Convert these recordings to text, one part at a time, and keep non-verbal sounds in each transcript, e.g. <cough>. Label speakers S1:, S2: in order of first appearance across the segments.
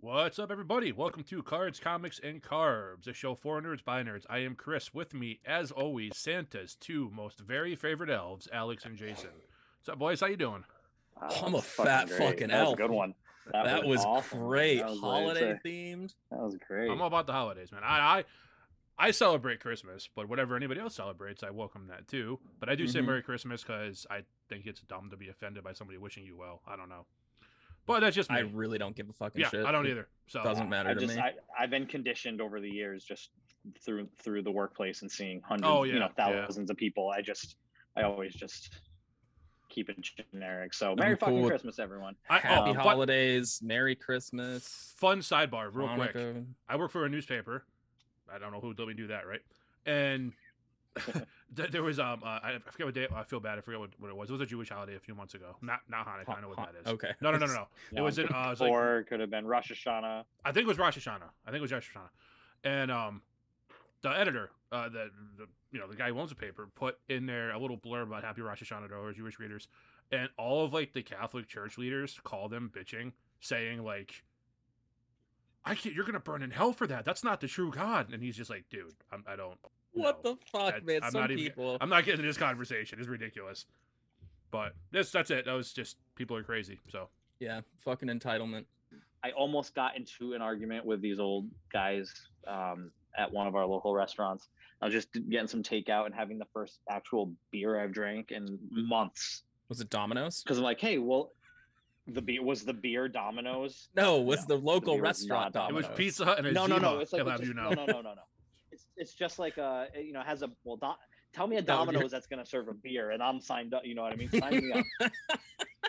S1: What's up, everybody? Welcome to Cards, Comics, and Carbs, a show for nerds by nerds. I am Chris. With me, as always, Santa's two most very favorite elves, Alex and Jason. What's up, boys? How you doing?
S2: Oh,
S3: I'm a
S2: that's
S3: fat
S2: great.
S3: fucking
S2: that was a
S3: elf.
S2: good one.
S3: That, was,
S2: awesome.
S3: great.
S2: That was really
S3: Holiday
S2: sick.
S3: themed.
S2: That was great.
S1: I'm all about the holidays, man. I, I I celebrate Christmas, but whatever anybody else celebrates, I welcome that too. But I do say
S3: Mhm.
S1: Merry Christmas because I think it's dumb to be offended by somebody wishing you well. I don't know, but that's just me.
S3: I really don't give a fucking
S1: Mm. yeah,
S3: shit.
S1: I don't
S3: It
S1: either. So
S3: Doesn't matter
S2: I
S3: to
S2: just
S3: me.
S2: I, I've been conditioned over the years just through through the workplace and seeing hundreds,
S1: Oh, yeah,
S2: you know,
S1: yeah.
S2: thousands of people. I just I always just keep it generic. So Merry
S3: cool
S2: fucking
S3: with-
S2: Christmas, everyone.
S1: I,
S3: Happy
S1: oh, fun-
S3: holidays. Merry Christmas.
S1: Fun sidebar, real quick.
S3: Hanukkah.
S1: I work for a newspaper. I don't know who let me do that, right?
S3: <laughs>
S1: And <laughs> th- there was um uh, I forget what day. I feel bad. I forget what, what it was. It was a Jewish holiday a few months ago. Not not Hanukkah. I know what
S3: Ha-
S1: that is.
S3: Okay.
S1: No, no, no, no, no.
S2: Yeah.
S1: It was in uh, it was like,
S2: or it could have been Rosh Hashanah.
S1: I think it was Rosh Hashanah. I think it was Rosh Hashanah. And um, the editor, uh, the, the you know the guy who owns the paper, put in there a little blurb about Happy Rosh Hashanah to our Jewish readers, and all of like the Catholic Church leaders call them bitching, saying like, "I can't. You're gonna burn in hell for that. That's not the true God." And he's just like, "Dude, I'm, I don't.
S3: <laughs> What
S1: no.
S3: the fuck,
S1: That-
S3: man?
S1: I'm
S3: Some
S1: not even-
S3: people.
S1: I'm not getting into this conversation. It's ridiculous." But this that's it. That was just people are crazy. So
S3: yeah, fucking entitlement.
S2: I almost got into an argument with these old guys um, at one of our local restaurants. I was just getting some takeout and having the first actual beer I've drank in months.
S3: Was it Domino's?
S2: Because I'm like, hey, well, the beer was the beer Domino's.
S3: No, was
S2: No,
S3: the local
S2: beer was
S3: restaurant
S1: it
S2: not
S3: Domino's.
S1: was Pizza Hut and a
S2: no, no, no.
S1: Zima,
S2: It's like
S1: he'll
S2: it's
S1: have
S2: just,
S1: you know.
S2: no, no, no, no, no. It's it's just like uh, it, you know, has a well. Do,
S1: <laughs>
S2: tell me a
S3: No, you're-
S2: Domino's that's gonna serve a beer, and I'm signed up. You know what I mean? Sign me up.
S1: <laughs>
S2: <sighs>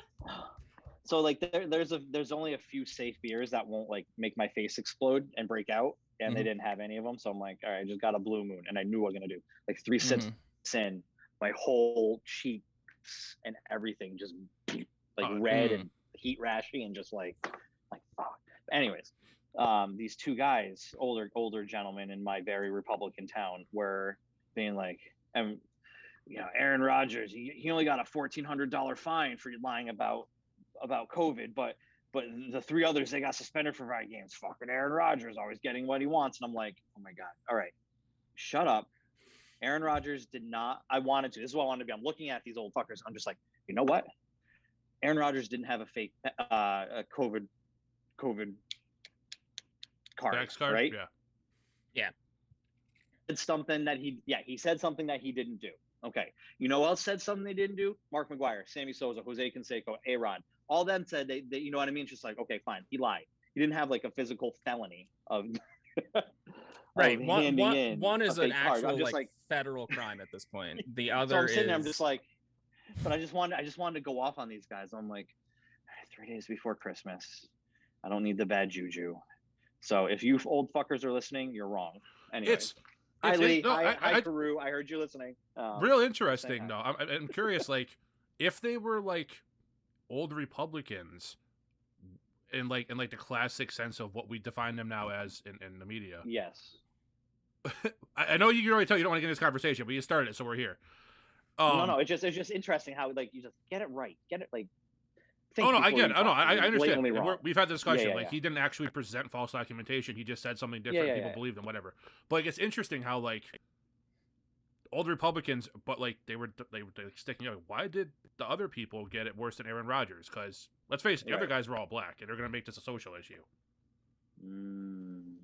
S2: so like, there, there's a there's only a few safe beers that won't like make my face explode and break out, and
S1: Mm-hmm.
S2: they
S3: Mhm.
S2: didn't have any of them. So I'm like, all right, I just got a Blue Moon, and I knew what I was gonna do. Like three
S1: Mm-hmm.
S2: sips
S3: Mhm.
S2: in, my whole cheeks and everything just like
S1: Oh,
S2: red
S3: mm.
S2: and heat rashy and just like like fuck. Anyways, um, these two guys, older older gentlemen in my very Republican town, were being like, and you know, Aaron Rodgers, he, he only got a fourteen hundred dollar fine for lying about about COVID, but but the three others they got suspended for five games. Fucking Aaron Rodgers always getting what he wants, and I'm like, oh my god, all right, shut up. Aaron Rodgers did not. I wanted to. This is what I wanted to be. I'm looking at these old fuckers. I'm just like, you know what? Aaron Rodgers didn't have a fake uh, a COVID COVID card,
S1: Tax card,
S2: right?
S1: yeah.
S2: said something that he yeah he said something that he didn't do. Okay, you know who else said something they didn't do? Mark McGuire, Sammy Sosa, Jose Canseco, Aaron. All them said they, they you know what I mean? It's just like okay, fine, he lied. He didn't have like a physical felony of <laughs>
S3: Right.
S2: of
S3: One,
S2: handing
S3: one,
S2: in
S3: one
S2: a
S3: is an
S2: fake card. I'm
S3: actual
S2: just
S3: like, federal crime at this point. The other
S2: so I'm sitting
S3: is
S2: there, I'm just like, but I just wanted, I just wanted to go off on these guys. I'm like, three days before Christmas, I don't need the bad juju. So if you old fuckers are listening, you're wrong. Anyway,
S1: It's,
S2: hi
S1: it's-
S2: Lee,
S1: no,
S2: hi,
S1: I-
S2: hi
S1: I-
S2: Carew, I heard you listening. Um,
S1: real interesting
S2: hi.
S1: though. I'm, I'm curious, like if they were like old Republicans, in like in like the classic sense of what we define them now as in, in the media.
S2: Yes.
S1: I, I know you can already tell you don't want to get in this conversation, but you started it, so we're here. Um,
S2: no, no, it's just it's just interesting how like you just get it right, get it like. think
S1: Oh no, I
S2: before
S1: get.
S2: you
S1: it. I know.
S2: talk,
S1: I, I
S2: you're
S1: understand.
S2: blatantly
S1: And we're-
S2: wrong.
S1: We've had the discussion.
S2: yeah,
S1: like
S2: yeah.
S1: he didn't actually present false documentation. He just said something different.
S2: yeah,
S1: people
S2: yeah.
S1: believed him. Whatever. But like, it's interesting how like old Republicans, but like they were they were like, sticking out. Why did the other people get it worse than Aaron Rodgers? Because let's face it, the other
S2: Right.
S1: guys were all black, and they're going to make this a social issue.
S2: Mm.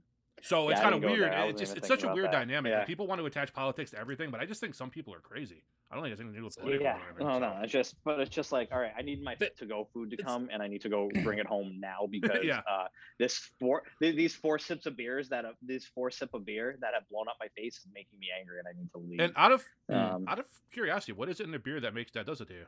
S1: So it's
S2: Yeah, I
S1: kind of
S2: didn't go
S1: weird.
S2: there. I
S1: It's
S2: wasn't
S1: just
S2: even
S1: it's such
S2: thinking
S1: a
S2: about
S1: weird
S2: that.
S1: dynamic.
S2: Yeah.
S1: Like, people want to attach politics to everything, but I just think some people are crazy. I don't think it's anything to do with politics.
S2: Yeah, Oh, no, no, it's just, but it's just like, all right, I need my
S3: But
S2: to-go food to
S3: it's-
S2: come, and I need
S1: <clears throat>
S2: to go bring it
S1: <laughs>
S2: home now because
S1: Yeah.
S2: uh, this four, th- these four sips of beers that have, these four sip of beer that have blown up my face is making me angry, and I need to leave.
S1: And uh, mm, out of
S2: um,
S1: out of curiosity, what is it in the beer that makes that does it to you?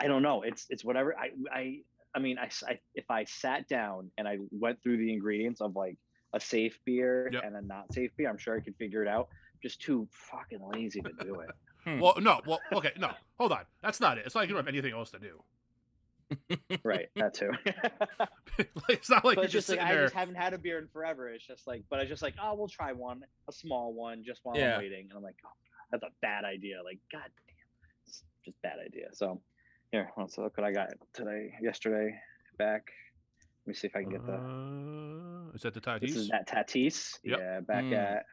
S2: I don't know. It's it's whatever. I I I mean, I, s- I- if I sat down and I went through the ingredients of like a safe beer
S1: Yep.
S2: and a not safe beer, I'm sure I could figure it out. Just too fucking lazy to do it.
S1: Well, no. Well, okay. No, hold on. That's not it. It's not like you don't have anything else to do. <laughs>
S2: right, that too. <laughs>
S1: Like, it's not like
S2: but
S1: you're
S2: it's just
S1: just
S2: like
S1: sitting
S2: I
S1: there.
S2: just haven't had a beer in forever. It's just like, but I just like, oh, we'll try one, a small one, just while
S3: Yeah.
S2: I'm waiting. And I'm like, oh, that's a bad idea. Like, god damn, it's just bad idea. So, here, well, so look what I got today, yesterday, back. me see if I can get the.
S1: Uh, is that the
S2: This is
S1: Tatis?
S2: that Tatis.
S1: Yep. Hmm,
S2: Yeah, back
S3: Mm.
S2: at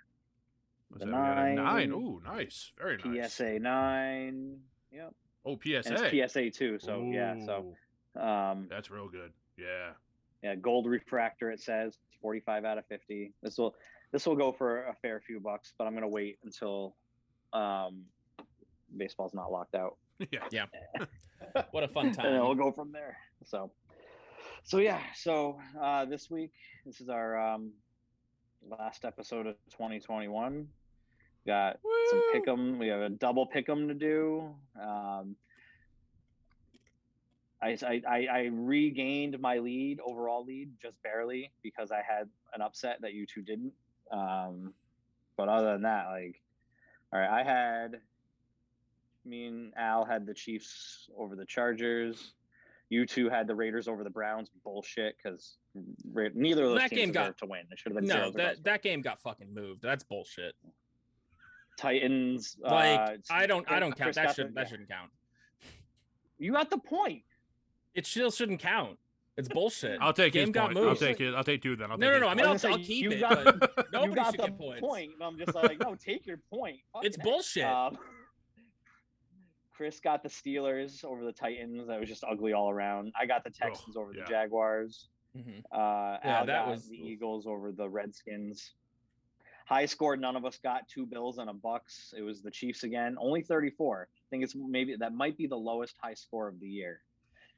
S1: What's that? We got a
S2: nine.
S1: nine. Ooh, nice. Very nice.
S2: PSA nine. Yep.
S1: Oh, PSA.
S2: And it's PSA two. So yeah. So
S1: Ooh,
S2: um,
S1: that's real good. Yeah.
S2: yeah, gold refractor. It says forty five out of fifty. This will this will go for a fair few bucks, but I'm gonna wait until um, baseball's not locked out.
S1: <laughs> yeah.
S3: What a fun
S2: <laughs> and then we'll
S3: time.
S2: go from there. So, so yeah. So uh, this week, this is our um, last episode of 2021. Got some
S1: Woo!
S2: pick'em. We have a double pick'em to do. Um, I, I, I- I regained my lead, overall lead, just barely because I had an upset that you two didn't. Um, but other than that, like, all right, I had me and Al had the Chiefs over the Chargers. You two had the Raiders over the Browns. Bullshit, because neither of those
S3: That
S2: teams
S3: game got-
S2: deserved to win. They should have been
S3: No,
S2: zeros across.
S3: that that game got fucking moved. That's bullshit.
S2: Titans.
S3: Like
S2: uh,
S3: I don't I don't
S2: Chris
S3: count. That should
S2: Godwin-
S3: that
S2: yeah.
S3: shouldn't count.
S2: You got the point.
S3: It still shouldn't count. It's bullshit.
S1: I'll take
S3: Game
S1: his
S3: got
S1: point. I'll
S3: moved.
S1: take it. I'll take two then. I'll
S3: No,
S1: take
S3: no,
S1: his
S3: no, I mean,
S1: point.
S2: was gonna
S3: I'll-
S2: say,
S3: I'll keep
S2: you
S3: it,
S2: Got,
S3: but-
S1: <laughs>
S2: <laughs> you
S3: Nobody
S2: got
S3: should
S2: the
S3: get points.
S2: point, and I'm just like, no, take your
S3: <laughs>
S2: point.
S3: It's
S2: Fucking A.
S3: bullshit.
S2: Um, <laughs> Chris got the Steelers over the Titans. That was just ugly all around. I got the Texans over
S1: yeah.
S2: the Jaguars.
S1: Mm-hmm.
S3: Mhm.
S2: Uh, yeah,
S3: Yeah, that
S2: got
S3: was-
S2: the Eagles over the Redskins. High score, none of us got two Bills and a Bucks. It was the Chiefs again, only 34. I think it's maybe that might be the lowest high score of the year.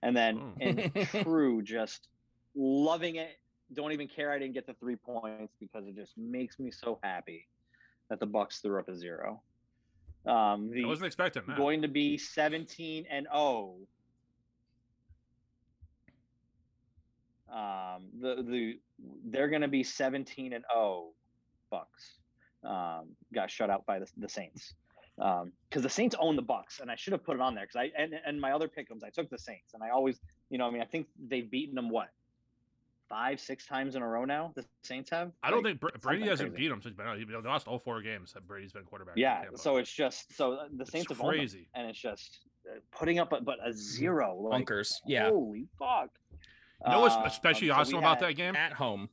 S2: And then
S3: Hmm.
S1: Oh.
S3: <laughs>
S2: in true, just loving it. Don't even care I didn't get the three points because it just makes me so happy that the Bucks threw up a zero. Um, the
S1: I wasn't expecting that.
S2: going
S1: <laughs>
S2: to be 17 and oh. 0. Um, the the they're going to be 17 and 0 Bucks. Um, got shut out by the, the Saints. Um, cuz the Saints own the Bucks and I should have put it on there cuz I and, and my other pickums I took the Saints and I always, you know, I mean I think they've beaten them what? 5 6 times in a row now the Saints have.
S1: I don't
S2: Like,
S1: think Br- Brady
S2: something
S1: hasn't
S2: crazy.
S1: beat him since. But they lost all four games that Brady's been quarterback. in
S2: yeah,
S1: Tampa.
S2: so it's just so uh, the
S1: It's
S2: Saints have owned them.
S1: crazy.
S2: and it's just uh, putting up a, but
S1: Mm-hmm.
S2: a zero. Like,
S3: Bunkers. Yeah.
S2: Holy fuck.
S1: You know what's
S2: Uh,
S1: especially
S2: so we
S1: awesome about
S2: had-
S1: that game?
S3: At home.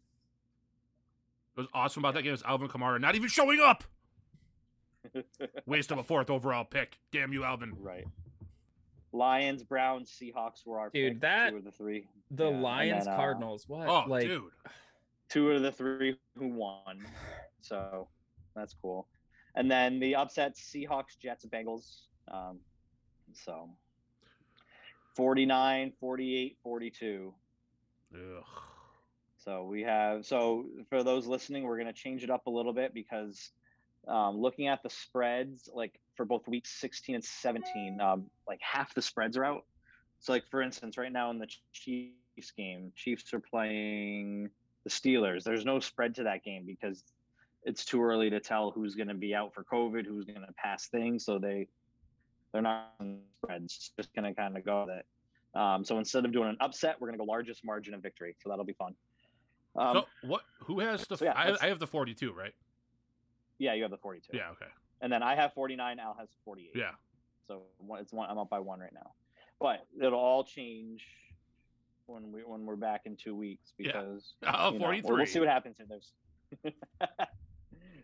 S1: What's awesome about that game is Alvin Kamara not even showing up. Waste of a fourth overall pick. Damn you, Alvin.
S2: <laughs> Right. Lions, Browns, Seahawks were our
S3: Dude,
S2: picks,
S3: that-
S2: two of the three.
S3: The
S2: Yeah, and
S3: Lions
S2: then, uh,
S3: Cardinals. What?
S1: Oh,
S3: like
S1: dude.
S2: Two of the three who won. So that's cool. And then the upsets Seahawks, Jets, Bengals. Um, so 49, 48, 42.
S1: Ugh.
S2: So we have so for those listening, we're going to change it up a little bit because um, looking at the spreads, like for both weeks 16 and 17, um, like half the spreads are out. So like for instance, right now in the Chiefs game, Chiefs are playing the Steelers. There's no spread to that game because it's too early to tell who's going to be out for COVID, who's going to pass things. So they they're not on spreads. Just going to kind of go with it. Um, so instead of doing an upset, we're going to go largest margin of victory. So that'll be fun. Um,
S1: so what? Who has the?
S2: so yeah,
S1: I,
S2: let's-
S1: I have the forty-two, right?
S2: yeah, you have the 42.
S1: Yeah. Okay.
S2: And then I have 49. Al has 48.
S1: Yeah.
S2: So one, it's one. I'm up by one right now, but it'll all change when we when we're back in two weeks
S1: Yeah.
S2: because
S3: Oh,
S1: Uh,
S2: you know, we'll-
S1: forty-three.
S2: we'll see what happens in those. <laughs>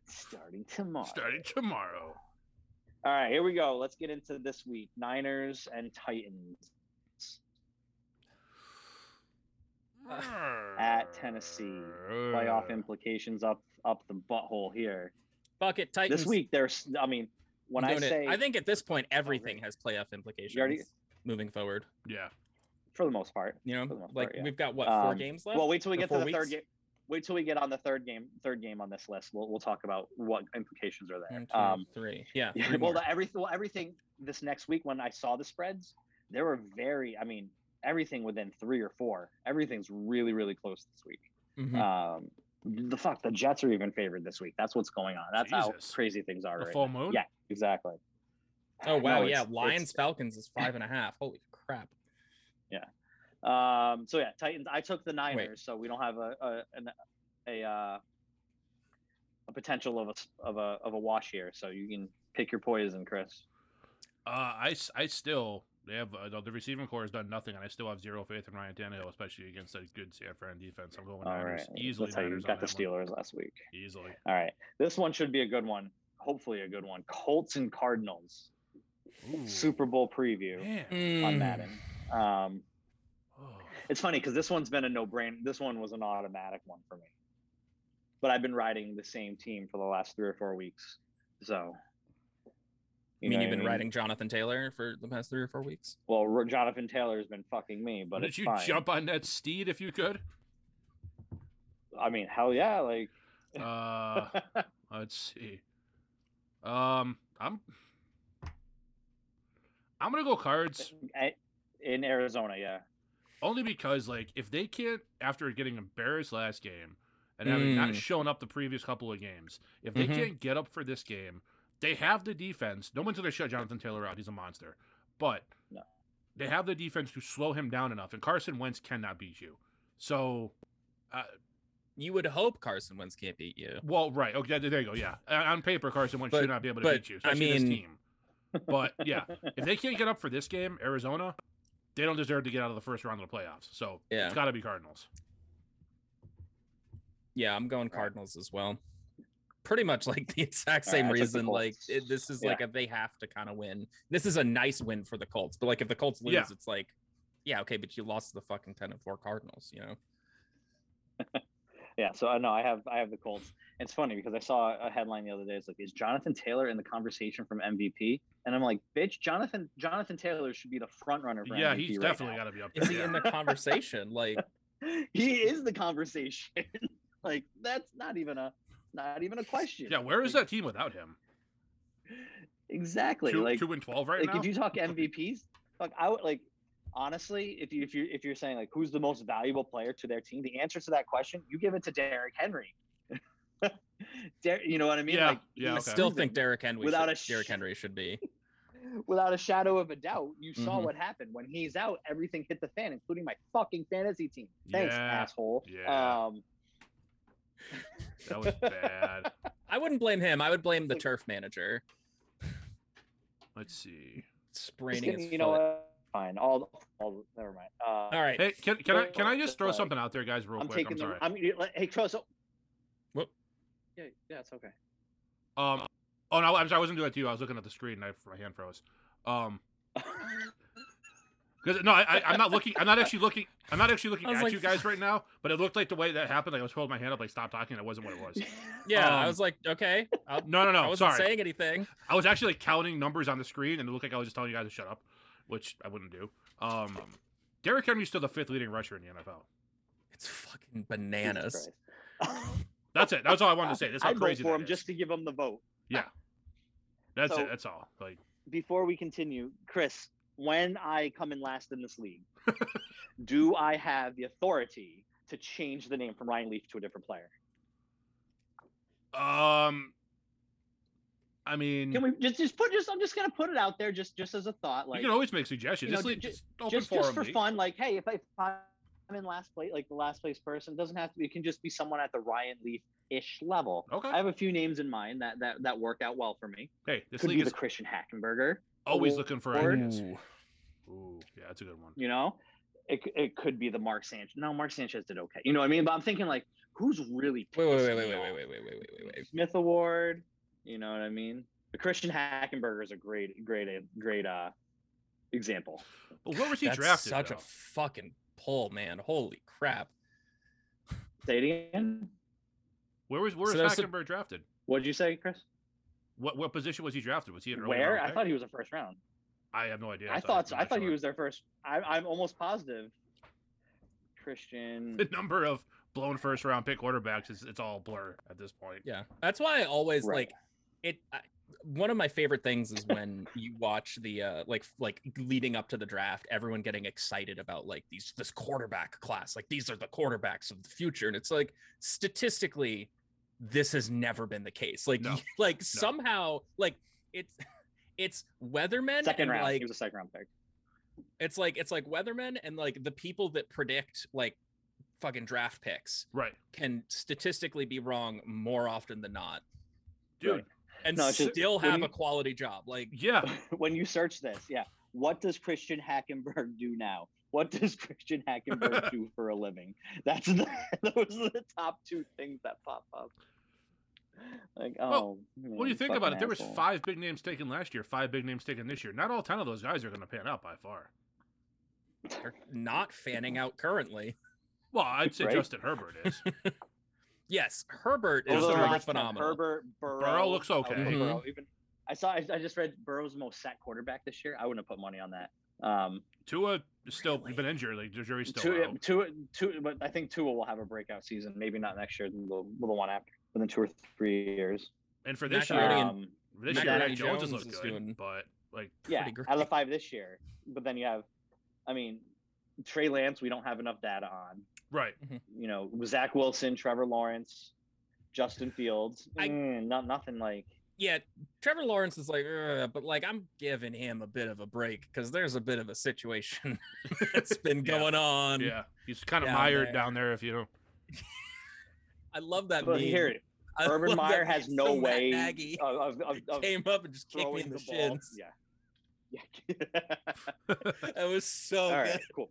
S2: Starting tomorrow.
S1: Starting tomorrow.
S2: All right, here we go. Let's get into this week: Niners and Titans at Tennessee. Playoff
S3: Uh.
S1: Ugh.
S2: implications up up the butthole here.
S3: bucket Titans.
S2: This week, there's. I mean, when I
S3: doing it.
S2: say,
S3: I think at this point everything
S2: great.
S3: has playoff implications
S2: already-
S3: moving forward.
S1: Yeah.
S2: for the most part,
S3: You
S2: For
S3: know,
S2: the most
S3: like
S2: part, yeah.
S3: we've got what four
S2: Um,
S3: games left.
S2: Well, wait till we
S3: Or
S2: get to
S3: four
S2: the
S3: weeks?
S2: third game. Wait till we get on the third game. Third game on this list. We'll we'll talk about what implications are there.
S3: One, Mm, two,
S2: um,
S3: three. Yeah.
S2: <laughs> yeah,
S3: three
S2: well,
S3: more.
S2: the, everything. Well, everything this next week when I saw the spreads, there were very. I mean, everything within three or four. Everything's really really close this week.
S3: Mhm.
S1: Hmm.
S2: Um, the fuck, the Jets are even favored this week. That's what's going on. That's
S1: Jesus.
S2: how crazy things are.
S1: The
S2: Right
S1: full
S2: now.
S1: moon.
S2: Yeah, exactly.
S3: Oh
S2: <sighs>
S3: wow,
S2: no,
S3: yeah.
S2: it's-
S3: Lions
S2: it's-
S3: Falcons is five and a half. Holy crap.
S2: Um, so yeah, Titans. I took the Niners, so we don't have a a an, a, uh, a potential of a s- of a of a wash here. So you can pick your poison, Chris.
S1: Uh, I s- I still They have uh, the receiving core has done nothing, and I still have zero faith in Ryan Tannehill, especially against a good San Fran defense. I'm going
S2: All right,
S1: Niners easily.
S2: That's how you
S1: Niners on
S2: got the
S1: that one.
S2: Steelers last week.
S1: Easily.
S2: All right, this one should be a good one. Hopefully, a good one. Colts and Cardinals
S1: Ooh,
S2: Super Bowl preview.
S1: Man.
S3: Mm.
S2: Madden. Um,
S1: Oh.
S2: it's funny because this one's been a no-brainer. This one was an automatic one for me, but I've been riding the same team for the last three or four weeks. So,
S3: I mean,
S2: know
S3: you've
S2: what
S3: been riding Jonathan Taylor for the past three or four weeks.
S2: Well, Ro- Jonathan Taylor's been fucking me, but
S1: Did
S2: it's
S1: you
S2: fine.
S1: jump on that steed if you could?
S2: I mean, hell yeah! Like,
S1: Uh, let's see. Um, I'm. I'm gonna go cards
S2: at- in Arizona, yeah.
S1: only because like if they can't after getting embarrassed last game and having not
S3: Mm.
S1: shown up the previous couple of games, if they
S3: Mhm.
S1: can't get up for this game, they have the defense. No one's gonna shut Jonathan Taylor out. He's a monster, but
S2: No.
S1: they have the defense to slow him down enough, and Carson Wentz cannot beat you. So, uh,
S3: You would hope Carson Wentz can't beat you.
S1: Well, right. Okay, there you go. Yeah, Uh, on paper, Carson Wentz should
S3: But-
S1: not be able to
S3: but,
S1: beat you.
S3: I
S1: Especially this
S3: mean-
S1: team. But
S2: <laughs>
S1: yeah, if they can't get up for this game, Arizona, they don't deserve to get out of the first round of the playoffs. So it's
S3: Yeah.
S1: got to be Cardinals.
S3: Yeah, I'm going Cardinals as well. Pretty much like the <laughs> exact same
S2: I took the
S3: reason. Like
S2: Colts.
S3: it, this is
S2: Yeah.
S3: like a, they have to kind of win. This is a nice win for the Colts, but like if the Colts lose,
S1: Yeah.
S3: it's like, yeah, okay, but you lost to the fucking ten and four Cardinals. You
S2: <laughs>
S3: know,
S2: Yeah, so uh, I know I have I have the Colts. It's funny because I saw a headline the other day. It's like, is Jonathan Taylor in the conversation from MVP? And I'm like, bitch, Jonathan Jonathan Taylor should be the front runner. For
S1: yeah,
S2: MVP
S1: he's
S2: right
S1: definitely
S2: now.
S1: got to be up
S3: is
S1: there.
S3: he
S1: Yeah.
S3: in the conversation? Like,
S2: <laughs> He is the conversation. <laughs> like that's not even a not even a question.
S1: Yeah, where is
S2: Like,
S1: that team without him?
S2: exactly?
S1: two,
S2: like
S1: two and twelve right
S2: like
S1: now.
S2: if you talk MVPs, like I would like honestly, if you if you if you're saying like who's the most valuable player to their team, the answer to that question, you give it to Derrick Henry. <laughs> Der- you know what I mean?
S1: Yeah,
S2: Like
S1: yeah,
S2: he's
S3: I
S1: okay.
S3: still
S2: proven-
S3: think Derrick Henry
S2: Without
S3: should,
S2: a sh-
S3: Derrick Henry should be.
S2: without a shadow of a doubt, you saw
S1: Mm-hmm.
S3: Mhm.
S2: what happened when he's out. Everything hit the fan, including my fucking fantasy team. Thanks,
S1: Yeah,
S2: asshole.
S1: yeah.
S2: Um,
S1: That was
S2: <laughs>
S1: bad.
S3: I wouldn't blame him. I would blame the
S2: Like-
S3: turf manager
S1: Let's see.
S2: just
S3: spraining
S2: kidding, <laughs>
S3: his
S2: you know
S3: foot.
S2: what? Fine. All, all never mind. Uh,
S3: All right.
S1: Hey, can, can I
S2: Well,
S1: can I just
S2: just
S1: throw
S2: like-
S1: something out there, guys, real
S2: I'm
S1: quick?
S2: taking
S1: I'm sorry.
S2: the. I'm, you- like, hey, Crow. So,
S3: Whoop.
S2: Yeah, yeah, it's okay.
S1: Um, oh no, I'm sorry. I wasn't doing that to you. I was looking at the screen and I, my hand froze. Um, Because no, I, I, I'm not looking. I'm not actually looking. I'm not actually looking
S3: I was
S1: at
S3: like- <laughs>
S1: you guys right now. But it looked like the way that happened. Like I was holding my hand up, like stop talking. That wasn't what it was.
S2: <laughs>
S3: Yeah,
S1: um,
S3: I was like, okay, I'll,
S1: No, no,
S3: <laughs> I
S1: no.
S3: wasn't
S1: Sorry,
S3: saying anything.
S1: I was actually like counting numbers on the screen, and it looked like I was just telling you guys to shut up, which I wouldn't do. Um, Derrick Henry's still the fifth leading rusher in the NFL.
S3: It's fucking
S2: Jesus
S3: bananas.
S2: Christ.
S1: That's it. That's all I wanted to say. That's how
S2: I'd vote
S1: crazy
S2: for
S1: that
S2: him
S1: is.
S2: just to give him the vote.
S1: That's
S2: so-
S1: it. That's all. Like
S2: before we continue, Chris, when I come in last in
S1: <laughs>
S2: this league, do I have the authority to change the name from Ryan Leaf to a different player?
S1: um, I mean,
S2: Can we just just put just I'm just gonna put it out there just just as a thought, like
S1: you can always make suggestions.
S2: you know,
S1: This league-
S2: ju-
S1: just open
S2: just
S1: forum
S2: just for
S1: league.
S2: fun, like hey, if, I, if I'm in last place, like the last place person, it doesn't have to. be It can just be someone at the Ryan Leaf ish level.
S1: Okay.
S2: I have a few names in mind that that that work out well for me.
S1: Hey, this
S2: Could be
S1: league
S2: the
S1: is
S2: Christian Hackenberger.
S1: always looking for
S2: Lord.
S1: ideas. Ooh, yeah, that's a good one.
S2: you know it, c- it could be the mark sanchez no mark sanchez did okay you know what i mean but i'm thinking like who's really
S3: Wait, wait,
S2: pissed
S3: wait, wait,
S2: me
S3: wait,
S2: off?
S3: wait, wait, wait, wait, wait, wait, wait.
S2: smith award you know what i mean the christian hackenberger is a great great great uh example
S1: But where was he
S3: That's
S1: drafted?
S3: such
S1: though?
S3: a fucking pull, man. Holy crap.
S2: say it again
S1: Where was where
S3: So
S1: was
S3: there's a-
S1: Hackenberg drafted?
S2: what'd you say chris
S1: What what position was he drafted? Was he an early
S2: where
S1: round
S2: i
S1: pick?
S2: thought he was a first round
S1: I have no idea.
S2: i
S1: That's-
S2: thought
S1: I'm
S2: i
S1: not
S2: thought he
S1: sure.
S2: was their first I, i'm almost positive
S1: <laughs>
S2: christian
S1: the number of blown first round pick quarterbacks is it's all blur at this point.
S3: Yeah. That's why I always
S2: Right.
S3: like it. I, one of my favorite things is when you watch the uh like like leading up to the draft everyone getting excited about like these this quarterback class like these are the quarterbacks of the future and it's like statistically this has never been the case like
S1: No.
S3: <laughs> like somehow like it's <laughs> it's weathermen
S2: second
S3: and
S2: round
S3: like
S2: he was a second round pick <laughs>
S3: it's like it's like weathermen and like the people that predict like fucking draft picks
S1: Right.
S3: can statistically be wrong more often than not
S1: Dude.
S2: Right.
S3: and
S2: No, it's just-
S3: still
S2: when
S3: have
S2: you-
S3: a quality job like
S2: <laughs>
S1: Yeah.
S2: when you search this yeah what does Christian Hackenberg do now? What does <laughs> Christian
S1: <laughs>
S2: Hackenberg do for a living? That's the, <laughs> those are the top two things that pop up. Like, oh,
S1: Well,
S2: man,
S1: What do you think
S2: fucking
S1: about it? There was
S2: asshole.
S1: five big names taken last year, five big names taken this year. Not all ten of those guys are going to pan out by far.
S3: They're not fanning out currently.
S1: Well, I'd say
S2: Right?
S1: Justin Herbert is.
S3: Yes, Herbert is
S1: Although
S2: Although
S1: they're
S3: doing
S2: last month,
S3: phenomenal.
S2: Herbert Burrow,
S1: Burrow looks
S2: I would
S1: okay.
S2: put
S3: Mhm.
S2: Burrow even I saw. I, I just read Burrow's most sack quarterback this year. I wouldn't have put money on that. Um,
S1: Tua is still
S3: Really?
S1: been injured. Like the jury's still
S2: Tua,
S1: out.
S2: Tua, Tua, but I think Tua will have a breakout season. Maybe not next year, the, the one after, within two or three years.
S1: And for this
S3: Macaroni
S1: year,
S3: and-
S2: Um,
S1: this year
S2: Macaroni
S1: Mac Jones, has
S3: Jones
S1: looked
S3: is
S1: good,
S3: doing-
S1: but like
S2: yeah,
S3: pretty
S2: out
S3: great.
S2: of five this year. But then you have, I mean, Trey Lance. We don't have enough data on.
S1: right,
S2: You know, Zach Wilson, Trevor Lawrence, Justin Fields.
S3: I-
S2: Mm, not nothing like.
S3: yeah, Trevor Lawrence is like, "Ugh," but like I'm giving him a bit of a break because there's a bit of a situation <laughs> that's been
S1: <laughs> Yeah.
S3: going on.
S1: yeah, he's kind of
S3: Down
S1: mired
S3: there.
S1: down there. If you know,
S3: I love that.
S2: But
S3: meme.
S2: here, it-
S3: I
S2: Urban <laughs>
S3: love
S2: Meyer
S3: that
S2: has
S3: meme.
S2: no
S3: So Matt
S2: way
S3: Nagy
S2: of, of, of, of
S3: came up and just kicked me
S2: throwing
S3: in the,
S2: the ball.
S3: shins.
S2: Yeah. Yeah. <laughs>
S3: That was so
S2: All
S3: good.
S2: right, cool.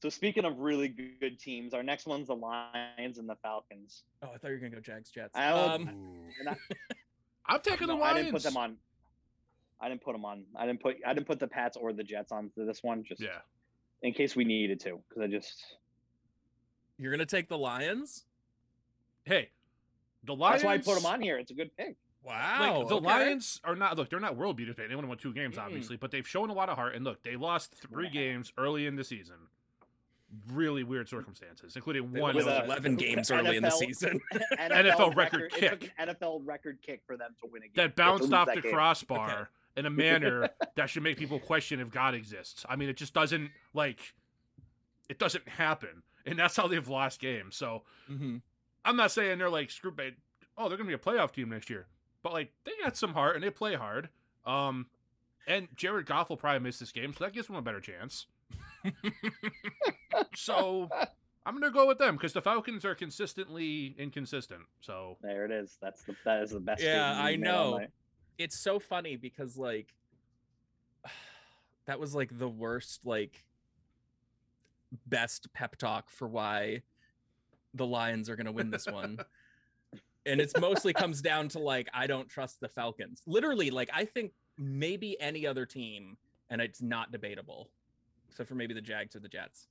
S2: So speaking of really good teams, our next one's the Lions and the Falcons.
S3: Oh, I thought you were gonna go Jags Jets.
S2: I don't-
S3: Um,
S2: and I-
S1: I'm taking
S2: No,
S1: the
S2: I
S1: Lions.
S2: didn't put them on. I didn't put them on. I didn't put. I didn't put the Pats or the Jets on for this one, just
S1: Yeah,
S2: in case we needed to. Because I just
S3: you're gonna take the Lions?
S1: hey, the Lions.
S2: that's why I put them on here. It's a good
S1: <laughs>
S2: pick.
S1: Like,
S3: Wow.
S1: the
S3: okay.
S1: Lions are not look. They're not world beaters. man. They only won two games,
S3: Mm-mm.
S1: obviously, but they've shown a lot of heart. And look, they lost three
S2: Yeah.
S1: games early in the season. Really weird circumstances, including
S3: They
S1: one.
S3: lost
S1: that was-
S2: a-
S3: 11 games early in the
S1: <laughs>
S2: NFL
S3: season.
S1: NFL record
S2: It took
S1: kick.
S2: an NFL record kick for them to win a game
S1: that
S2: to lose
S1: bounced off
S2: that
S1: the
S2: game.
S1: crossbar in a manner that should make people question if God exists. I mean, it just doesn't like it doesn't happen, and that's how they've lost games. So
S3: Mhm.
S1: I'm not saying they're like screw bait. Oh, they're gonna be a playoff team next year, but like they got some heart and they play hard. Um, and Jared Goff will probably miss this game, so that gives him a better chance. so I'm gonna go with them because the Falcons are consistently inconsistent. So
S2: There it is. That's the that is the best.
S3: Yeah,
S2: statement
S3: I
S2: you made all
S3: know.
S2: night.
S3: It's so funny because like <sighs> that was like the worst like best pep talk for why the Lions are going to win this one. and it's mostly comes down to like I don't trust the Falcons. Literally like I think maybe any other team and it's not debatable except for maybe the Jags or the Jets.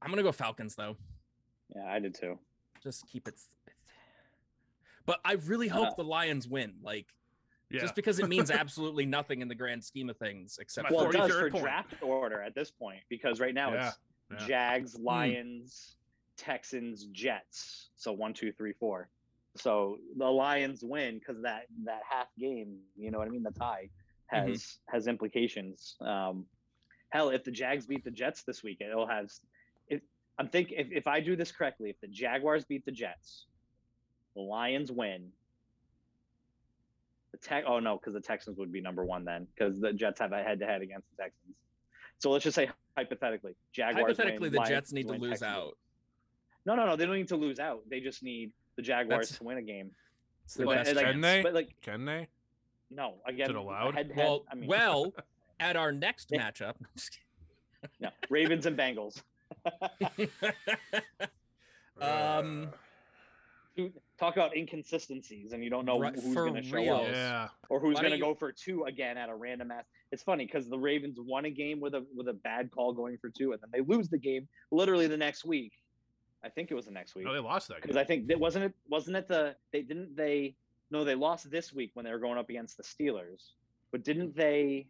S3: I'm going to go Falcons though.
S2: Yeah, I did too.
S3: Just keep it spit. But I really hope
S2: Uh,
S3: the Lions win. Like
S1: yeah,
S3: just because
S2: <laughs>
S3: it means absolutely nothing in the grand scheme of things except
S1: My
S2: well,
S3: for
S2: it does
S1: 43rd
S2: for
S1: point.
S2: draft order at this point because right now it's
S1: Yeah, yeah.
S2: Jags, Lions, Texans, Jets. So one, two, three, four. So the Lions win because that that half game, you know what I mean, the tie has has implications. Um, hell, if the Jags beat the Jets this week, it'll have. If I'm think if, if I do this correctly, if the Jaguars beat the Jets, the Lions win. The Tex oh no, because the Texans would be number one then, because the Jets have a head to head against the Texans. So let's just say hypothetically, Jaguars.
S3: hypothetically
S2: win,
S3: the
S2: Lions
S3: Jets need to
S2: win,
S3: lose
S2: Texans win.
S3: out.
S2: No, no, no. They don't need to lose out. They just need the Jaguars
S3: That's-
S2: to win a
S3: <laughs>
S2: game.
S3: It's their
S2: But,
S3: best
S2: and, like,
S3: chance.
S1: Can they?
S2: But like,
S1: Can they?
S2: no. Again,
S1: it allowed?
S2: head to head,
S3: Well,
S2: I mean, <laughs>
S3: well, at our next
S2: They-
S3: matchup, <laughs>
S2: no. Ravens and Bengals. <laughs>
S3: Um,
S2: Dude, Talk about inconsistencies, and you don't know
S3: Right,
S2: who's
S3: for
S2: going to show
S3: real.
S2: up
S1: yeah,
S2: or who's
S3: Why
S2: going to
S3: don't
S2: go
S3: you-
S2: for two again at a random ass. It's funny because the Ravens won a game with a with a bad call going for two, and then they lose the game literally the next week. I think it was the next week.
S1: no, Oh, they lost that
S2: because
S1: game.
S2: I think that wasn't it wasn't it the they didn't they no they lost this week when they were going up against the Steelers, but didn't they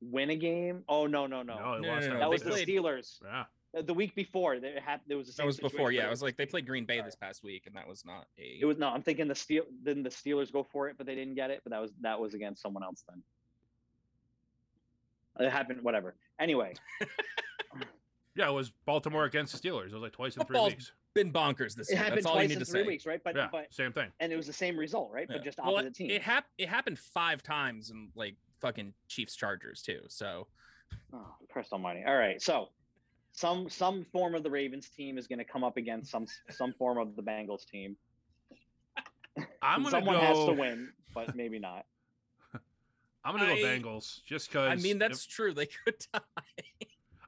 S2: win a game? Oh no no no,
S1: No, they
S3: No,
S1: lost
S3: no, no,
S1: that
S2: that
S3: they
S2: was the
S1: game.
S3: played-
S2: Steelers
S1: Yeah,
S2: Uh, the week before. There happened there was the
S3: that
S2: same
S3: was before.
S2: situation,
S3: Yeah,
S2: but
S3: I was like they played Green Bay
S2: Sorry.
S3: this past week, and that was not a.
S2: it was no. I'm thinking the Steel then the Steelers go for it, but they didn't get it. But that was that was against someone else then. It happened, whatever. Anyway,
S1: yeah, it was Baltimore against the Steelers. It was like twice in three
S3: Football's
S1: weeks.
S3: been bonkers this
S2: it
S3: year.
S2: happened
S3: That's all you
S2: twice
S3: need
S2: in
S3: to
S2: three
S3: say.
S2: weeks, right? But
S1: yeah,
S2: but
S1: same thing.
S2: and it was the same result, right?
S3: Yeah.
S2: But just
S3: Well,
S2: opposite
S3: it-
S2: teams.
S3: It hap- It happened five times in like fucking Chiefs Chargers too. So
S2: Oh, Christ Almighty! All right, so some some form of the Ravens team is going to come up against some some form of the Bengals team.
S1: I'm gonna
S2: Someone
S1: go.
S3: <laughs>
S2: has to win, but maybe not.
S1: I'm gonna go
S3: I-
S1: Bengals just because.
S3: I mean, that's true. They could die.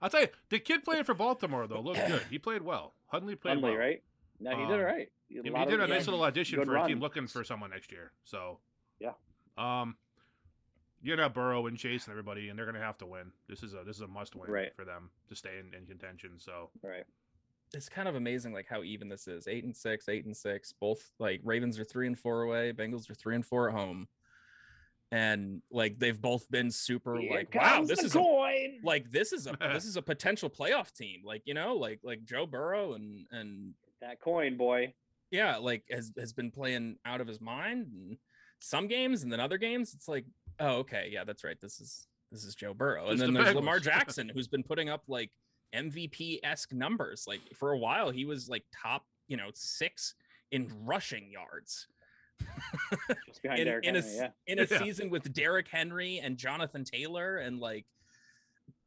S1: I'll tell you, the kid playing for Baltimore though looked good. He played well. Hundley played
S2: Hundley,
S1: well.
S2: right? No, he did
S1: Um,
S2: all right. A
S1: He, he
S2: lot of
S1: did a
S2: the-
S1: nice little audition
S2: good
S1: for a team
S2: run.
S1: looking for someone next year. So
S2: Yeah.
S1: um, you're gonna have Burrow and Chase and everybody, and they're gonna have to win. This is a this is a must win
S2: Right.
S1: for them to stay in, in contention. So
S2: Right.
S3: It's kind of amazing, like how even this is. Eight and six, eight and six. Both like Ravens are three and four away. Bengals are three and four at home, and like they've both been super.
S2: Here
S3: like wow,
S2: comes
S3: this
S2: the
S3: is a
S2: coin.
S3: like this is a this is a potential playoff team like you know like like joe burrow and and
S2: that coin, boy.
S3: yeah like has has been playing out of his mind and some games and then other games it's like oh okay yeah that's right this is this is joe burrow and
S1: It's
S3: then
S1: the
S3: there's
S1: Bengals. <laughs>
S3: lamar jackson who's been putting up like mvp-esque numbers like for a while he was like top you know six in rushing yards
S2: Just behind
S3: in,
S2: Derrick
S3: in a,
S2: Henry,
S3: s-
S2: yeah.
S3: in a
S1: Yeah.
S3: season with Derrick Henry and Jonathan Taylor and like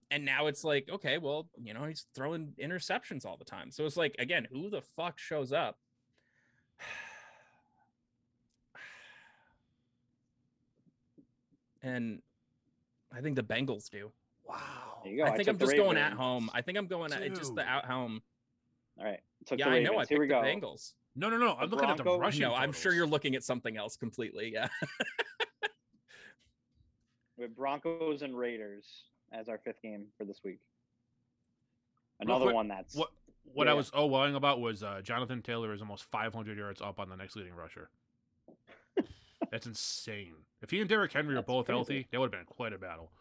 S3: and now it's like okay well you know he's throwing interceptions all the time so it's like again who the fuck shows up <sighs> and I think the Bengals do
S1: wow,
S2: There you go.
S3: I think
S2: Oh, took
S3: I'm
S2: the
S3: just going at
S2: Ravens.
S3: home I think I'm going at it's just the
S1: Dude.
S3: out home
S2: All right. Took
S3: yeah
S2: the
S3: I
S2: Ravens.
S3: know I
S2: Here
S3: picked
S2: we
S3: the
S2: go.
S3: Bengals
S1: no, no, no. I'm
S2: The
S1: looking at the
S2: Broncos-
S1: rushing.
S3: no I'm sure
S1: totals.
S3: you're looking at something else completely yeah <laughs>
S2: We have Broncos and Raiders as our fifth game for this week.
S1: Real
S2: Another
S1: quick,
S2: one that's
S1: What what I
S2: Yeah.
S1: was oh wowing about was uh, Jonathan Taylor is almost 500 yards up on the next leading rusher. That's insane. If he and Derrick Henry were
S2: That's
S1: both
S2: crazy.
S1: healthy, that would have been quite a battle.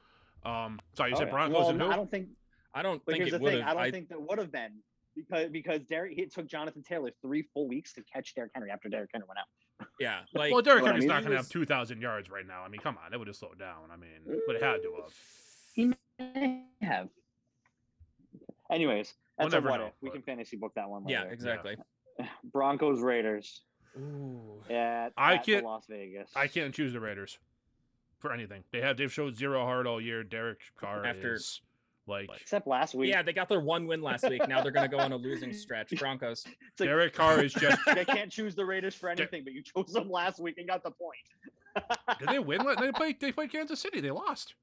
S1: Um, sorry, you
S2: Oh,
S1: said
S2: yeah.
S1: Broncos
S2: Well,
S1: and
S2: no,
S1: who?
S2: I don't think.
S3: I don't
S2: But
S3: think
S2: here's the
S3: it would
S2: thing. I
S3: have
S2: don't
S3: I
S2: think that would have been because because Derrick it took Jonathan Taylor three full weeks to catch Derrick Henry after Derrick Henry went out.
S3: yeah like
S1: well, Derrick
S2: what I
S1: Henry's
S2: mean
S1: not going to
S3: is-
S1: have 2,000 yards right now. I mean, come on, it would have slowed down. I mean, but it had to have.
S2: May have. Anyways,
S1: We'll
S2: that's a
S1: never
S2: what
S1: know,
S2: if. We
S1: but-
S2: can fantasy book that one.
S3: Yeah,
S2: Later.
S3: exactly.
S2: Broncos Raiders
S3: Ooh.
S2: at,
S1: I
S2: at the
S1: can't-
S2: Las Vegas.
S1: I can't choose the Raiders for anything. They have they've showed zero heart all year. Derek Carr
S3: After-
S1: is like
S2: Except last week.
S3: Yeah, they got their one win last week. Now they're going to go on a
S2: <laughs>
S3: losing stretch. Broncos.
S2: like-
S1: Derek Carr is
S2: <laughs>
S1: just.
S2: I can't choose the Raiders for anything, but you chose them last week and got the point.
S1: did they win? la- They played. They played Kansas City. They lost.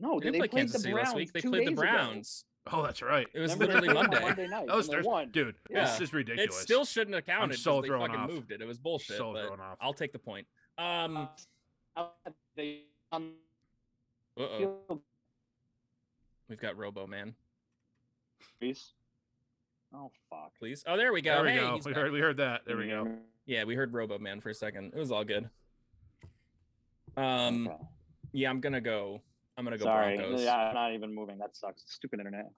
S2: No,
S3: They,
S2: they,
S3: played
S2: played
S3: Kansas
S2: the
S3: City
S2: Browns
S3: last week. They
S2: two
S3: played the
S2: days ago.
S3: Browns.
S1: Oh, that's right.
S3: It was
S2: Remember, they
S3: literally
S2: played on
S3: Monday.
S2: night.
S1: That was
S2: and they
S1: Thursday,
S2: won.
S1: dude.
S3: Yeah.
S1: This is
S3: It
S1: ridiculous.
S3: still shouldn't have counted.
S1: so
S3: 'cause they
S1: thrown
S3: fucking
S1: off.
S3: moved it. It was bullshit.
S1: so
S3: but
S1: thrown off.
S3: I'll take the point.
S2: Uh,
S3: Um.
S2: They on
S3: Uh-oh.
S2: field
S3: We've got Robo Man.
S2: piece. Oh fuck. Mm-hmm.
S3: Please. Oh, there we go.
S1: there we
S3: Hey,
S1: go. <laughs>
S3: he's
S1: We
S3: back. Mm-hmm.
S1: heard, we heard that. There
S2: Can
S1: we
S2: you hear
S1: go.
S2: me?
S3: Yeah, we heard Robo Man for a second. It was all good. Um.
S2: Okay.
S3: Yeah, I'm gonna go. I'm gonna go
S2: Sorry.
S3: Broncos.
S2: Yeah, I'm not even moving. That sucks. Stupid internet.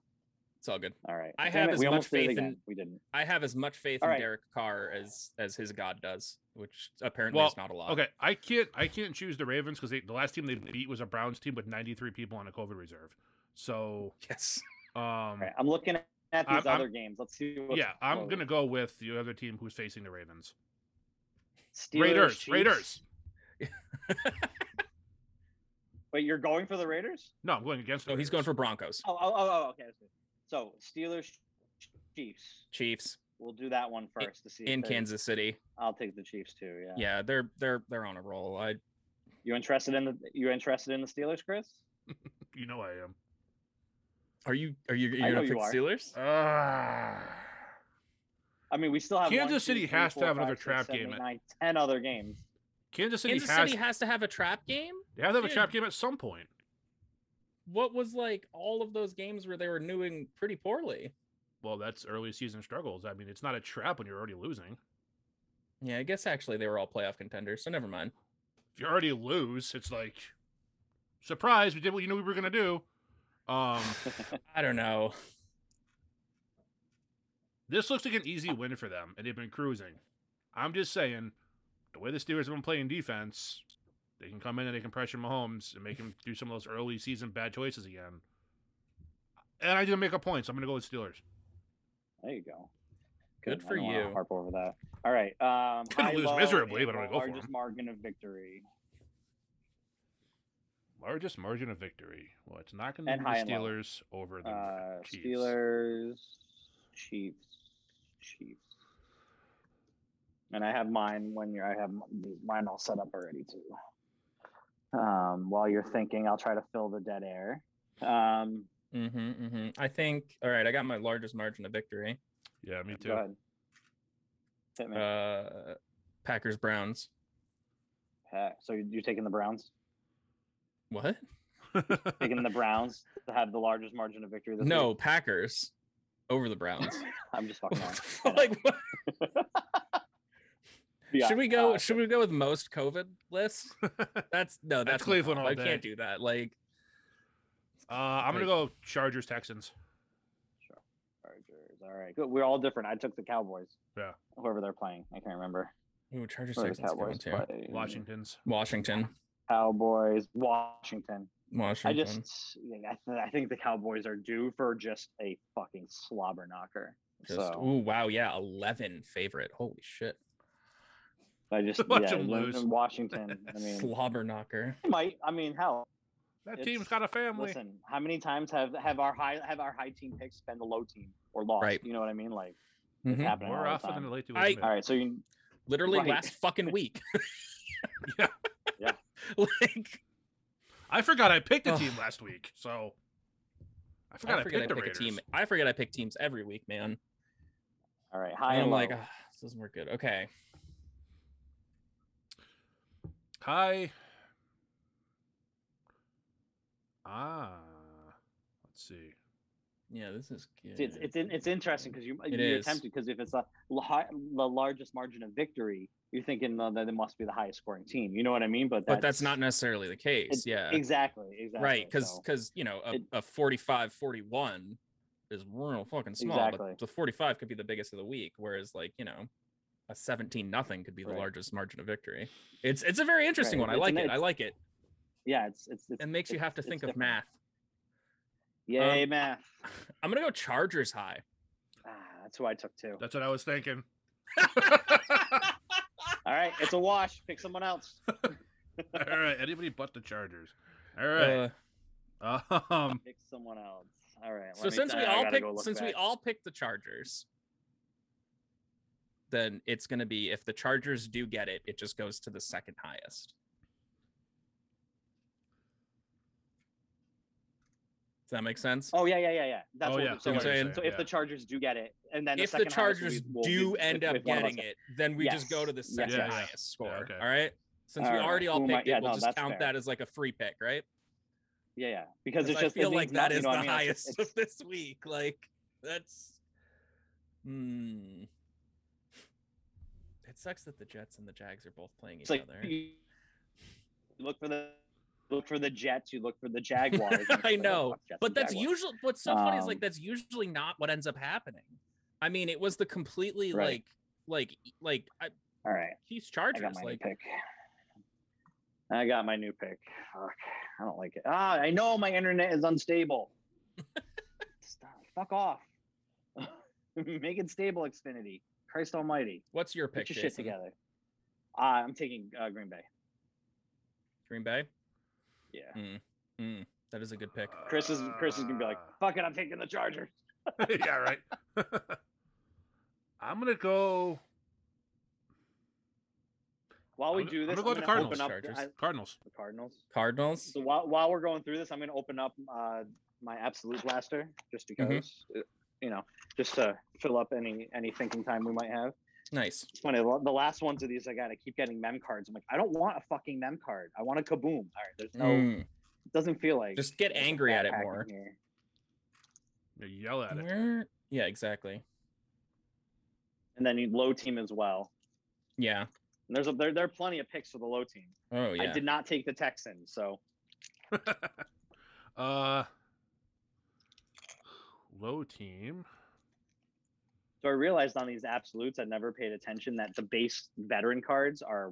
S3: It's all good.
S2: All right.
S3: I
S2: Damn
S3: have
S2: it,
S3: as
S2: we
S3: much
S2: almost did it
S3: faith in- Mm.
S2: again. We didn't.
S3: I have as much faith
S2: All
S3: in
S2: right.
S3: Derek Carr as as his God does, which apparently
S1: Well,
S3: is not a lot.
S1: Okay, I can't. I can't choose the Ravens because the last team they beat was a Browns team with 93 people on a COVID reserve. So,
S3: <laughs> Yes.
S1: um,
S2: All right. I'm looking at these
S1: I'm- I'm-
S2: other games. Let's see. What's
S1: yeah, I'm
S2: oh,
S1: gonna go with the other team who's facing the Ravens.
S2: Steelers,
S1: Raiders.
S2: Chiefs.
S1: Raiders.
S2: Wait, you're going for the Raiders?
S1: No, I'm going against. the
S3: So he's going
S1: Raiders.
S3: for Broncos,
S2: Oh, oh, oh, oh okay. that's good. So Steelers, Chiefs.
S3: Chiefs
S2: We'll do that one first to see. if
S3: in
S2: they-
S3: Kansas City.
S2: I'll take the Chiefs too. Yeah.
S3: Yeah, they're they're they're on a roll. I
S2: You interested in the? You interested in the Steelers, Chris?
S1: You know I am.
S3: are you are you
S2: I
S3: you're
S2: know
S3: gonna
S2: you
S3: pick
S2: are.
S3: Steelers?
S1: Ah.
S2: I mean, we still have.
S1: Kansas
S2: one, two,
S1: City
S2: three,
S1: has to
S2: four,
S1: have another
S2: five, six,
S1: trap
S2: seven,
S1: game
S2: eight,
S1: at-
S2: nine, ten other games.
S1: Kansas City
S3: Kansas
S1: has.
S3: City has to have a trap game.
S1: they have to have a
S3: Dude.
S1: trap game at some point.
S3: What was like all of those games where they were doing pretty poorly?
S1: Well, that's early season struggles. I mean, it's not a trap when you're already losing.
S3: Yeah, I guess actually they were all playoff contenders, so never mind.
S1: if you already lose, it's like surprise, we did what you knew we were gonna do. Um,
S3: I don't know.
S1: this looks like an easy win for them, and they've been cruising. I'm just saying, the way the Steelers have been playing defense, they can come in and they can pressure Mahomes and make him do some of those early season bad choices again. And I didn't make a point, so I'm gonna go with Steelers.
S2: <laughs> There you go.
S3: Good
S2: I
S3: for
S2: don't wanna
S3: you.
S2: Harp over that. All right. Um,
S1: Gonna
S2: high,
S1: lose
S2: low,
S1: miserably,
S2: and
S1: but I'm gonna go for 'em.
S2: largest margin of victory
S1: Largest margin of victory. Well, it's not gonna
S2: And
S1: be
S2: high
S1: the
S2: and low.
S1: Steelers over the
S2: Uh,
S1: Chiefs.
S2: Steelers, Chiefs, Chiefs. And I have mine when you're. I have m- mine all set up already too. Um, while you're thinking, I'll try to fill the dead air. Um,
S3: Mm-hmm, mm-hmm. I think. All right, I got my largest margin of victory.
S1: Yeah, me too.
S2: go ahead. Hit me.
S3: Uh, Packers Browns.
S2: Heck, so you- you're taking the Browns?
S3: What?
S1: <laughs>
S2: Taking the Browns to have the largest margin of victory this
S3: no,
S2: week?
S3: Packers over the
S2: <laughs>
S3: Browns.
S2: I'm just
S3: What <laughs>
S2: fucking
S3: the fuck?
S2: on.
S3: like, what?
S2: <laughs> Yeah,
S3: should we go?
S2: uh,
S3: should we go with most COVID
S2: <laughs>
S3: lists? That's no.
S1: That's
S3: That's, not-
S1: Cleveland all
S3: I
S1: day.
S3: can't do that. Like,
S1: Uh, I'm gonna go Chargers Texans.
S2: Chargers. All right. Good. We're all different. I took the Cowboys.
S1: Yeah.
S2: Whoever they're playing. I can't remember.
S3: ooh, Chargers
S2: Who are the
S3: Texans
S2: Cowboys
S3: going to
S2: playing?
S1: Washington's.
S3: Washington.
S2: Cowboys. Washington. I
S3: Washington.
S2: just, I, th- I think the Cowboys are due for just a fucking slobber knocker.
S3: Just,
S2: so
S3: ooh, wow, yeah, eleven favorite. Holy shit,
S2: I just
S1: <laughs> Watch
S2: yeah,
S1: them
S2: Lin-
S1: lose.
S2: and Washington.
S3: <laughs>
S2: I mean,
S3: slobber knocker.
S2: they might. I mean, hell,
S1: That
S2: It's-
S1: team's got a family.
S2: listen. How many times have have our high have our high team picks been the low team or lost?
S3: Right.
S2: You know what I mean? Like
S1: <laughs>
S3: Mhm.
S2: happening
S1: We're
S2: all
S1: off
S2: the
S1: in the
S2: time.
S1: late to
S3: I-
S2: All right. So you
S3: Literally
S2: Right.
S3: last fucking week. <laughs>
S1: Yeah.
S2: Yeah.
S3: like
S1: I forgot I picked a
S3: Ugh.
S1: team last week, so I forgot I,
S3: I forget I
S1: picked the
S3: pick a
S1: Raiders.
S3: team. I forget I pick teams every week, man.
S2: all right.
S3: I
S2: High
S3: am
S2: and low.
S3: like, "Ah, this doesn't work good. Okay,
S1: Hi. Ah, let's see.
S3: yeah, this is good.
S2: See, it's it's, in, it's interesting because you
S3: It
S2: you're
S3: is.
S2: tempted because if it's the l- hi- the largest margin of victory, you're thinking well, that it must be the highest scoring team. You know what I mean? But that's,
S3: but that's not necessarily the case. yeah,
S2: exactly exactly
S3: right. Because
S2: so-
S3: because you know a,
S2: It-
S3: a 45, 41 is real fucking small.
S2: Exactly.
S3: But the forty five could be the biggest of the week, whereas like you know. A seventeen nothing could be the
S2: Right.
S3: largest margin of victory. It's it's a very interesting
S2: Right,
S3: one. I
S2: it's
S3: like
S2: an-
S3: it. I
S2: it's-
S3: like it.
S2: yeah, it's it's, it's
S3: It makes you
S2: it's-
S3: have to
S2: it's
S3: think of
S2: different.
S3: math.
S2: Yay,
S3: Um,
S2: math.
S3: <laughs> I'm gonna go Chargers high.
S2: Ah, that's who I took too.
S1: That's what I was thinking. <laughs>
S2: All right, it's a wash. Pick someone else.
S1: All right, anybody but the Chargers. All right.
S3: Uh,
S1: um,
S2: Pick someone else. All right.
S3: so
S2: let me-
S3: since we
S2: I
S3: all
S2: gotta
S3: picked
S2: go look
S3: since we
S2: back.
S3: all picked the Chargers, then it's gonna be if the Chargers do get it, it just goes to the second highest. Does that make sense?
S2: Oh yeah, yeah, yeah, yeah. That's
S1: Oh,
S2: what
S1: yeah,
S2: we- so,
S3: I
S2: if,
S3: see what you're
S2: so
S1: saying,
S2: if
S1: yeah.
S2: the Chargers do get it, and then
S3: if
S2: the,
S3: the
S2: second highest
S3: Chargers
S2: we will
S3: do
S2: be-
S3: end
S2: if-
S3: up
S2: if one of us
S3: getting
S2: gets-
S3: it, then we just go to the
S2: Yes.
S3: second
S1: Yeah, yeah.
S3: highest score.
S1: okay.
S3: All right. Since we
S2: Alright,
S3: already all
S2: who am I-
S3: picked
S2: yeah,
S3: it, we'll
S2: no,
S3: just
S2: that's
S3: count
S2: fair.
S3: that as like a free pick, right?
S2: Yeah, yeah. Because it's
S3: Because
S2: just
S3: I
S2: it
S3: feel like
S2: means
S3: that
S2: nothing, you
S3: is
S2: know what
S3: the
S2: I mean? It's just-
S3: highest
S2: it's-
S3: of this week. Like that's, hmm. It sucks that the Jets and the Jags are both playing
S2: It's
S3: each
S2: like
S3: other.
S2: you look for the look for the Jets, you look for the Jaguars. and it's
S3: <laughs> I
S2: like, oh,
S3: know,
S2: fuck, Jets
S3: but
S2: and
S3: that's
S2: Jaguars.
S3: usually what's so funny is
S2: Um,
S3: like that's usually not what ends up happening. I mean, it was the completely
S2: Right.
S3: like e, like like I,
S2: All right,
S3: Chiefs
S2: I got
S3: Chargers
S2: my
S3: like
S2: new pick. I got my new pick. Fuck, I don't like it. Ah, I know my internet is
S3: <laughs>
S2: unstable. Stop. Fuck off. <laughs> Make it stable, Xfinity. Christ Almighty.
S3: what's your pick?
S2: Put your shit
S3: Jason?
S2: together. Uh, I'm taking uh, Green Bay.
S3: Green Bay.
S2: Yeah.
S3: Mm, that is a good pick.
S1: uh,
S2: Chris is Chris is gonna be like,
S3: Ah.
S2: "Fuck it, I'm taking the Chargers."
S1: <laughs> yeah, right. <laughs> I'm gonna go
S2: While we
S1: I'm-
S2: do
S1: I'm
S2: this,
S1: gonna go with
S2: I'm
S1: the
S2: gonna open
S1: Cardinals,
S2: up
S3: Chargers.
S2: I-
S1: Cardinals.
S2: the Cardinals.
S3: Cardinals.
S2: So while while we're going through this, I'm going to open up uh, my absolute blaster just
S3: Mm-hmm.
S2: because uh, you know, just to fill up any any thinking time we might have.
S3: Nice.
S2: It's funny. The la- the last ones of these, I got to keep getting mem cards. I'm like, I don't want a fucking mem card. I want a kaboom. All right, there's no.
S3: Mm,
S2: It doesn't feel like.
S3: Just get
S2: there's a
S3: angry at
S2: fat
S3: it
S2: pack in
S3: more.
S2: here.
S1: You yell at it.
S3: Where? Yeah, exactly.
S2: And then you low team as well.
S3: Yeah.
S2: And there's a, there there are plenty of picks for the low team.
S3: Oh
S2: I
S3: yeah.
S2: did not take the Texans, so
S1: <laughs> uh, low team.
S2: So I realized on these absolutes, I never paid attention that the base veteran cards are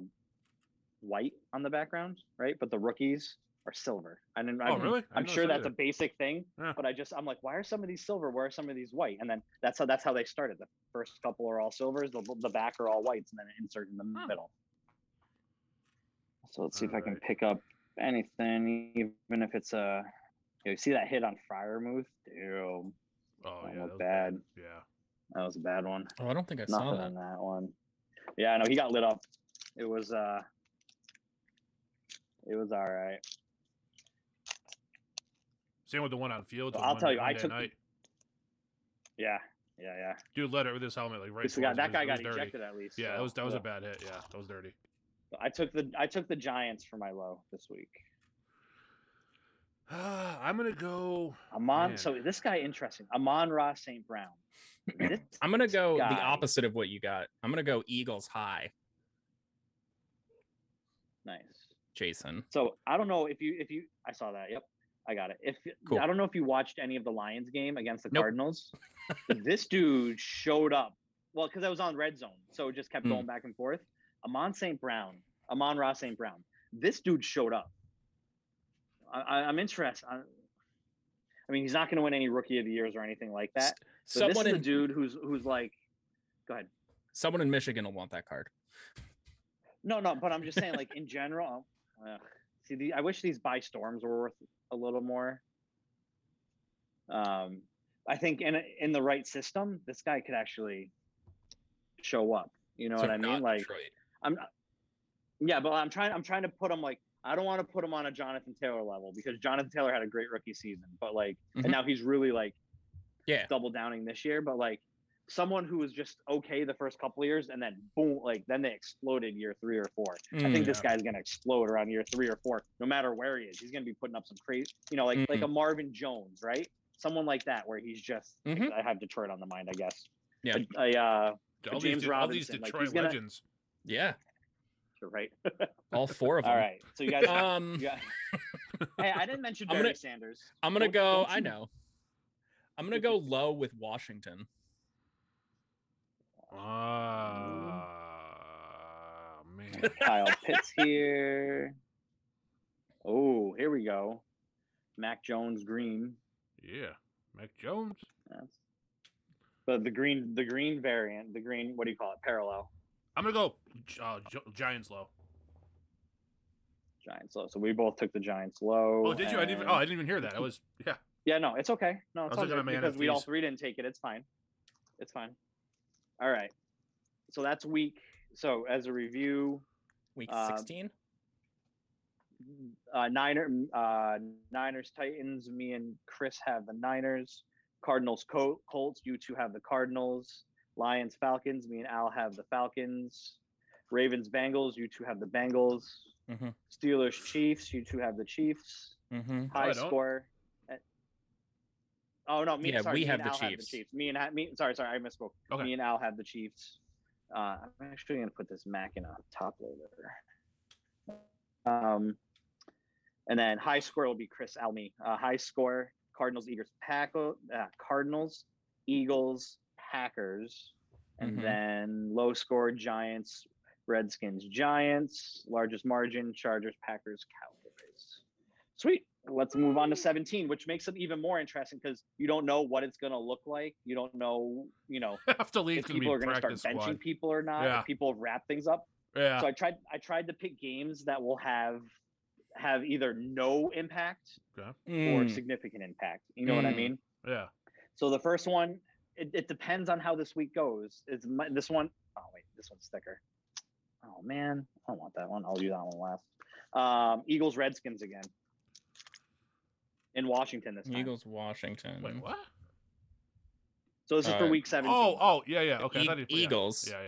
S2: white on the background, right? But the rookies are silver. I didn't.
S1: Oh,
S2: I'm,
S1: really? I
S2: I'm
S1: didn't
S2: sure
S1: notice
S2: that's a
S1: that
S2: basic thing,
S1: Yeah.
S2: but I just I'm like, why are some of these silver? Why are some of these white? And then that's how that's how they started. The first couple are all silvers, the, the back are all whites, and then an insert in the
S1: Huh.
S2: middle. So let's see if I can
S1: Alright.
S2: pick up anything, even if it's a. You see that hit on Fryermuth? Ew,
S1: either. Oh,
S2: that
S1: yeah,
S2: looked
S1: that was
S2: bad.
S1: Yeah.
S2: That was a bad one
S3: oh, I don't think I saw
S2: nothing
S3: that.
S2: on that one. Yeah, I know he got lit up. It was uh It was all right.
S1: Same with the one on Fields.
S2: Well,
S1: on
S2: I'll
S1: Mon-
S2: tell you, I
S1: Monday
S2: took the- Yeah, yeah, yeah.
S1: Dude led it with his helmet like right.
S2: This guy,
S1: towards him.
S2: that
S1: It
S2: guy
S1: was-
S2: got
S1: it was dirty.
S2: ejected at least.
S1: Yeah, that
S2: so,
S1: was that was
S2: yeah.
S1: a bad hit. Yeah, that was dirty. <sighs>
S2: I took the I took the Giants for my low this week.
S1: I'm gonna go.
S2: Amon.
S1: Man.
S2: So this guy interesting. Amon Ross
S1: <clears throat>
S2: St. Brown. This
S3: I'm gonna go the
S2: guy-
S3: opposite of what you got. I'm gonna go Eagles high,
S2: Nice.
S3: Jason.
S2: So I don't know if you if you I saw that. Yep, I got it. If
S3: Cool.
S2: I don't know if you watched any of the Lions game against the
S3: Nope. <laughs>
S2: Cardinals, this dude showed up. Well, because I was on red zone, so it just kept
S3: Hmm.
S2: going back and forth. Amon St. Brown, Amon Ross St. Brown. This dude showed up. I, I, I'm interested. I, I mean, he's not going to win any Rookie of the Years or anything like that. But
S3: someone
S2: this is
S3: in
S2: a dude who's who's like, go ahead.
S3: someone in Michigan will want that card.
S2: No, no, but I'm just saying, like in general. ugh. see, the, I wish these buy storms were worth a little more. Um, I think in a- in the right system, this guy could actually show up. You know
S3: So
S2: what I mean?
S3: not
S2: Like,
S3: Detroit.
S2: I'm not- yeah, but I'm trying. I'm trying to put him like I don't want to put him on a Jonathan Taylor level because Jonathan Taylor had a great rookie season, but like,
S3: Mhm.
S2: and now he's really like
S3: yeah,
S2: double downing this year, but like someone who was just okay the first couple of years and then boom, like then they exploded year three or four. I think
S3: Mm.
S2: this guy's gonna explode around year three or four, no matter where he is. He's gonna be putting up some crazy, you know, like
S3: Mm-hmm.
S2: like a Marvin Jones, right? Someone like that, where he's just.
S3: Mhm.
S2: I have Detroit on the mind, I guess.
S3: Yeah.
S2: I, uh,
S1: All these,
S2: James
S1: dude- all these
S2: Robinson, like,
S1: Detroit
S2: he's gonna-
S1: legends.
S2: <laughs>
S3: yeah,
S2: you're right.
S3: all four of them.
S2: All right. <laughs> So
S3: <laughs>
S2: you guys.
S3: Um,
S2: yeah. Hey, I didn't mention
S3: I'm
S2: Barry
S3: gonna-
S2: Sanders.
S3: I'm gonna
S2: Don't-
S3: go.
S2: don't
S3: I
S2: you-
S3: know. I'm gonna go low with Washington.
S1: Ah,
S2: Mm-hmm.
S1: man.
S2: Kyle
S3: <laughs>
S2: Pitts here. Oh, here we go. Mac Jones Green.
S1: Yeah, Mac Jones.
S2: That's- But the green, the green variant, the green, what do you call it? Parallel
S1: I'm gonna go uh, Gi- Giants low.
S2: Giants low. So we both took the Giants low.
S1: Oh, did you? I didn't. Even,
S2: and-
S1: oh, I didn't even hear that. I was. Yeah.
S2: yeah, no, it's okay. No,
S1: was
S2: it's all
S1: looking at
S2: good
S1: my
S2: because we all
S1: NFTs.
S2: three didn't take it. It's fine. It's fine. All right. So that's week. So as a review,
S3: Week
S2: Uh,
S3: 16.
S2: uh, Niner, uh, Niners, Titans. Me and Chris have the Niners. Cardinals, Col- Colts. You two have the Cardinals. Lions, Falcons. Me and Al have the Falcons. Ravens, Bengals. You two have the Bengals.
S3: Mhm.
S2: Steelers, Chiefs. You two have the Chiefs.
S3: Mm-hmm.
S1: I
S2: High
S1: don't.
S2: score. eh, Oh no, me.
S3: Yeah,
S2: sorry,
S3: we
S2: me
S3: have
S2: and
S3: the
S2: Al
S3: Chiefs.
S2: Me and Ha- me. Sorry, sorry, I misspoke.
S1: Okay.
S2: Me and Al have the Chiefs. Uh, I'm actually gonna put this Mac in a top loader. Um, and then high score will be Chris Alme. Uh, high score Cardinals, Eagles, Paco, uh, Cardinals, Eagles, Packers, and
S1: Mm-hmm.
S3: Mhm.
S2: then low score Giants, Redskins, Giants. Largest margin Chargers, Packers, Cowboys. Sweet. Let's move on to 17, which makes it even more interesting because you don't know what it's going to look like. You don't know, you know,
S1: <laughs> Half the
S2: if
S1: league's gonna be
S2: people are going to start
S1: practice
S2: benching
S1: squad.
S2: people or not.
S1: Yeah.
S2: If people wrap things up,
S1: Yeah.
S2: so I tried I tried to pick games that will have have either no impact
S1: Hmm.
S2: or
S3: Mm.
S2: significant impact. You know what I
S3: Mm.
S2: mean?
S1: Yeah.
S2: So the first one, it, it depends on how this week goes. Is my, this one? Oh wait, this one's thicker. Oh man, I don't want that one. I'll do that one last. Um, Eagles Redskins again in Washington this time.
S3: Eagles, Washington.
S2: Mm-hmm.
S1: Wait, what?
S2: So this is for
S3: Alright.
S2: week seventeen.
S1: Oh, oh, yeah, yeah. Okay. I
S3: E-
S1: thought it- yeah,
S3: Eagles.
S1: Yeah,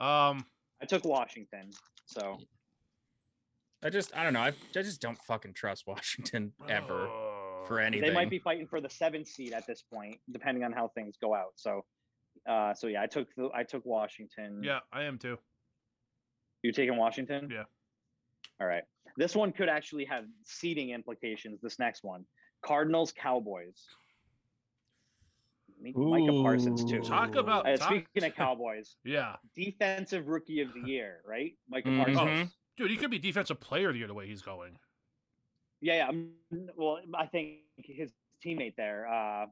S1: yeah. Um,
S2: I took Washington. So
S3: I just, I don't know. I, I just don't fucking trust Washington ever for
S1: uh,
S3: anything.
S2: They might be fighting for the seventh seed at this point, depending on how things go out. So, uh, so yeah, I took the, I took Washington.
S1: Yeah, I am too.
S2: you taking Washington.
S1: Yeah.
S2: All right. This one could actually have seeding implications. This next one, Cardinals Cowboys. Me- Micah Parsons too.
S1: Talk about-
S2: Uh,
S1: Talk-
S2: speaking of Cowboys,
S1: Yeah,
S2: defensive rookie of the year, right? Micah
S1: Mm-hmm.
S3: Mhm.
S2: Parsons.
S1: dude, he could be defensive player of the year the way he's going.
S2: Yeah, yeah. I'm, well, I think his teammate there uh,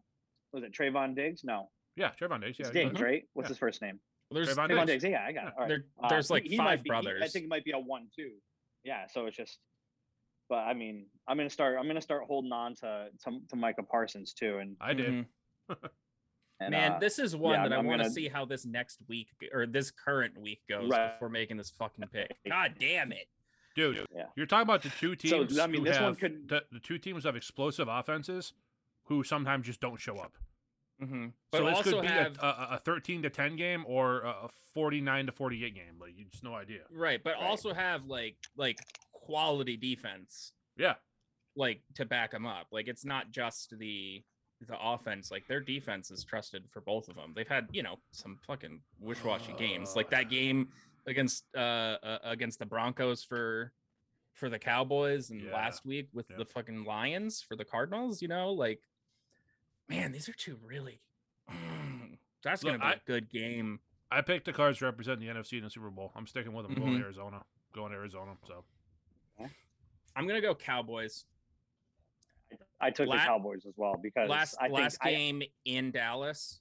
S2: was it Trayvon Diggs? No,
S1: Yeah, Trayvon Diggs.
S2: it's
S1: Yeah,
S2: Diggs,
S1: yeah.
S2: right? What's
S1: Yeah.
S2: his first name?
S3: There's,
S1: Trayvon
S2: Trayvon
S1: Diggs.
S2: Diggs. Yeah, I got it. All right.
S3: there,
S2: Uh,
S3: there's
S2: he-
S3: like
S2: he might
S3: five
S2: be- he-
S3: brothers.
S2: I think it might be a one two. Yeah, so it's just. But I mean, I'm gonna start. I'm gonna start holding on to to, to Micah Parsons too. And,
S1: I did.
S3: Mhm.
S2: and,
S3: Man,
S2: uh,
S3: this is one
S2: yeah,
S3: that i
S2: I'm
S3: want to
S2: gonna-
S3: see how this next week g- or this current week goes
S2: Right.
S3: before making this fucking pick. God damn it.
S1: dude.
S2: Yeah.
S1: You're talking about the two
S2: So,
S1: teams.
S2: I mean,
S1: who
S2: this one
S1: have-
S2: could-
S1: the, the two teams have explosive offenses, who sometimes just don't show up.
S2: Mm-hmm.
S3: Mhm. But
S1: so this
S3: also
S1: could be
S3: have
S1: a, a, a 13 to 10 game or a a 49 to 48 game. Like you just no idea.
S3: right, but
S2: Right.
S3: also have like like quality defense
S1: Yeah.
S3: like to back them up. Like it's not just the the offense. Like their defense is trusted for both of them. They've had you know some fucking wishy-washy
S1: Uh,
S3: games. Like that game against uh, uh against the Broncos for for the Cowboys and
S1: Yeah.
S3: last week with
S1: Yeah.
S3: the fucking Lions for the Cardinals. You know, like man, these are two really. <clears throat> That's
S1: Look,
S3: gonna be a good game.
S1: I picked the Cards to represent the NFC in the Super Bowl. I'm sticking with them. Going
S3: Mhm.
S1: Arizona. Going Arizona. So
S3: I'm gonna go Cowboys.
S2: I took the
S3: La-
S2: Cowboys as well because
S3: Last
S2: I think
S3: last
S2: I-
S3: game in Dallas.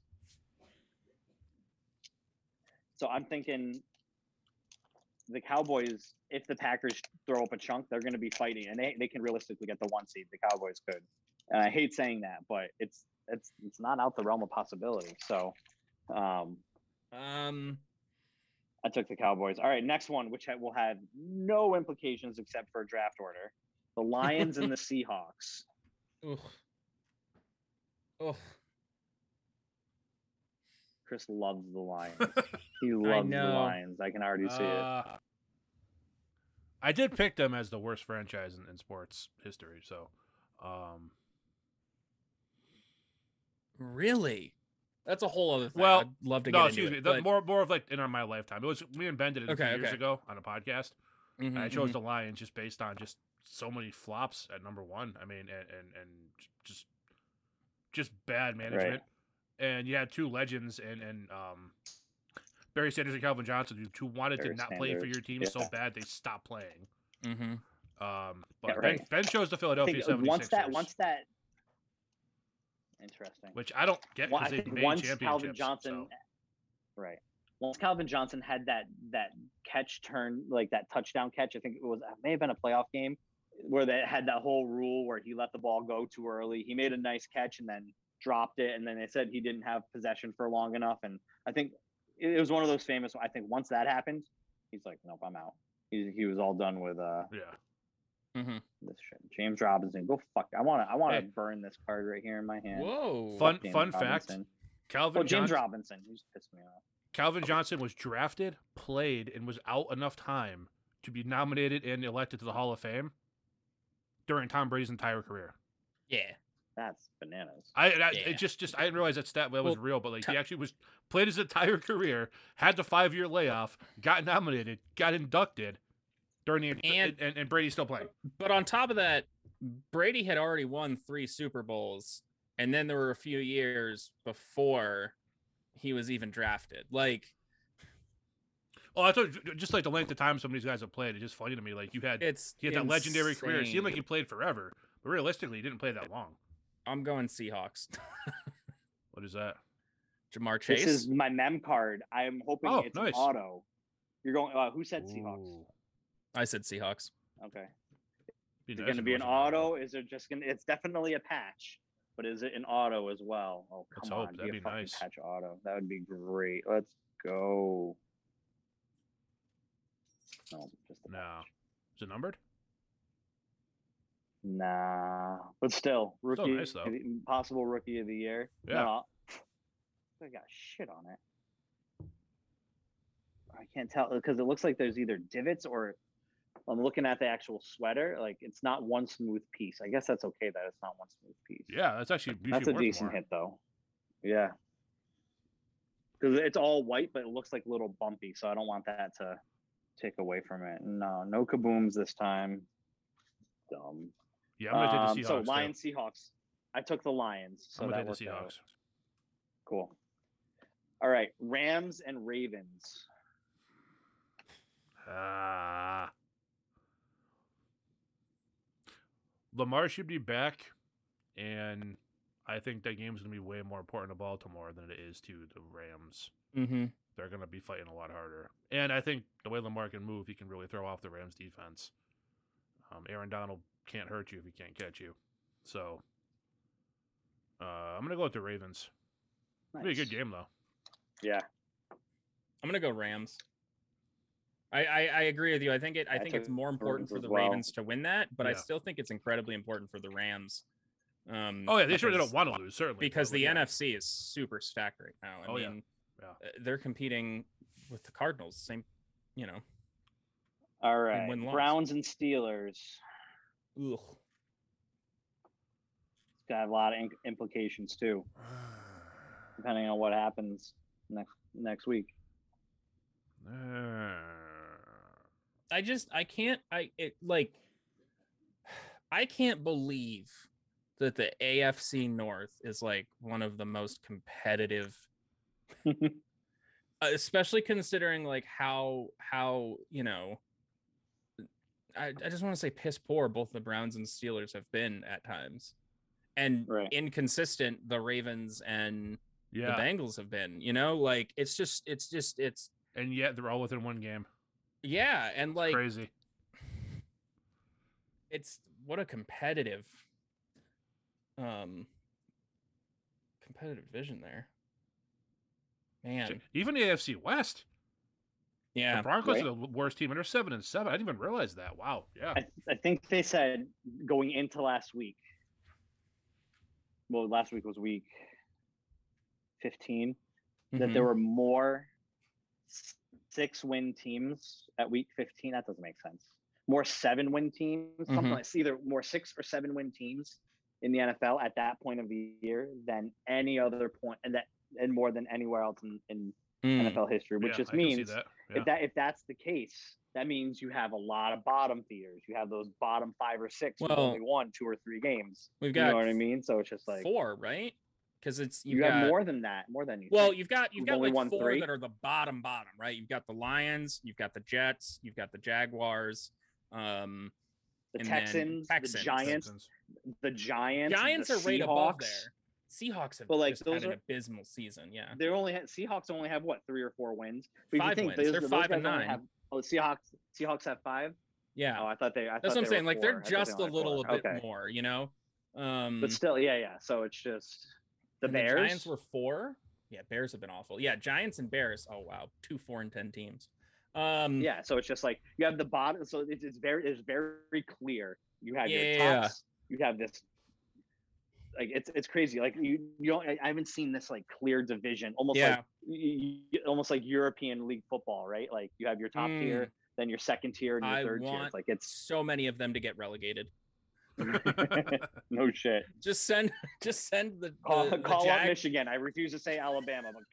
S2: So I'm thinking the Cowboys, if the Packers throw up a chunk, they're going to be fighting, and they, they can realistically get the one seed. The Cowboys could, and I hate saying that, but it's it's it's not out the realm of possibility. So um,
S3: Um,
S2: I took the Cowboys. All right, next one, which ha- will have no implications except for draft order: the
S1: <laughs>
S2: Lions and the Seahawks.
S3: ugh. Ugh.
S2: Chris loves
S1: <laughs>
S2: the Lions. He loves the
S3: know.
S2: Lions. I can already see it.
S1: uh, I did pick them as the worst franchise in, in sports history. So um,
S3: Really? That's a whole other thing.
S1: Well,
S3: I'd love to get
S1: no,
S3: into
S1: excuse
S3: it,
S1: me. the-
S3: but-
S1: more more of like in our, my lifetime. It was me and Ben did it a
S3: Okay,
S1: few years
S3: okay.
S1: ago on a podcast.
S3: Mhm,
S1: And I chose
S3: mhm.
S1: the Lions just based on just so many flops at number one. I mean, and and, and j- just just bad management. And you had two legends and and um, Barry Sanders and Calvin Johnson, who two wanted
S2: Barry
S1: to not play for
S2: Sanders,
S1: your team so
S2: yeah.
S1: bad they stopped playing.
S3: Mhm.
S1: Um, but
S2: Yeah,
S1: ben,
S2: right.
S1: ben chose the
S2: I
S1: Philadelphia
S2: think uh,
S1: 76ers,
S2: once that once that. Interesting.
S1: which I don't get
S2: Well, I
S1: because they
S2: think
S1: made
S2: once
S1: championships.
S2: Calvin Johnson,
S1: so-
S2: right? Once Calvin Johnson had that that catch turn, like that touchdown catch, I think it was it may have been a playoff game where they had that whole rule where he let the ball go too early. He made a nice catch and then dropped it, and then they said he didn't have possession for long enough. And I think it it was one of those famous. I think once that happened, he's like, "Nope, I'm out." He, he was all done with uh
S1: yeah,
S3: Mhm.
S2: this shit. James Robinson, go fuck. I want to I want to
S1: Hey.
S2: burn this card right here in my hand.
S3: Whoa.
S1: Fun-
S2: James
S1: fact,
S2: Robinson.
S1: Calvin
S2: Oh, James
S1: Johnson.
S2: Robinson. He just pissed me off.
S1: Calvin Johnson was drafted, played, and was out enough time to be nominated and elected to the Hall of Fame during Tom Brady's entire career.
S3: Yeah.
S2: That's bananas.
S1: I, I
S3: Yeah.
S1: it just just I didn't realize that stat that was
S3: Well,
S1: real, but like
S3: Tom-
S1: he actually was played his entire career, had the five year layoff, got nominated, got inducted during the and
S3: And-
S1: and, and Brady's still playing.
S3: But on top of that, Brady had already won three Super Bowls, and then there were a few years before he was even drafted. Like
S1: Oh, I thought just like the length of time some of these guys have played, it's just funny to me. Like you had
S3: it's
S1: he had that legendary career. It
S3: insane.
S1: seemed like he played forever, but realistically, he didn't play that long.
S3: I'm going Seahawks. <laughs>
S1: What is that?
S3: Jamar Chase.
S2: This is my mem card. I'm hoping
S1: Oh,
S2: it's
S1: nice.
S2: an auto. You're going. Uh, who said Seahawks?
S1: Ooh.
S3: I said Seahawks.
S2: Okay.
S1: Be
S2: Is it
S1: nice
S2: going to
S1: if
S2: be
S1: it wasn't
S2: an
S1: that long.
S2: auto? Is it just going? to It's definitely a patch, but is it an auto as well? Oh
S1: Let's
S2: come on,
S1: hope.
S2: be
S1: That'd
S2: a
S1: be
S2: fucking
S1: nice.
S2: Patch auto. That would be great. Let's go. No, just a
S1: No.
S2: patch.
S1: Is it numbered?
S2: Nah, but still, rookie, mm,
S1: nice, though.
S2: possible rookie of the year.
S1: Yeah.
S2: No, I got shit on it. I can't tell because it looks like there's either divots or I'm looking at the actual sweater. Like it's not one smooth piece. I guess that's okay that it's not one smooth piece.
S1: Yeah, that's actually you
S2: that's
S1: should
S2: a
S1: work
S2: decent
S1: more.
S2: hit though. Yeah, because it's all white, but it looks like a little bumpy. So I don't want that to take away from it. No, no kabooms this time. Dumb.
S1: Yeah, I'm gonna
S2: Um,
S1: take the Seahawks.
S2: So
S1: too.
S2: Lions, Seahawks. I took the Lions. So
S1: I'm
S2: that
S1: gonna
S2: worked
S1: take the
S2: out.
S1: Seahawks.
S2: Cool. All right, Rams and Ravens.
S1: Ah. Lamar should be back, and I think that game's gonna be way more important to Baltimore than it is to the Rams.
S3: Mm-hmm.
S1: They're gonna be fighting a lot harder, and I think the way Lamar can move, he can really throw off the Rams defense. Um, Aaron Donald can't hurt you if he can't catch you, so uh, I'm gonna go with the Ravens. It'll be a
S2: Nice.
S1: good game though.
S2: Yeah.
S3: I'm gonna go Rams. I, I, I agree with you. I think it. I
S2: I
S3: think
S2: took
S3: it's more important
S2: Ravens
S3: for
S2: as
S3: the
S2: well.
S3: Ravens to win that, but I
S1: Yeah.
S3: still think it's incredibly important for the Rams. Um,
S1: Oh yeah, they sure
S3: because-
S1: don't want to lose certainly
S3: because
S1: but
S3: the
S1: yeah. <sighs>
S3: NFC is super stacked right now. I
S1: Oh, yeah.
S3: mean,
S1: Yeah.
S3: uh, they're competing with the Cardinals. Same, you know.
S2: All right.
S3: win-loss.
S2: Browns and Steelers.
S3: Ugh.
S2: It's gonna have a lot of im- implications too, depending on what happens next next week.
S1: Uh,
S3: I just I can't I it like I can't believe that the AFC North is like one of the most competitive uh, especially considering like how how you know I, I just want to say piss poor both the Browns and Steelers have been at times and
S2: Right.
S3: inconsistent the Ravens and the
S1: yeah,
S3: Bengals have been you know like it's just it's just it's
S1: and yet they're all within one game.
S3: yeah and like
S1: Crazy.
S3: it's what a competitive um competitive vision there man
S1: Even the AFC West.
S3: yeah
S1: the Broncos
S2: Right.
S1: are the worst team, and they're seven and seven. I didn't even realize that. Wow. Yeah.
S2: I, I think they said going into last week. Well, last week was week 15. That there
S3: Mhm.
S2: were more six win teams at week 15. That doesn't make sense. More seven win teams, something
S3: Mhm.
S2: like it's either more six or seven win teams in the NFL at that point of the year than any other point, and that and more than anywhere else in, in
S3: Mm.
S2: NFL history, which
S1: Yeah,
S2: just
S1: I can see
S2: means
S1: that. Yeah.
S2: if that if that's the case, that means you have a lot of bottom feeders. You have those bottom five or six who
S3: Well,
S2: only won two or three games.
S3: we've
S2: You
S3: got
S2: know what I mean? So it's just like
S3: four right because it's
S2: you
S3: you've
S2: have
S3: got-
S2: more than that, more than you.
S3: well
S2: think.
S3: you've got you've
S2: We've
S3: got
S2: only
S3: like
S2: won
S3: four
S2: three.
S3: that are the bottom bottom right you've got the lions you've got the jets you've got the jaguars um
S2: the
S3: and then
S2: Texans,
S3: Texans.
S2: the Giants,
S1: Simpsons.
S2: the Giants,
S3: giants
S2: the
S3: are right
S2: Seahawks.
S3: above there seahawks have
S2: But, like,
S3: just
S2: those
S3: had an
S2: are-
S3: abysmal season yeah
S2: They only had, Seahawks only have what three or four wins. But if you
S3: Five
S2: think
S3: wins.
S2: those-
S3: They're
S2: those
S3: five
S2: guys
S3: and
S2: only
S3: nine.
S2: Have, oh, Seahawks. Seahawks have five.
S3: yeah
S2: Oh, I thought they. I
S3: that's
S2: thought
S3: what i'm
S2: they were
S3: saying like
S2: four.
S3: they're
S2: I thought they
S3: just a
S2: only had
S3: little
S2: four.
S3: bit
S2: Okay.
S3: more you know um
S2: But still, yeah, yeah. So it's just the
S3: And
S2: Bears.
S3: Giants were four. Yeah, Bears have been awful. Yeah, Giants and Bears. Oh wow, two four and ten teams. Um,
S2: yeah so it's just like you have the bottom so it's, it's very it's very clear you have
S3: Yeah.
S2: your tops you have this like it's it's crazy like you you don't I, I haven't seen this like clear division almost
S3: yeah,
S2: like y- y- almost like european league football right like you have your top tier then your second tier and your
S3: Mm. I
S2: third tier
S3: want-
S2: it's like
S3: <laughs>
S2: it's <laughs>
S3: hmm, so many of them to get relegated.
S2: no shit
S3: Just send, <laughs> just send the, the-
S2: call,
S3: the
S2: call up
S3: Jag-
S2: michigan i refuse to say alabama but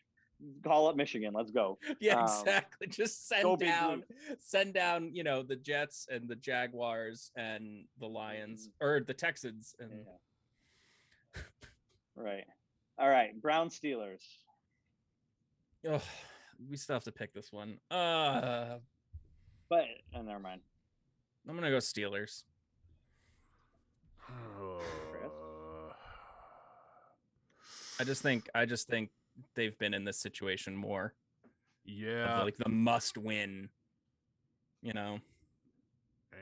S2: call up michigan let's
S3: <laughs>
S2: go
S3: Yeah,
S2: um,
S3: exactly. <laughs> Just
S2: go
S3: send
S2: Big
S3: down, send down. You know the Jets and the Jaguars and the Lions
S2: Mm.
S3: or the Texans and
S2: Yeah. right all right brown steelers
S3: Ugh, we still have to pick this one. Uh,
S2: but oh, never mind
S3: I'm gonna go Steelers.
S1: <sighs>
S3: I just think, I just think they've been in this situation more. of,
S1: yeah.
S3: like the must win. You know,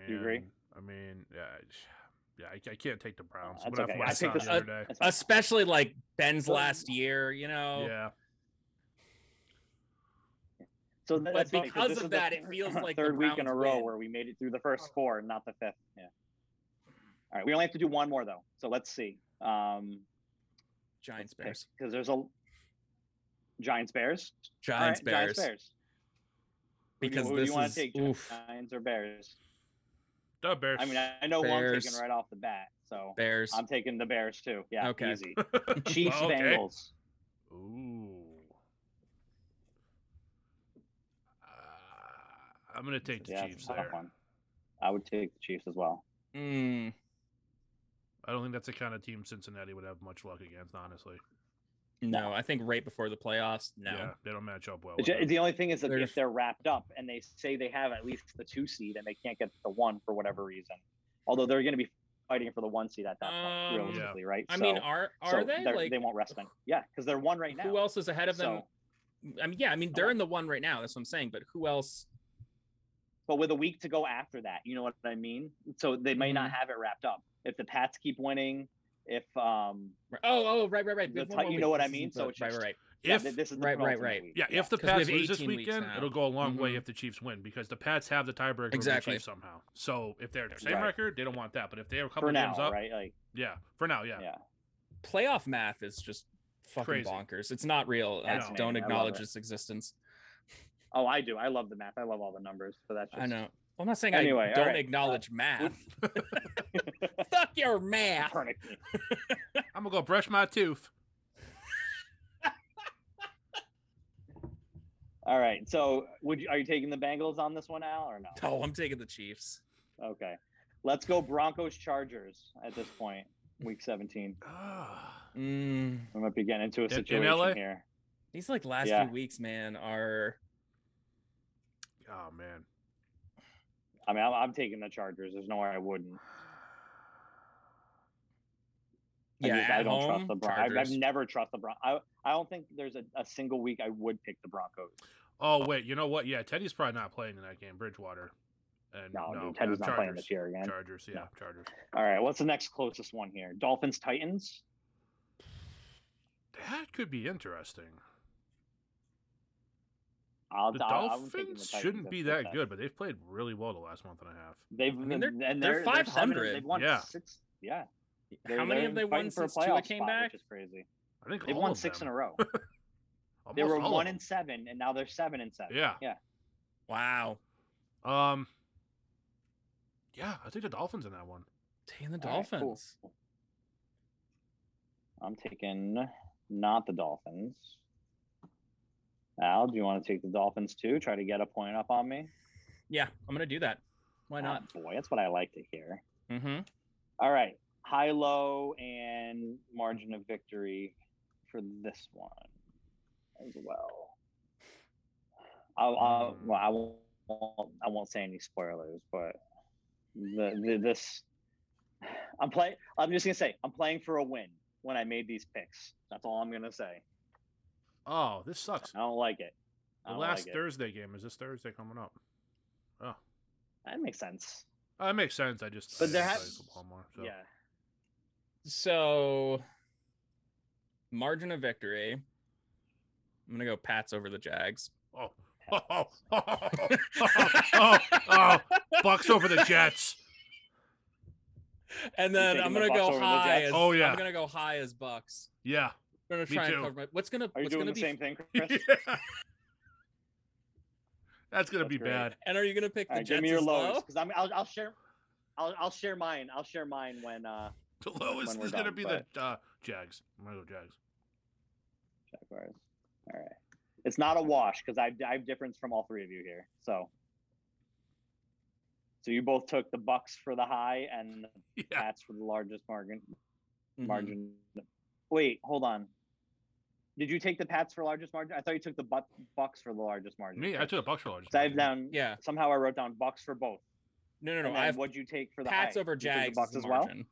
S2: you agree?
S1: and, I mean, yeah, I j- yeah. I, I can't take the Browns.
S2: that's
S1: What
S2: okay.
S1: okay. I
S2: I
S1: saw
S2: picked
S1: the
S3: the-
S1: other day.
S2: That's fine.
S3: especially like Ben's
S2: So-
S3: last year. You know,
S1: Oh. Yeah.
S2: So th-
S3: But
S2: that's funny, 'cause
S3: because
S2: this
S3: of
S2: is
S3: that,
S2: the
S3: it
S2: <clears throat>
S3: feels like the
S2: third week in
S3: Browns
S2: a row
S3: win.
S2: where we made it through the
S1: Oh.
S2: first four, not the fifth. Yeah. All right, we only have to do one more though, so let's see. Um,
S3: Giants Bears,
S2: because there's a Giants Bears. All
S3: Giants
S2: right,
S3: Bears,
S2: Giants Bears. Who do you-
S3: because
S2: who do
S3: this
S2: you wanna
S3: is
S2: take, Uh,
S3: oof,
S2: Giants or Bears?
S1: The Bears.
S2: I mean, I I know one taking
S3: Bears.
S2: right off the bat, so
S3: Bears.
S2: I'm taking the Bears too. Yeah,
S3: Okay. <laughs>
S2: easy. Chiefs
S1: Okay.
S2: Bengals.
S1: Ooh. Uh, I'm gonna take the
S2: Yeah, it's
S1: Chiefs
S2: a tough
S1: there.
S2: one. I would take the Chiefs as well.
S3: Mm,
S1: I don't think that's the kind of team Cincinnati would have much luck against, honestly.
S3: no, I think right before the playoffs. No,
S1: Yeah, they don't match up well.
S2: The
S1: With
S2: Ju-
S1: them.
S2: The only thing is that
S3: They're
S2: if
S3: just-
S2: they're wrapped up and they say they have at least the two seed and they can't get the one for whatever reason, although they're going to be fighting for the one seed at that
S3: Um,
S2: point,
S3: Yeah.
S2: realistically, right?
S3: I mean,
S2: So-
S3: are are
S2: so
S3: they
S2: they're-
S3: like
S2: they won't rest them? Yeah, because they're one right now.
S3: who else is ahead of them?
S2: So-
S3: I mean, yeah, I mean they're in the one right now. That's what I'm saying. But who else?
S2: But with a week to go after that, you know what I mean? So they may
S3: Mm-hmm.
S2: not have it wrapped up. If the Pats keep winning, if um,
S3: Oh, oh, right, right, right.
S2: The
S3: We've
S2: ti-
S3: won one
S2: you
S3: week.
S2: know what I
S3: This isn't
S2: mean?
S3: the-
S2: So it's
S3: right, right,
S2: just-
S3: right.
S2: Yeah,
S1: If
S2: th- this is the
S3: Right, right,
S2: penultimate
S3: right.
S2: week.
S1: yeah, if the
S3: 'Cause we
S1: Pats
S3: have
S1: lose this
S3: 18 weeks
S1: weekend,
S3: now.
S1: it'll go a long way
S3: Mhm.
S1: if the Chiefs win because the Pats have the tiebreaker over
S3: Exactly.
S1: the Chiefs somehow. So if they're the same
S2: Right.
S1: record, they don't want that. But if they're a couple
S2: for now,
S1: games up,
S2: right? Like,
S1: yeah, for now, yeah.
S2: yeah.
S3: Playoff math is just fucking
S1: Crazy.
S3: bonkers. It's not real. I
S1: Fascinating.
S3: don't
S2: I love
S3: acknowledge
S2: it.
S3: its existence.
S2: Oh, I do. I love the math. I love all the numbers. But that's just,
S3: I know. I'm not saying
S2: Anyway,
S3: I
S2: all
S3: don't
S2: right. <laughs>
S3: acknowledge math. <laughs> Fuck your math.
S2: Copernican.
S1: I'm gonna go brush my tooth. <sighs>
S2: All right. So, would you, are you taking the Bengals on this one, Al, or no?
S3: No, Oh, I'm taking the Chiefs.
S2: Okay. Let's go Broncos Chargers at this point, week 17.
S1: Ah.
S3: Mm,
S2: We might be getting into a
S1: In- in
S2: situation
S1: LA?
S2: here.
S3: these like last
S2: Yeah.
S3: few weeks, man, are
S1: oh man.
S2: I mean, I'm, I'm taking the Chargers. There's no way I wouldn't. I
S3: yeah.
S2: just-
S3: at
S2: I don't
S3: home,
S2: trust the Broncos. I've
S3: Chargers.
S2: never trust the Broncos. I, I don't think there's a, a single week I would pick the Broncos.
S1: Oh wait, you know what? Yeah, Teddy's probably not playing in that game. Bridgewater. And
S2: No,
S1: no,
S2: dude,
S1: yeah,
S2: Teddy's not playing
S1: Chargers.
S2: this year again.
S1: Chargers, yeah, Chargers.
S2: All right, what's the next closest one here? Dolphins Titans.
S1: That could be interesting.
S2: I'll,
S1: The
S2: I'll- I'm
S1: Dolphins
S2: taking the Titans
S1: shouldn't
S2: if
S1: be
S2: it's
S1: that good, but they've played really well the last month and a half.
S2: They've been-
S3: mean, they're-
S2: and
S3: they're
S2: seven and-
S3: 500,
S2: They've won
S1: yeah.
S2: six. Yeah.
S3: How
S2: They're-
S3: many
S2: they're
S3: have they won
S2: fighting for a
S3: since Tua
S2: playoff
S3: came
S2: spot,
S3: back?
S2: Which is crazy.
S1: I think
S2: They've
S1: all
S2: won
S1: of
S2: six in
S1: them.
S2: a
S1: <laughs>
S2: row. they
S1: Almost
S2: were
S1: all of
S2: one
S1: them.
S2: and seven, and now they're seven and seven.
S1: Yeah.
S2: Yeah.
S3: Wow.
S1: Um. Yeah, I think the Dolphins in that one.
S3: Taking the
S2: All right, cool.
S3: Dolphins.
S2: I'm taking not the Dolphins. Al, do you want to take the Dolphins too? Try to get a point up on me.
S3: Yeah, I'm gonna do that. Why not?
S2: Ah, boy, that's what I like to hear.
S3: Mm-hmm.
S2: All right, high low and margin of victory for this one as well. I'll, I'll
S1: Hmm.
S2: well, I won't I won't say any spoilers, but the, the this I'm play I'm just gonna say I'm playing for a win when I made these picks. That's all I'm gonna say.
S1: Oh, this sucks.
S2: I don't like it. <laughs> I
S1: The
S2: don't
S1: last
S2: like it.
S1: Thursday game is this Thursday coming up. Oh,
S2: That makes sense.
S1: Uh, that makes sense. I just
S2: But
S1: I
S2: there
S1: enjoy
S2: has-
S1: football more. So.
S2: Yeah.
S3: So margin of victory. I'm gonna go Pats over the Jags.
S1: Oh. Oh, <laughs> <laughs> oh, oh, oh, oh, oh,
S2: <laughs>
S1: oh, Bucks over the Jets.
S3: and then
S2: taking
S3: I'm
S2: the
S3: gonna
S2: Bucs
S3: go
S2: over the
S3: high.
S2: Jets?
S3: As,
S1: Oh, yeah.
S3: I'm gonna go high as Bucks.
S1: Yeah.
S3: I'm gonna
S1: Me
S3: try
S1: too.
S3: and cover my. What's gonna?
S2: Are you
S3: what's
S2: doing
S3: gonna
S2: the
S3: be,
S2: same thing,
S1: Yeah.
S2: Chris?
S1: <laughs> That's gonna
S2: That's
S1: be
S2: great.
S1: bad. <laughs>
S3: And are you gonna pick the
S2: All right,
S3: Jets
S2: give me your
S3: as
S2: lows
S3: low?
S2: because I'm I'll, I'll share I'll, I'll share mine. I'll share mine when uh
S1: The lowest
S2: we're
S1: is gonna
S2: done,
S1: be the uh, Jags. I'm gonna go Jags. <laughs>
S2: Jaguars. All right. It's not a wash because I I have difference from all three of you here. So So you both took the Bucks for the high and the
S1: Yeah.
S2: Pats for the largest margin
S1: Mm-hmm.
S3: Mhm.
S2: margin. Wait, hold on. Did you take the Pats for largest margin? I thought you took the Bu- Bucks for the largest margin.
S1: Me, I
S2: first.
S1: took the Bucks for largest.
S2: So I have
S1: margin.
S2: down
S3: Yeah.
S2: somehow I wrote down Bucks for both.
S3: No, no, no.
S2: and then
S3: I have
S2: what'd you take for the
S3: Pats
S2: high?
S3: over
S2: You took the
S3: Jags
S2: Bucks
S3: as
S2: as well?
S3: margin.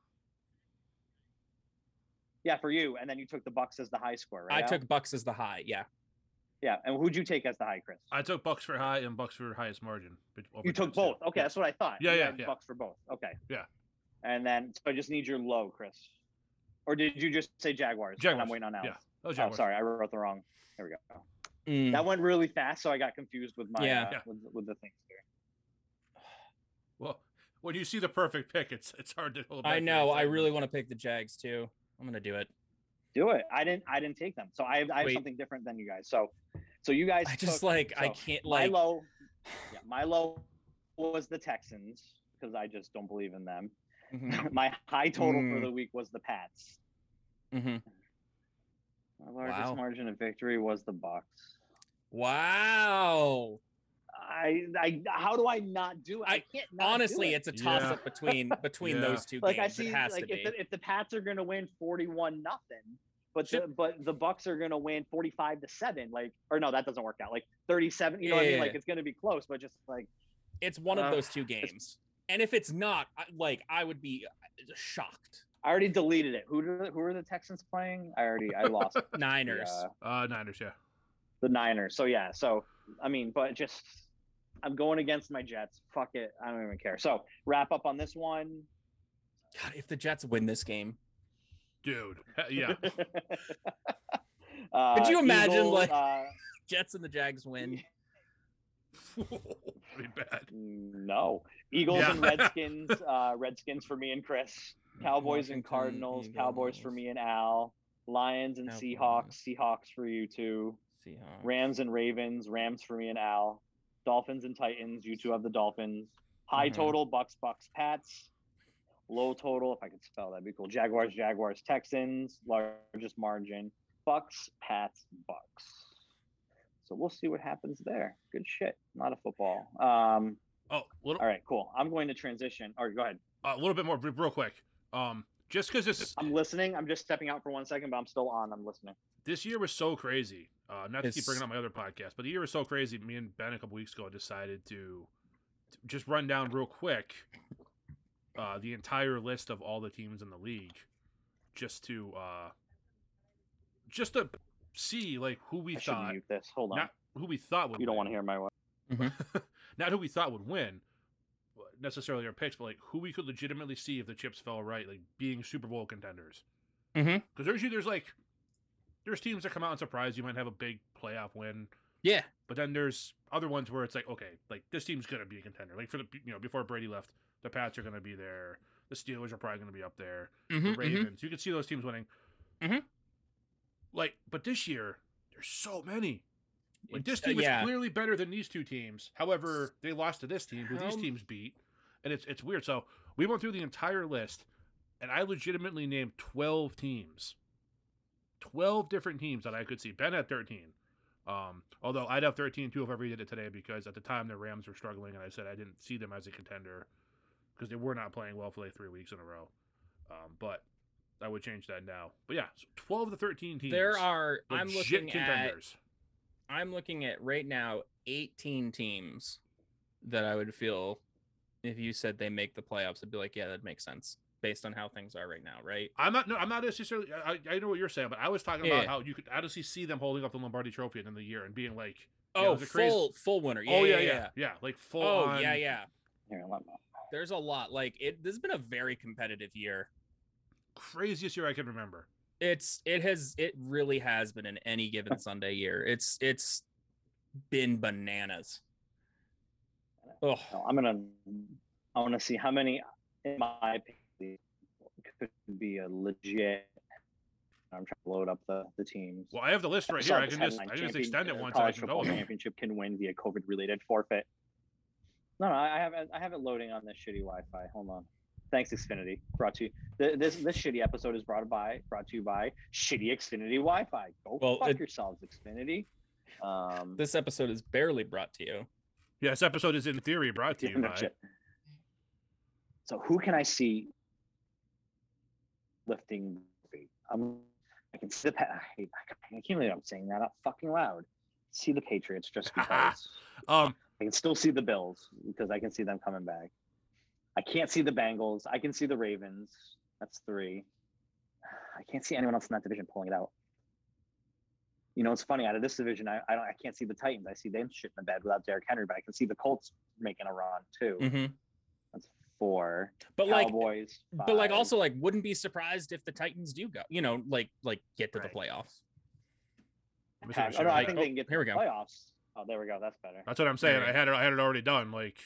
S2: Yeah, for you. And then you took the Bucks as the high score, right?
S3: I
S2: Al?
S3: took Bucks as the high. Yeah.
S2: Yeah, and who'd you take as the high, Chris?
S1: I took Bucks for high and Bucks for highest margin. but over
S2: you took
S1: Jets, yeah.
S2: both. Okay,
S1: Yeah.
S2: that's what I thought.
S1: Yeah,
S2: You
S1: yeah,
S2: had
S1: yeah.
S2: Bucks for both. Okay.
S1: Yeah.
S2: And then so I just need your low, Chris. Or did you just say Jaguars? And
S1: Jaguars,
S2: I'm waiting on Alex.
S1: yeah. Oh,
S2: Oh,
S1: Jaguars.
S2: sorry, I wrote the wrong. There we go.
S3: Mm.
S2: That went really fast, so I got confused with my
S3: Yeah.
S2: uh,
S1: Yeah.
S2: With, with the things here.
S1: Well, when you see the perfect pick, it's it's hard to hold. back
S3: I
S1: your
S3: know. I
S1: excitement.
S3: really want to pick the Jags too. I'm gonna do it.
S2: Do it. I didn't. I didn't take them. So I have, I have
S3: Wait.
S2: something different than you guys. So, so you guys.
S3: I just
S2: took-
S3: like I
S2: so
S3: can't
S2: my
S3: like
S2: low. Yeah, my low was the Texans because I just don't believe in them.
S1: Mm-hmm.
S2: <laughs>
S3: Mhm,
S2: my high total
S3: Mm.
S2: for the week was the Pats.
S1: Mm-hmm.
S3: mhm.
S2: My largest
S3: Wow.
S2: margin of victory was the Bucks.
S3: Wow.
S2: I, I, how do I not do it? I,
S3: I-
S2: can't. Not do
S3: Honestly,
S2: it.
S3: it's a
S1: Yeah.
S3: toss
S1: <laughs>
S3: up between between
S1: Yeah.
S3: those two
S2: like I
S3: games.
S2: see,
S3: it has
S2: like
S3: to be.
S2: if the, if the Pats are going to win forty-one nothing, but the,
S3: Should-
S2: but the Bucks are going to win forty-five to seven, like or no, that doesn't work out. Like thirty-seven, you know what I mean?
S3: Yeah.
S2: Like it's going to be close, but just like
S3: it's one
S2: uh,
S3: of those two games. And if it's not, I, like I would be
S2: <laughs>
S3: shocked.
S2: I already deleted it. Who do, who are the Texans playing? I already I lost the,
S3: <laughs> Niners.
S2: uh,
S1: Uh, Niners, yeah.
S2: the Niners. So yeah, so I mean, but just I'm going against my Jets. Fuck it, I don't even care. So wrap up on this one.
S3: God, if the Jets win this game, <laughs>
S1: Dude, he- yeah.
S2: <laughs> Uh,
S3: Could you imagine,
S2: Eagles,
S3: like-
S2: uh,
S3: Jets and the Jags win.
S1: <laughs> Pretty bad.
S2: no Eagles
S1: Yeah.
S2: and Redskins? Uh, Redskins for me and Chris. Cowboys and
S3: Washington,
S2: Cardinals.
S3: Eagles.
S2: Cowboys for me and Al. Lions and Seahawks.
S3: Cowboys.
S2: Seahawks for you two.
S3: Seahawks.
S2: Rams and Ravens. Rams for me and Al. Dolphins and Titans. You two have the Dolphins. High
S1: Mm-hmm.
S3: Mhm.
S2: total. Bucks. Bucks. Pats. Low total. If I could spell that'd be cool. Jaguars. Jaguars. Texans. Largest margin. Bucks. Pats. Bucks. So we'll see what happens there. Good shit. A lot of football. Um,
S1: Oh, little,
S2: all right. Cool. I'm going to transition. All right. Go ahead.
S1: a little bit more, br- real quick. Um, just because this
S2: I'm listening. I'm just stepping out for one second, but I'm still on. I'm listening.
S1: this year was so crazy. Uh, not to keep
S3: It's-
S1: bringing up my other podcast, but the year was so crazy. Me and Ben a couple weeks ago decided to to just run down real quick uh, the entire list of all the teams in the league, just to uh, just to see like who we
S2: I should
S1: thought
S2: mute this. Hold on.
S1: not who we thought would
S2: you don't
S1: win,
S2: want to hear my.
S1: <laughs> not who we thought would win uh, necessarily our picks, but like who we could legitimately see if the chips fell right, like being Super Bowl contenders.
S3: Mhm.
S1: Because there's you there's like there's teams that come out and surprise you might have a big playoff win,
S3: Yeah.
S1: but then there's other ones where it's like okay, like this team's gonna be a contender. Like for the you know before Brady left, the Pats are gonna be there, the Steelers are probably gonna be up there,
S3: Mhm,
S1: the
S3: mhm.
S1: Ravens. You could see those teams winning.
S3: Mhm.
S1: Like, but this year there's so many. Like this
S3: It's- uh,
S1: team is
S3: yeah.
S1: clearly better than these two teams. However, they lost to this team, who these
S3: How-
S1: teams beat, and it's it's weird. So we went through the entire list, and I legitimately named twelve teams, twelve different teams that I could see. Ben had thirteen. Um, although I'd have 13 too if I redid it today because at the time the Rams were struggling and I said I didn't see them as a contender because they were not playing well for like three weeks in a row. Um, but I would change that now. But yeah, so 12 to 13 teams.
S3: There are. I'm
S1: legit
S3: looking at.
S1: contenders.
S3: I'm looking at right now 18 teams that I would feel if you said they make the playoffs, I'd be like, yeah, that makes sense based on how things are right now, right?
S1: I'm not. No, I'm not necessarily. I, I know what you're saying, but I was talking about
S3: Yeah.
S1: how you could honestly see them holding up the Lombardi Trophy at the end of the year and being like, Yeah, it
S3: Oh,
S1: was a crazy-
S3: full full winner. Yeah,
S1: "Oh yeah, yeah,
S3: yeah.
S1: yeah, like full
S3: Oh
S1: on."
S3: yeah, yeah.
S2: Here, let me.
S3: There's a lot. Like it. This has been a very competitive year.
S1: Craziest year I can remember.
S3: It's it has it really has been in any given Sunday year. It's it's been bananas. Oh,
S2: No, I'm gonna. I want to see how many, in my opinion, could be a legit. I'm trying to load up the the teams.
S1: Well, I have the list right
S2: saw
S1: here. I
S2: this
S1: can just, I
S2: headline,
S1: can just
S2: champion-
S1: extend it
S2: uh,
S1: once. and I
S2: College
S1: can go.
S2: football championship can win via COVID related forfeit. No, no, I I have it- I have it loading on this shitty Wi-Fi. Hold on. Thanks, Xfinity. Brought to you. th- This this shitty episode is brought by brought to you by shitty Xfinity Wi-Fi. Go
S3: Well,
S2: fuck
S3: it-
S2: yourselves, Xfinity. Um,
S3: this episode is barely brought to you.
S1: Yeah, this episode is in theory brought to you
S2: no
S1: by.
S2: shit. So who can I see lifting weight? I'm, I can see the. Pa- I, hate- I can't- I can't believe I'm saying that out fucking loud. See the Patriots
S1: <laughs>
S2: just because.
S1: Um,
S2: I can still see the Bills because I can see them coming back. I can't see the Bengals. I can see the Ravens. That's three. I can't see anyone else in that division pulling it out. You know, it's funny. Out of this division, I I, don't, I can't see the Titans. I see them shit in the bed without Derrick Henry, but I can see the Colts making a run too.
S3: hmm
S2: That's four.
S3: But like
S2: Cowboys.
S3: but like
S2: five.
S3: also like wouldn't be surprised if the Titans do go, you know, like like get to
S1: Right.
S3: the playoffs.
S1: let me see
S2: Pack-
S1: if
S2: oh, no, I
S1: I
S3: Like,
S1: can-
S2: think
S3: oh,
S2: they can get to
S3: here we
S2: the
S3: go.
S2: playoffs. Oh, there we go. That's better.
S1: That's what I'm saying. I
S3: Alright.
S1: had it. I had it already done. Like,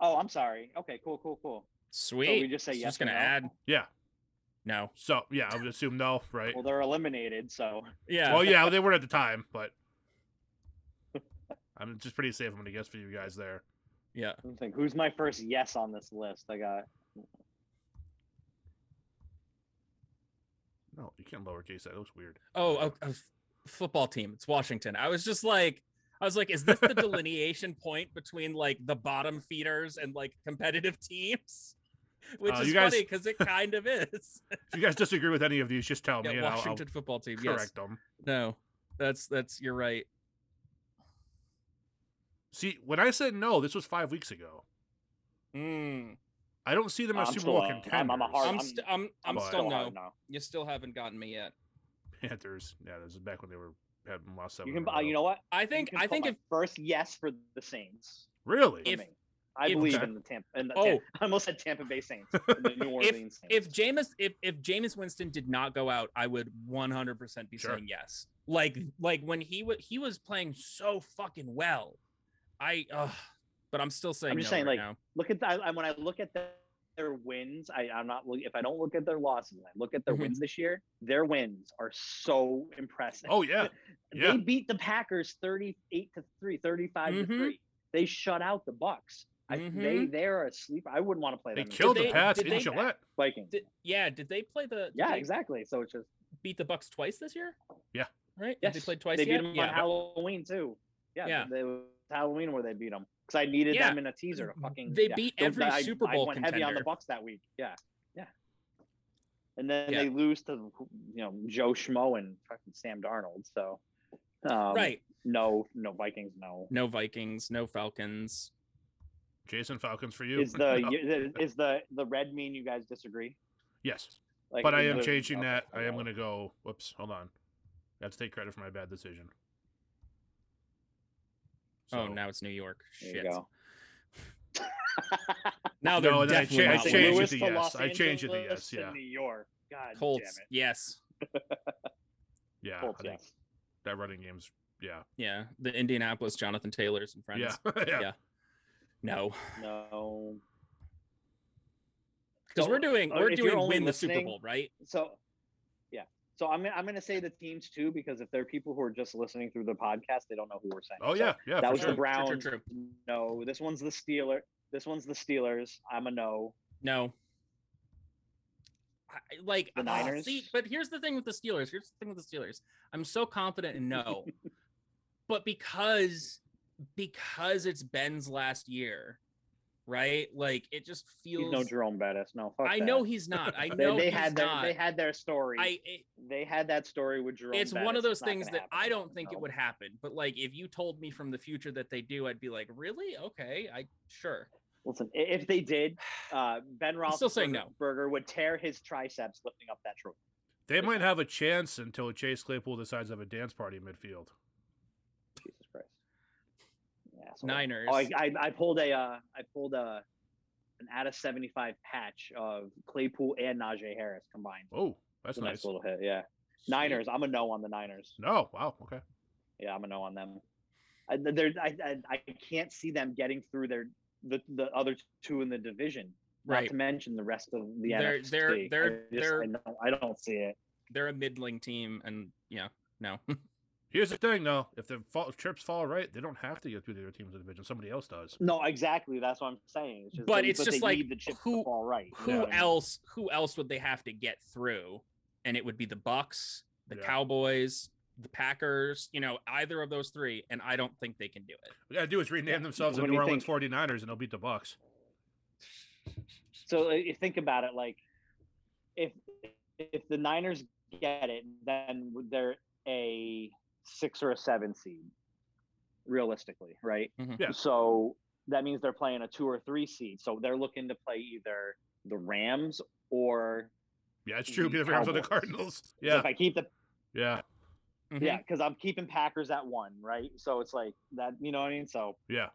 S2: Oh, I'm sorry. Okay, cool, cool, cool.
S3: Sweet.
S2: just say
S3: So
S2: yes
S3: Just gonna
S2: or no?
S3: add
S1: yeah.
S3: no.
S1: So yeah, I would assume no, right?
S2: Well, they're eliminated, so
S3: Yeah.
S1: Well, yeah, they weren't at the time,
S2: <laughs>
S1: but I'm just pretty safe. I'm gonna guess for you guys there.
S3: yeah.
S2: I'm thinking, who's my first yes on this list? I got
S1: No, you can't lowercase that. It looks weird.
S3: Oh, a, a f- football team. It's Washington. I was just like, I was like, is this
S1: <laughs>
S3: the delineation point between like the bottom feeders and like competitive
S1: <laughs>
S3: teams? Which
S1: Uh,
S3: is
S1: you guys-
S3: funny because it kind
S1: <laughs>
S3: of is.
S1: If you guys disagree with any of these, just tell me.
S3: yeah,
S1: and Oh, I'll- I'll
S3: Washington football team.
S1: correct
S3: Yes.
S1: them.
S3: No. That's that's you're right.
S1: See, when I said no, this was five weeks ago.
S3: Mm.
S1: I don't see them as
S2: I'm
S1: Super
S2: still,
S1: Bowl
S2: uh,
S1: contenders.
S2: I'm- I'm a hard-
S3: I'm st- I'm I'm
S1: but-
S3: still no.
S2: hard now.
S3: You still haven't gotten me yet.
S1: <laughs> Panthers. Yeah, this is back when they were having lost seven.
S2: You can,
S1: in a
S2: uh, you
S1: row.
S2: know what?
S3: I
S2: You
S3: think
S2: can
S3: I
S2: put
S3: think
S2: my
S3: if
S2: first yes for the Saints.
S1: really?
S2: For
S3: If-
S2: me. I
S3: If-
S2: believe
S1: Okay.
S2: in the Tampa. In the,
S3: Oh.
S2: Tam- I almost said Tampa Bay Saints. in
S3: <laughs>
S2: the New Orleans. Saints.
S3: if Jameis if if Jameis Winston did not go out, I would 100% be
S1: Sure.
S3: saying yes. Like like when he was he was playing so fucking well. I uh but I'm still saying
S2: I'm just
S3: no
S2: saying, like,
S3: right now.
S2: look at the, I, I- when I look at the, their wins, I, I'm not look- if I don't look at their losses, I look at their
S3: Mhm.
S2: wins this year. Their wins are so impressive.
S1: Oh yeah, yeah.
S2: They beat the Packers 38 to 3, 35
S3: Mhm.
S2: to 3. They shut out the Bucks. I, they
S3: Mhm.
S2: they are asleep. I wouldn't want to play
S1: They
S2: them.
S1: killed
S3: they-
S1: the Pats
S3: did
S1: in
S3: they-
S1: Gillette.
S2: Vikings.
S3: Did, yeah, did they play the did
S2: Yeah,
S3: they
S2: exactly. So it's just
S3: beat the Bucks twice this year?
S1: Yeah.
S3: Right?
S2: yes,
S3: They played twice
S2: They beat
S3: yet?
S2: them
S3: yeah.
S2: on Halloween too. Yeah,
S3: Yeah.
S2: They, it was Halloween where they beat them because I needed
S3: Yeah.
S2: them in a teaser to fucking.
S3: They
S2: yeah.
S3: beat
S2: So
S3: every
S2: I,
S3: Super
S2: I
S3: Bowl
S2: went heavy on the
S3: contender.
S2: Bucks that week. Yeah, yeah. And then
S3: Yeah.
S2: they lose to you know Joe Schmo and fucking Sam Darnold. So um,
S3: right.
S2: no, no Vikings, no.
S3: No Vikings, no Falcons.
S1: Jason Falcons for you. Oh, <laughs>
S2: Is the
S1: No.
S2: is the the red mean you guys disagree?
S1: yes,
S2: Like,
S1: but I
S2: is
S1: am
S2: the-
S1: changing
S2: okay,
S1: that. I am
S2: okay.
S1: going to go. Whoops, hold on. I have to take credit for my bad decision.
S3: oh,
S1: So-
S3: now it's New York.
S2: There you
S3: Shit.
S2: go.
S3: Now they're
S1: No, then I
S3: definitely
S1: cha- I
S2: <laughs>
S3: not
S1: changed
S3: winning.
S1: it
S2: Louis
S1: to
S2: to
S1: yes.
S2: Los
S1: I changed it to yes,
S2: Angeles
S1: yeah.
S2: to New York. God
S3: Colts.
S2: damn
S3: Yes.
S1: Yeah,
S2: it. Colts,
S1: I think
S2: yes.
S1: that running game's yeah,
S3: Yeah, the Indianapolis Jonathan Taylors and friends.
S1: yeah, <laughs> yeah.
S3: Yeah. No,
S2: No.
S3: because
S2: So,
S3: we're doing
S2: uh,
S3: we're
S2: if you're
S3: doing
S2: only
S3: win the Super
S2: listening-
S3: Bowl, right?
S2: So, yeah. So I'm gonna- I'm going to say the teams too because if there are people who are just listening through the podcast, they don't know who we're saying.
S1: Oh
S2: So
S1: yeah, yeah.
S2: that
S1: for
S2: was
S1: sure.
S2: the Browns.
S3: True, true, true.
S2: No, this one's the Steeler. This one's the Steelers. I'm a no.
S3: No. I, like
S2: The
S3: ah,
S2: Niners?
S3: see, but here's the thing with the Steelers. Here's the thing with the Steelers. I'm so confident
S2: <laughs>
S3: in no, but because because it's Ben's last year, right? Like it just feels.
S2: He's no Jerome Bettis. No, fuck
S3: I
S2: that.
S3: know he's not. I
S2: <laughs> They,
S3: know
S2: they
S3: he's
S2: had their
S3: not.
S2: they had their story.
S3: I it,
S2: they had that story with Jerome.
S3: it's one
S2: Bettis.
S3: of those
S2: not gonna
S3: things that
S2: happen.
S3: I don't think
S2: No.
S3: it would happen. But like, if you told me from the future that they do, I'd be like, really? Okay, I sure.
S2: Listen, i- if they did,
S3: <sighs>
S2: uh, Ben Roethlisberger
S3: still saying no.
S2: Berger would tear his triceps lifting up that trophy.
S1: They might have a chance until Chase Claypool decides to have a dance party in midfield.
S2: Jesus Christ. Yeah, so-
S3: Niners.
S2: Oh, I, I, I pulled a uh, I pulled a an out of seventy five patch of Claypool and Najee Harris combined.
S1: Oh, that's
S2: It's a
S1: nice.
S2: nice little hit, yeah. Niners. I'm a no on the Niners.
S1: No, wow, okay.
S2: Yeah, I'm a no on them. I, they're, I, I I can't see them getting through their the, the other two in the division. Not
S3: right.
S2: to mention the rest of the
S3: They're-
S2: NFC.
S3: they're- they're-
S2: I, just-
S3: they're-
S2: I, don't, I don't see it.
S3: They're a middling team, and yeah, no. <laughs>
S1: Here's the thing, though. If the fall, trips fall right, they don't have to get through the other teams in the division. Somebody else does.
S2: No, exactly. That's what I'm saying. It's just
S3: But
S2: they-
S3: it's just
S2: they
S3: like,
S2: need the chips to
S3: who-
S2: fall right.
S3: who
S1: Yeah.
S3: else? Who else would they have to get through? And it would be the Bucks, the
S1: Yeah.
S3: Cowboys, the Packers. You know, either of those three, and I don't think they can do it.
S1: What they gotta do is rename
S2: Yeah,
S1: themselves the
S2: what do
S1: New
S2: you
S1: Orleans
S2: think?
S1: Forty 49ers, and they'll beat the Bucks.
S2: So like, you think about it, like if if the Niners get it, then they're a six or a seven seed, realistically, right?
S3: Mhm.
S1: Yeah.
S2: So that means they're playing a two or three seed. So they're looking to play either the Rams or
S1: Yeah, it's true.
S2: The
S1: Be the Rams or the
S2: Mm-hmm. Cowboys.
S1: Cardinals. <laughs> Yeah,
S2: if I keep the
S1: yeah,
S3: Mhm.
S2: yeah, because I'm keeping Packers at one, right? So it's like that, you know what I mean? So,
S1: yeah.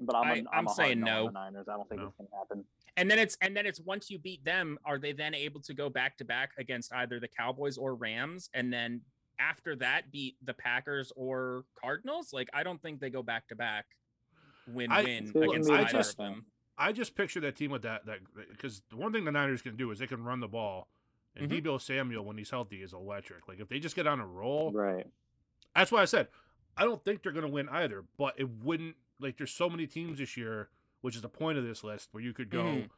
S2: but I'm a-
S3: I-
S2: I'm,
S3: I'm
S2: a hard
S3: saying
S2: no on the
S3: no.
S2: Niners. I don't think
S1: No.
S2: it's gonna happen.
S3: And then it's and then it's once you beat them, are they then able to go back to back against either the Cowboys or Rams? And then after that, beat the Packers or Cardinals? Like I don't think they go back to back win win
S2: Well,
S3: against
S1: I
S3: either
S1: just-
S3: of them.
S1: I just picture that team with that that because the one thing the Niners can do is they can run the ball, and
S2: Mm-hmm.
S3: Mhm.
S1: Debo Samuel when he's healthy is electric. Like if they just get on a roll,
S2: Right.
S1: that's why I said I don't think they're going to win either. But it wouldn't like there's so many teams this year, which is the point of this list, where you could go,
S2: Mm-hmm.
S3: Mhm.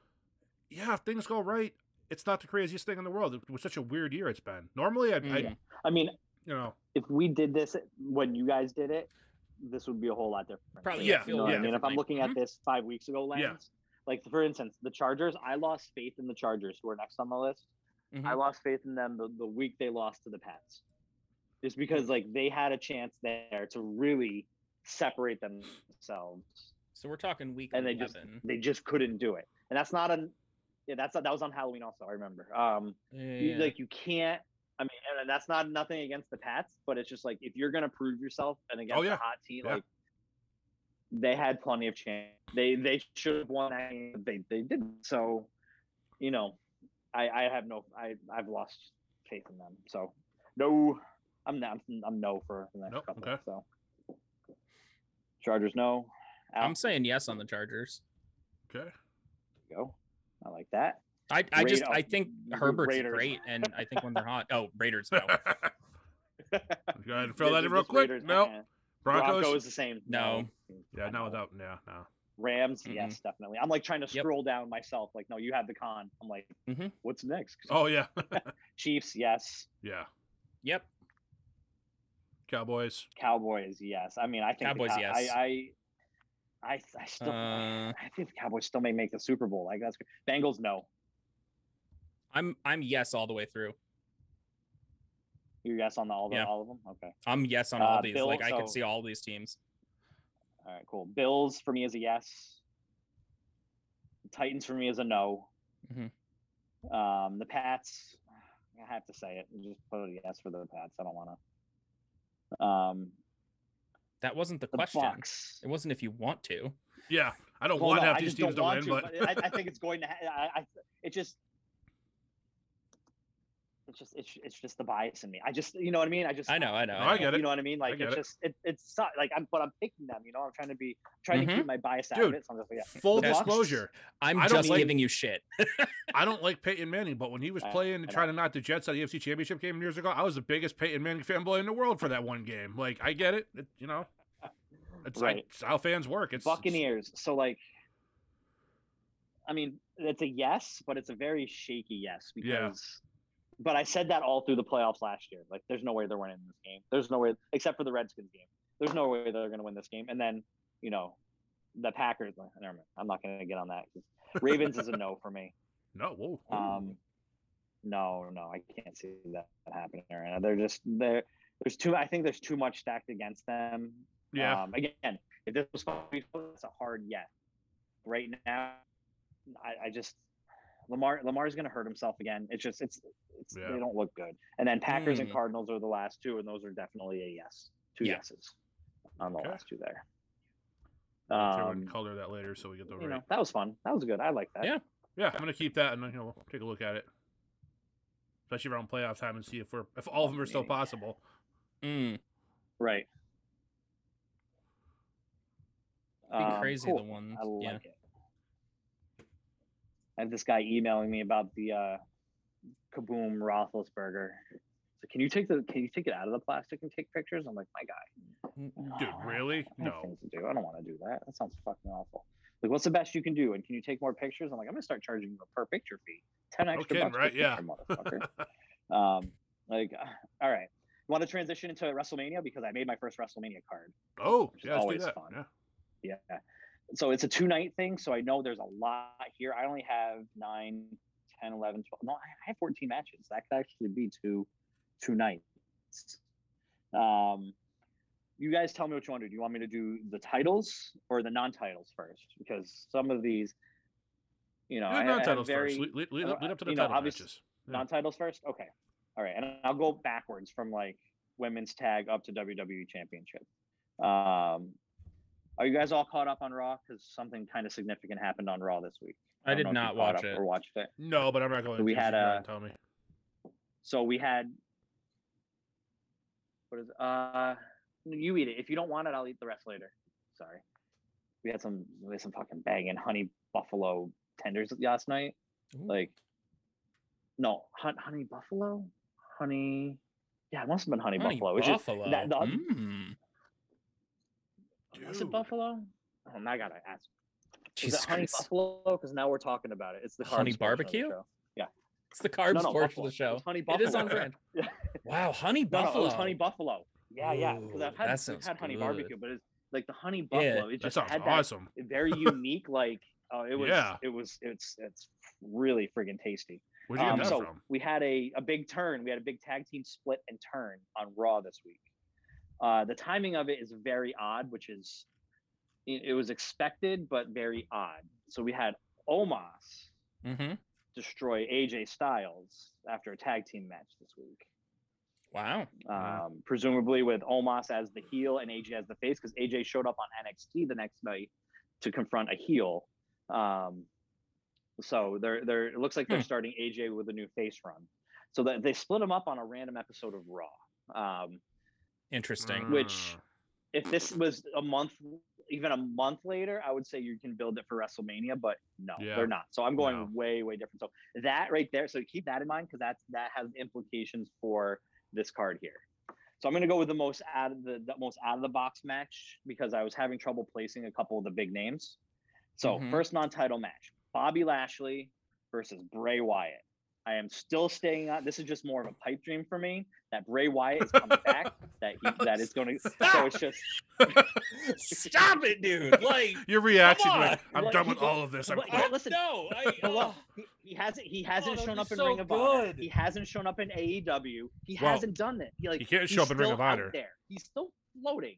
S1: yeah, if things go right, it's not the craziest thing in the world. It was such a weird year it's been. Normally, I, would I
S3: Mhm.
S2: I mean,
S1: you know
S2: if we did this when you guys did it, this would be a whole lot different.
S3: Probably,
S1: yeah,
S2: You know what
S1: yeah.
S2: I mean, if I'm
S3: Differently.
S2: looking
S3: Mhm.
S2: at this five weeks ago lens,
S1: Yeah.
S2: like for instance, the Chargers, I lost faith in the Chargers, who are next on the list. I
S3: Mhm.
S2: lost faith in them the, the week they lost to the Pats, just because like they had a chance there to really separate themselves,
S3: So we're talking week
S2: and they
S3: eleven.
S2: just they just couldn't do it. And that's not a yeah, that's not, that was on Halloween also. I remember. Um, you-
S3: Yeah.
S2: like you can't i mean and- and that's not nothing against the pats but it's just like if you're gonna prove yourself and against
S1: Oh, yeah.
S2: a hot team
S1: Yeah.
S2: like they had plenty of chance. They they should have won that game, but they they didn't. So, you know, I I have no I I've lost faith in them. So, no, I'm not I'm no for the next
S1: Nope,
S2: couple.
S1: okay.
S2: So, Chargers no.
S3: I'm saying yes on the Chargers.
S1: Okay.
S2: go. I like that.
S3: I, I
S2: Raiders.
S3: just I think Herbert's
S2: Raiders.
S3: great, and I think
S2: <laughs>
S3: when they're hot, oh Raiders no,
S1: Go ahead and fill that in
S2: This-
S1: real
S2: this
S1: quick.
S2: Raiders,
S1: no.
S2: uh-uh.
S1: Broncos.
S2: Broncos the same.
S3: No.
S1: Yeah, no, without. Yeah,
S2: <laughs>
S1: no.
S2: Rams,
S3: Mm-mm.
S2: yes, definitely. I'm like trying to
S3: Mm-hmm. Yep.
S2: scroll down myself. Like, no, you have the con. I'm like,
S3: Mhm.
S2: what's next?
S1: Oh, yeah. <laughs>
S2: Chiefs, yes.
S1: yeah.
S3: yep,
S1: Cowboys.
S2: Cowboys, yes. I mean, I think the
S3: Cowboys,
S2: Cow-
S3: yes.
S2: I, I, I, I still,
S3: Uh.
S2: I think the Cowboys still may make the Super Bowl. Like that's Bengals, no.
S3: I'm I'm yes all the way through.
S2: You're yes on all, the,
S3: Yeah.
S2: all of them. Okay,
S3: I'm yes on
S2: Uh,
S3: all these.
S2: Bill-
S3: like I can
S2: so-
S3: see all these teams.
S2: all right, cool. Bills for me is a yes. Titans for me is a no.
S3: Mhm.
S2: Um, the Pats, I have to say it. Just put a yes for the Pats. I don't want to. Um,
S3: That wasn't the,
S2: the
S3: question.
S2: Bucks.
S3: It wasn't if you want to.
S1: Yeah. I don't
S2: Well,
S1: want
S2: no,
S1: to have
S2: I
S1: these
S2: just don't
S1: teams to win,
S2: want
S1: but,
S2: I, I
S1: <laughs>
S2: think it's going to. Ha- I, I, it just, it's just, it's, it's just the bias in me. I just, you know what I mean. I just,
S3: I know, I know.
S1: No,
S3: I
S1: I
S3: know.
S1: get it.
S2: You know what I mean? Like
S1: get
S2: it's
S1: it.
S2: just, it, it's not- like I'm, but I'm picking them. You know, I'm trying to be, trying to keep my bias out
S1: Mm-hmm. Dude,
S2: of it. So I'm just like, yeah.
S1: full
S2: The Bucks-
S1: disclosure,
S3: I'm
S1: I don't
S3: just
S1: like-
S3: giving you shit.
S1: I don't like Peyton Manning, but when he was
S2: I-
S1: playing and
S2: I
S1: trying to knock the Jets out of the AFC Championship game years ago, I was the biggest Peyton Manning fanboy in the world for that one game. Like, I get it. it you know, it's
S2: Right.
S1: like it's how fans work. It's it's-
S2: Buccaneers. So like, I mean, it's a yes, but it's a very shaky yes because.
S1: Yeah.
S2: But I said that all through the playoffs last year. Like, there's no way they're winning this game. There's no way, except for the Redskins game. There's no way they're going to win this game. And then, you know, the Packers. uh, Never mind. I'm not going to get on that. 'cause Ravens is a no for me.
S1: No, whoa.
S2: Um, no, no, I can't see that happening right now. They're just there. There's too. I think there's too much stacked against them.
S1: yeah.
S2: Um, again, if this was supposed to be, that's a hard yes. Right now, I, I just Lamar Lamar's going to hurt himself again. It's just it's, it's
S1: Yeah.
S2: they don't look good. And then Packers and
S3: Mm.
S2: Cardinals are the last two, and those are definitely a yes. Two
S3: Yeah.
S2: yeses on the
S1: Okay.
S2: last two there.
S1: We'll throw in
S2: um,
S1: color that later so we get the
S2: You
S1: right.
S2: know that was fun. That was good. I like that.
S3: Yeah.
S1: Yeah, I'm gonna keep that and you know we'll take a look at it, especially around playoff time and see if we're if all of them are still
S2: Maybe.
S1: possible.
S3: Mm,
S2: Right.
S3: be
S2: Um,
S3: crazy
S2: cool.
S3: the ones.
S2: I like
S3: yeah.
S2: it. I have this guy emailing me about the uh, Kaboom Roethlisberger. So can you take the can you take it out of the plastic and take pictures? I'm like, my guy.
S3: Mm,
S1: Dude,
S2: "Oh,
S1: really?
S2: I have
S1: No.
S2: things to do. I don't want to do that. That sounds fucking awful. Like, what's the best you can do? And can you take more pictures? I'm like, I'm gonna start charging you a per picture fee, ten extra
S1: kidding,
S2: bucks
S1: right?
S2: per
S1: Yeah.
S2: picture,
S1: <laughs>
S2: motherfucker. um, like, all right. Want to transition into WrestleMania because I made my first WrestleMania card.
S1: Oh,
S2: Which is
S1: yeah, let's do
S2: always
S1: that.
S2: fun.
S1: Yeah.
S2: Yeah. So it's a two night thing. So I know there's a lot here. I only have nine, 10, 11, 12. No, I have 14 matches. That could actually be two, two nights. Um, you guys tell me what you want to do. Do you want me to do the titles or the non titles first? Because some of these, you know,
S1: Do
S2: I- I have
S1: non-titles
S2: very-
S1: first. Lead, lead- lead
S2: I-
S1: up, lead up to the
S2: you know,
S1: title
S2: obvious-
S1: matches.
S3: Hmm.
S1: Yeah.
S2: non-titles first okay all right and i'll go backwards from like women's tag up to wwe championship um are you guys all caught up on raw because something kind of significant happened on raw this week
S3: I
S2: don't
S3: did
S2: know if you
S3: not
S2: caught
S3: watch
S2: up
S3: it.
S2: or watched it
S1: No, but I'm not going.
S2: We
S1: to,
S2: had
S1: so you
S2: a-
S1: don't tell me.
S2: so we had what is uh you eat it if you don't want it i'll eat the rest later sorry we had some we had some fucking banging honey buffalo tenders last night
S3: Ooh.
S2: like no hun- honey buffalo honey yeah it must have been honey,
S3: Honey,
S2: buffalo It's just-
S3: Buffalo. hmm?
S2: that- the- <laughs>
S3: Mm.
S2: was it
S1: Dude.
S2: buffalo oh now i gotta ask
S3: Jesus
S2: is it honey
S3: Christ.
S2: buffalo because now we're talking about it it's the
S3: Honey
S2: carbs portion of the
S3: barbecue?
S2: show.
S3: It's the carbs
S2: no, no,
S3: portion
S2: buffalo.
S3: of the show.
S2: It's honey
S3: It is on
S2: buffalo.
S3: brand.
S2: <laughs> Yeah.
S3: wow, honey
S2: No, no, it
S3: buffalo.
S2: was honey buffalo yeah yeah because
S3: Ooh,
S2: i've had,
S3: that
S2: we've
S3: sounds
S2: had honey
S3: good.
S2: barbecue but it's like the honey
S3: Yeah,
S2: buffalo it
S1: That
S2: just
S1: sounds
S2: had that
S1: awesome.
S2: very unique like uh, it was
S1: Yeah.
S2: it was it's it's really friggin' tasty
S1: Where'd you get
S2: Um,
S1: that
S2: so
S1: from?
S2: we had a, a big turn we had a big tag team split and turn on raw this week uh, the timing of it is very odd which is it, it was expected but very odd so we had omos
S3: Mm-hmm.
S2: destroy aj styles after a tag team match this week
S3: Wow.
S1: Wow.
S2: um, presumably with Omos as the heel and AJ as the face, because AJ showed up on NXT the next night to confront a heel. Um, so they're they're it looks like they're
S3: Hmm.
S2: starting AJ with a new face run. So that they split him up on a random episode of Raw. Um,
S3: Interesting.
S2: Which- if this was a month, even a month later, I would say you can build it for WrestleMania, but no,
S1: Yeah.
S2: they're not. So I'm going
S1: No.
S2: way, way different. So that right there, so keep that in mind because that's that has implications for this card here. So I'm going to go with the most out of the, the most out of the box match because I was having trouble placing a couple of the big names. So
S1: Mm-hmm.
S3: Mhm.
S2: first non-title match: Bobby Lashley versus Bray Wyatt. I am still staying on. This is just more of a pipe dream for me that Bray Wyatt is coming
S1: <laughs>
S2: back. That he, that is going to. <laughs> So it's just
S3: Stop it, dude. Like
S1: Your reaction,
S3: Come
S1: like,
S2: on!
S1: I'm done
S2: Well,
S1: with
S2: he-
S1: all of this. I'm
S2: <laughs> well,
S1: quit.
S2: yeah, listen.
S3: No, I,
S2: But look,
S3: uh,
S2: he, he hasn't he hasn't
S3: Oh, that'd
S2: shown
S3: be
S2: up in
S3: so
S2: Ring of Honor.
S3: good.
S2: He hasn't shown up in AEW. He
S1: Well,
S2: hasn't done it. He, like,
S1: he can't show
S2: he's
S1: up in Ring
S2: still
S1: of
S2: out
S1: Honor.
S2: There, he's still floating.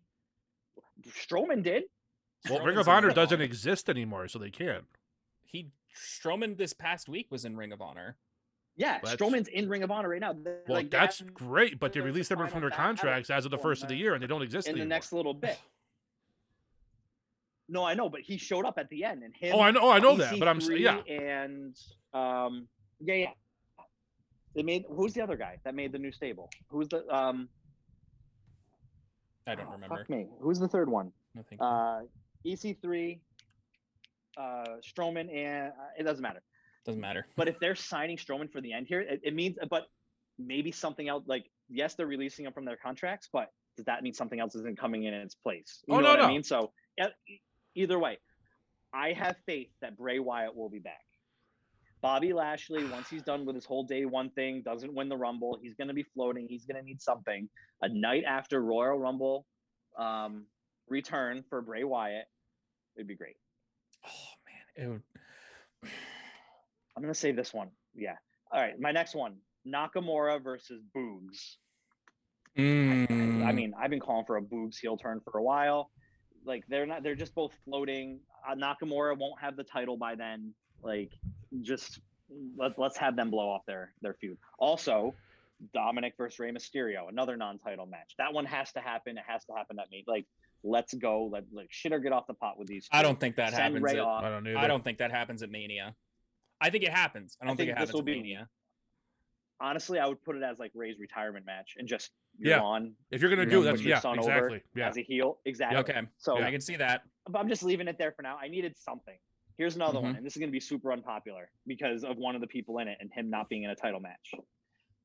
S2: Strowman did.
S1: Well, Ring
S3: Strowman's
S1: of
S3: in
S1: Honor
S3: Ring of
S1: doesn't
S3: Honor.
S1: exist anymore, so they can't.
S3: he Strowman this past week was in Ring of Honor.
S2: Yeah,
S1: That's-
S2: Strowman's in Ring of Honor right now. They're,
S1: Well,
S2: like, they
S1: that's
S2: haven't-
S1: great, but they
S2: their
S1: released them from
S2: final
S1: their
S2: battle
S1: contracts as of the
S2: for
S1: first of the
S2: that
S1: year, and they don't exist
S2: in the
S1: anymore.
S2: next little bit. No, I know, but he showed up at the end, and him.
S1: oh, I know, oh, I know that, but I'm s-
S2: EC3
S1: yeah.
S2: And um, yeah, yeah. They made who's the other guy that made the new stable? Who's the um?
S3: I don't
S2: oh,
S3: remember.
S2: Fuck me. Who's the third one?
S3: I think-
S2: Uh, EC3, uh, Strowman, and uh, it doesn't matter.
S3: doesn't matter.
S2: But if they're signing Strowman for the end here, it, it means. But maybe something else. Like yes, they're releasing him from their contracts, but does that mean something else isn't coming in its place?
S1: Oh,
S2: You know
S1: no,
S2: what
S1: no.
S2: I mean? So e- either way, I have faith that Bray Wyatt will be back. Bobby Lashley, once he's done with his whole day one thing, doesn't win the Rumble. He's going to be floating. He's going to need something. A night after Royal Rumble um, return for Bray Wyatt, it'd be great.
S3: Oh man, it would.
S2: I'm gonna say this one. Yeah. All right. My next one: Nakamura versus Boogs. I
S3: <sighs> Mm.
S2: mean, I've been calling for a Boogs heel turn for a while. Like they're not. They're just both floating. Uh, Nakamura won't have the title by then. Like, just let's let's have them blow off their their feud. Also, Dominic versus Rey Mysterio, another non-title match. That one has to happen. It has to happen. At me. Like, let's go. Let like shit or get off the pot with these.
S3: I
S2: two.
S3: don't think that
S2: Send
S3: happens.
S2: Rey
S3: at-
S2: off.
S1: I don't know.
S3: I don't think that happens at Mania. I think it happens. I don't think,
S2: think
S3: it
S2: this
S3: happens
S2: will
S3: at
S2: be-
S3: Mania.
S2: Honestly, I would put it as like Ray's retirement match and just you're
S1: Yeah.
S2: on
S1: If you're gonna
S3: You're
S1: do
S3: gonna
S1: that,
S3: put
S2: your
S1: yeah,
S2: son over
S1: exactly, yeah.
S2: as a heel. Exactly.
S3: Okay,
S2: So
S3: I can see that.
S2: but I'm just leaving it there for now. I needed something. Here's another
S1: Mm-hmm.
S2: one, and this is going to be super unpopular because of one of the people in it and him not being in a title match.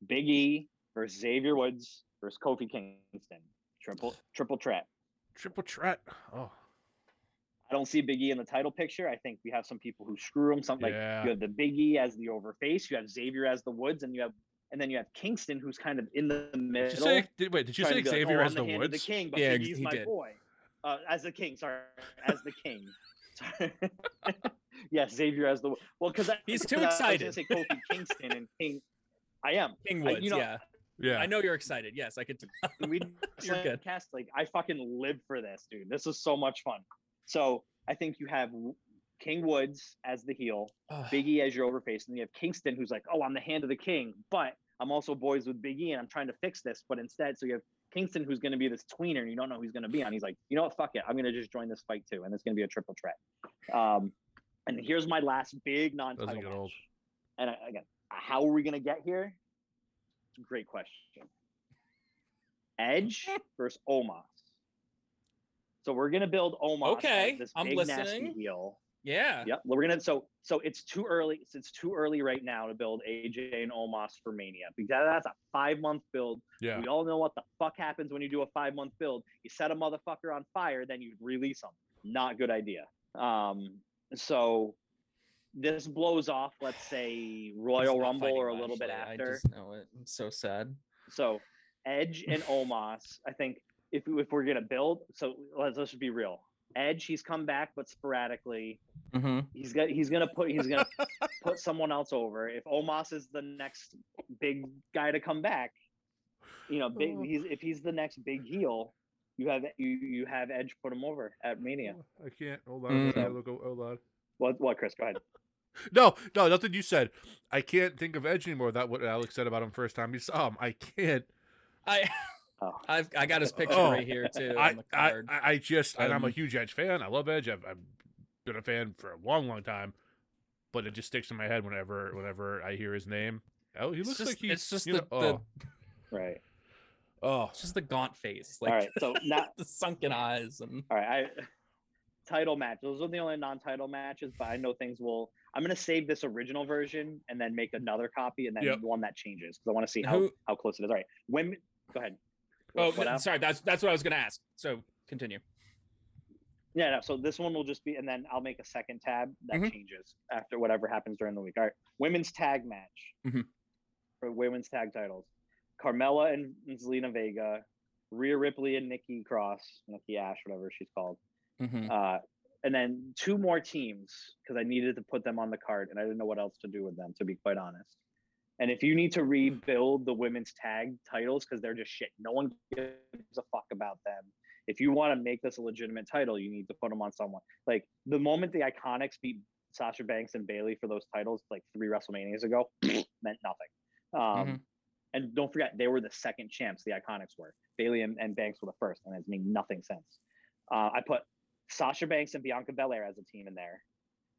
S2: Big E versus Xavier Woods versus Kofi Kingston. Triple triple threat.
S1: Triple threat. Oh,
S2: I don't see Big E in the title picture. I think we have some people who screw him. Something
S1: Yeah.
S2: like you have the Big E as the overface, you have Xavier as the Woods, and you have and then you have Kingston who's kind of in the middle.
S1: did you say? Did, wait, did you
S2: trying
S1: say
S2: to be like,
S1: Xavier
S2: "Oh, I'm
S1: as the
S2: hand of
S1: Woods?
S2: The king, but
S3: Yeah,
S2: yeah,
S3: ex-
S2: he's
S3: he
S2: my
S3: did.
S2: boy. Uh, as the king, sorry, as the king. <laughs> Sorry. yes, Xavier as the wo- well, because
S3: He's too
S2: I
S3: excited.
S2: was gonna say Kofi Kingston and King. I am.
S3: King
S2: I-
S3: Woods,
S2: you know,
S3: yeah. I
S1: Yeah.
S3: know you're excited. Yes, I could. T-
S2: We
S3: <laughs> You're good.
S2: cast like I fucking live for this, dude. This is so much fun. So I think you have W- King Woods as the heel,
S3: Ugh.
S2: <sighs> <sighs> Biggie as your overface, and you have Kingston who's like, oh, I'm the hand of the king, but I'm also boys with Biggie and I'm trying to fix this. But instead, so you have Kingston who's going to be this tweener and you don't know who he's going to be on. He's like, you know what? Fuck it. I'm going to just join this fight too. And it's going to be a triple threat. Um, and here's my last big non title.
S1: Doesn't get old.
S2: And I- again, how are we going to get here? Great question. Edge versus Omos. So we're going to build Omos. as
S3: Okay,
S2: This
S3: I'm
S2: big, nasty
S3: listening.
S2: heel.
S3: <sighs> yeah.
S2: Yep. Well, we're gonna so so it's too early. It's, it's too early right now to build AJ and Omos for Mania because that's a five month build.
S1: Yeah.
S2: We all know what the fuck happens when you do a five month build. You set a motherfucker on fire, then you release them. Not good idea. Um, so this blows off, let's say
S3: He's
S2: Royal
S3: not
S2: Rumble
S3: fighting
S2: or a little bit
S3: Lashley.
S2: after.
S3: I just know it. I'm so sad.
S2: So Edge and Omos, I think if if we're gonna build, so let's let's just be real. Edge, he's come back, but sporadically
S3: Mm-hmm.
S2: he's got he's gonna put he's gonna put someone else over. If Omos is the next big guy to come back, you know, big,
S1: Oh.
S2: he's if he's the next big heel, you have you you have Edge put him over at Mania.
S1: I can't. Hold
S3: Mm.
S1: I gotta look. o- Hold on.
S2: What what Chris? Go ahead.
S1: No, no, nothing you said. I can't think of Edge anymore. That what Alex said about him first time you saw him. I can't.
S3: I
S2: Oh.
S3: I've I got his picture
S1: Oh,
S3: right here too
S1: I,
S3: on the
S1: I,
S3: card.
S1: I I just, and I'm a
S3: Um,
S1: huge Edge fan. I love Edge. I've, I've been a fan for a long, long time, but it just sticks in my head whenever, whenever I hear his name. Oh, he
S3: It's
S1: looks
S3: just-
S1: like he's.
S3: it's just
S1: you know,
S3: the- the-
S2: right.
S1: oh, oh,
S3: It's just the gaunt face, like
S2: All right. So not
S3: <laughs> the sunken eyes, and
S2: all right. I title match. Those are the only non-title matches, but I know things will. I'm gonna save this original version and then make another copy and then
S1: Yep.
S2: one that changes because I want to see how
S3: Who-
S2: how close it is. All right. Women. Go ahead.
S3: oh,
S2: What else?
S3: sorry, that's that's what I was gonna ask. So continue.
S2: Yeah, no, so this one will just be, and then I'll make a second tab that
S3: Mhm.
S2: changes after whatever happens during the week. All right, women's tag match
S3: Mhm.
S2: for women's tag titles: Carmella and and Zelina Vega, Rhea Ripley and Nikki Cross, Nikki Ash, whatever she's called,
S1: Mm-hmm.
S3: Mhm.
S2: uh, and then two more teams because I needed to put them on the card and I didn't know what else to do with them, to be quite honest. And if you need to rebuild the women's tag titles because they're just shit, no one gives a fuck about them. If you want to make this a legitimate title, you need to put them on someone. Like the moment the Iconics beat Sasha Banks and Bailey for those titles, like three WrestleManias ago, <sniffs> meant nothing. Um,
S3: Mhm.
S2: And don't forget, they were the second champs. The Iconics were Bailey and, and Banks were the first, and it's made nothing sense. Uh, I put Sasha Banks and Bianca Belair as a team in there,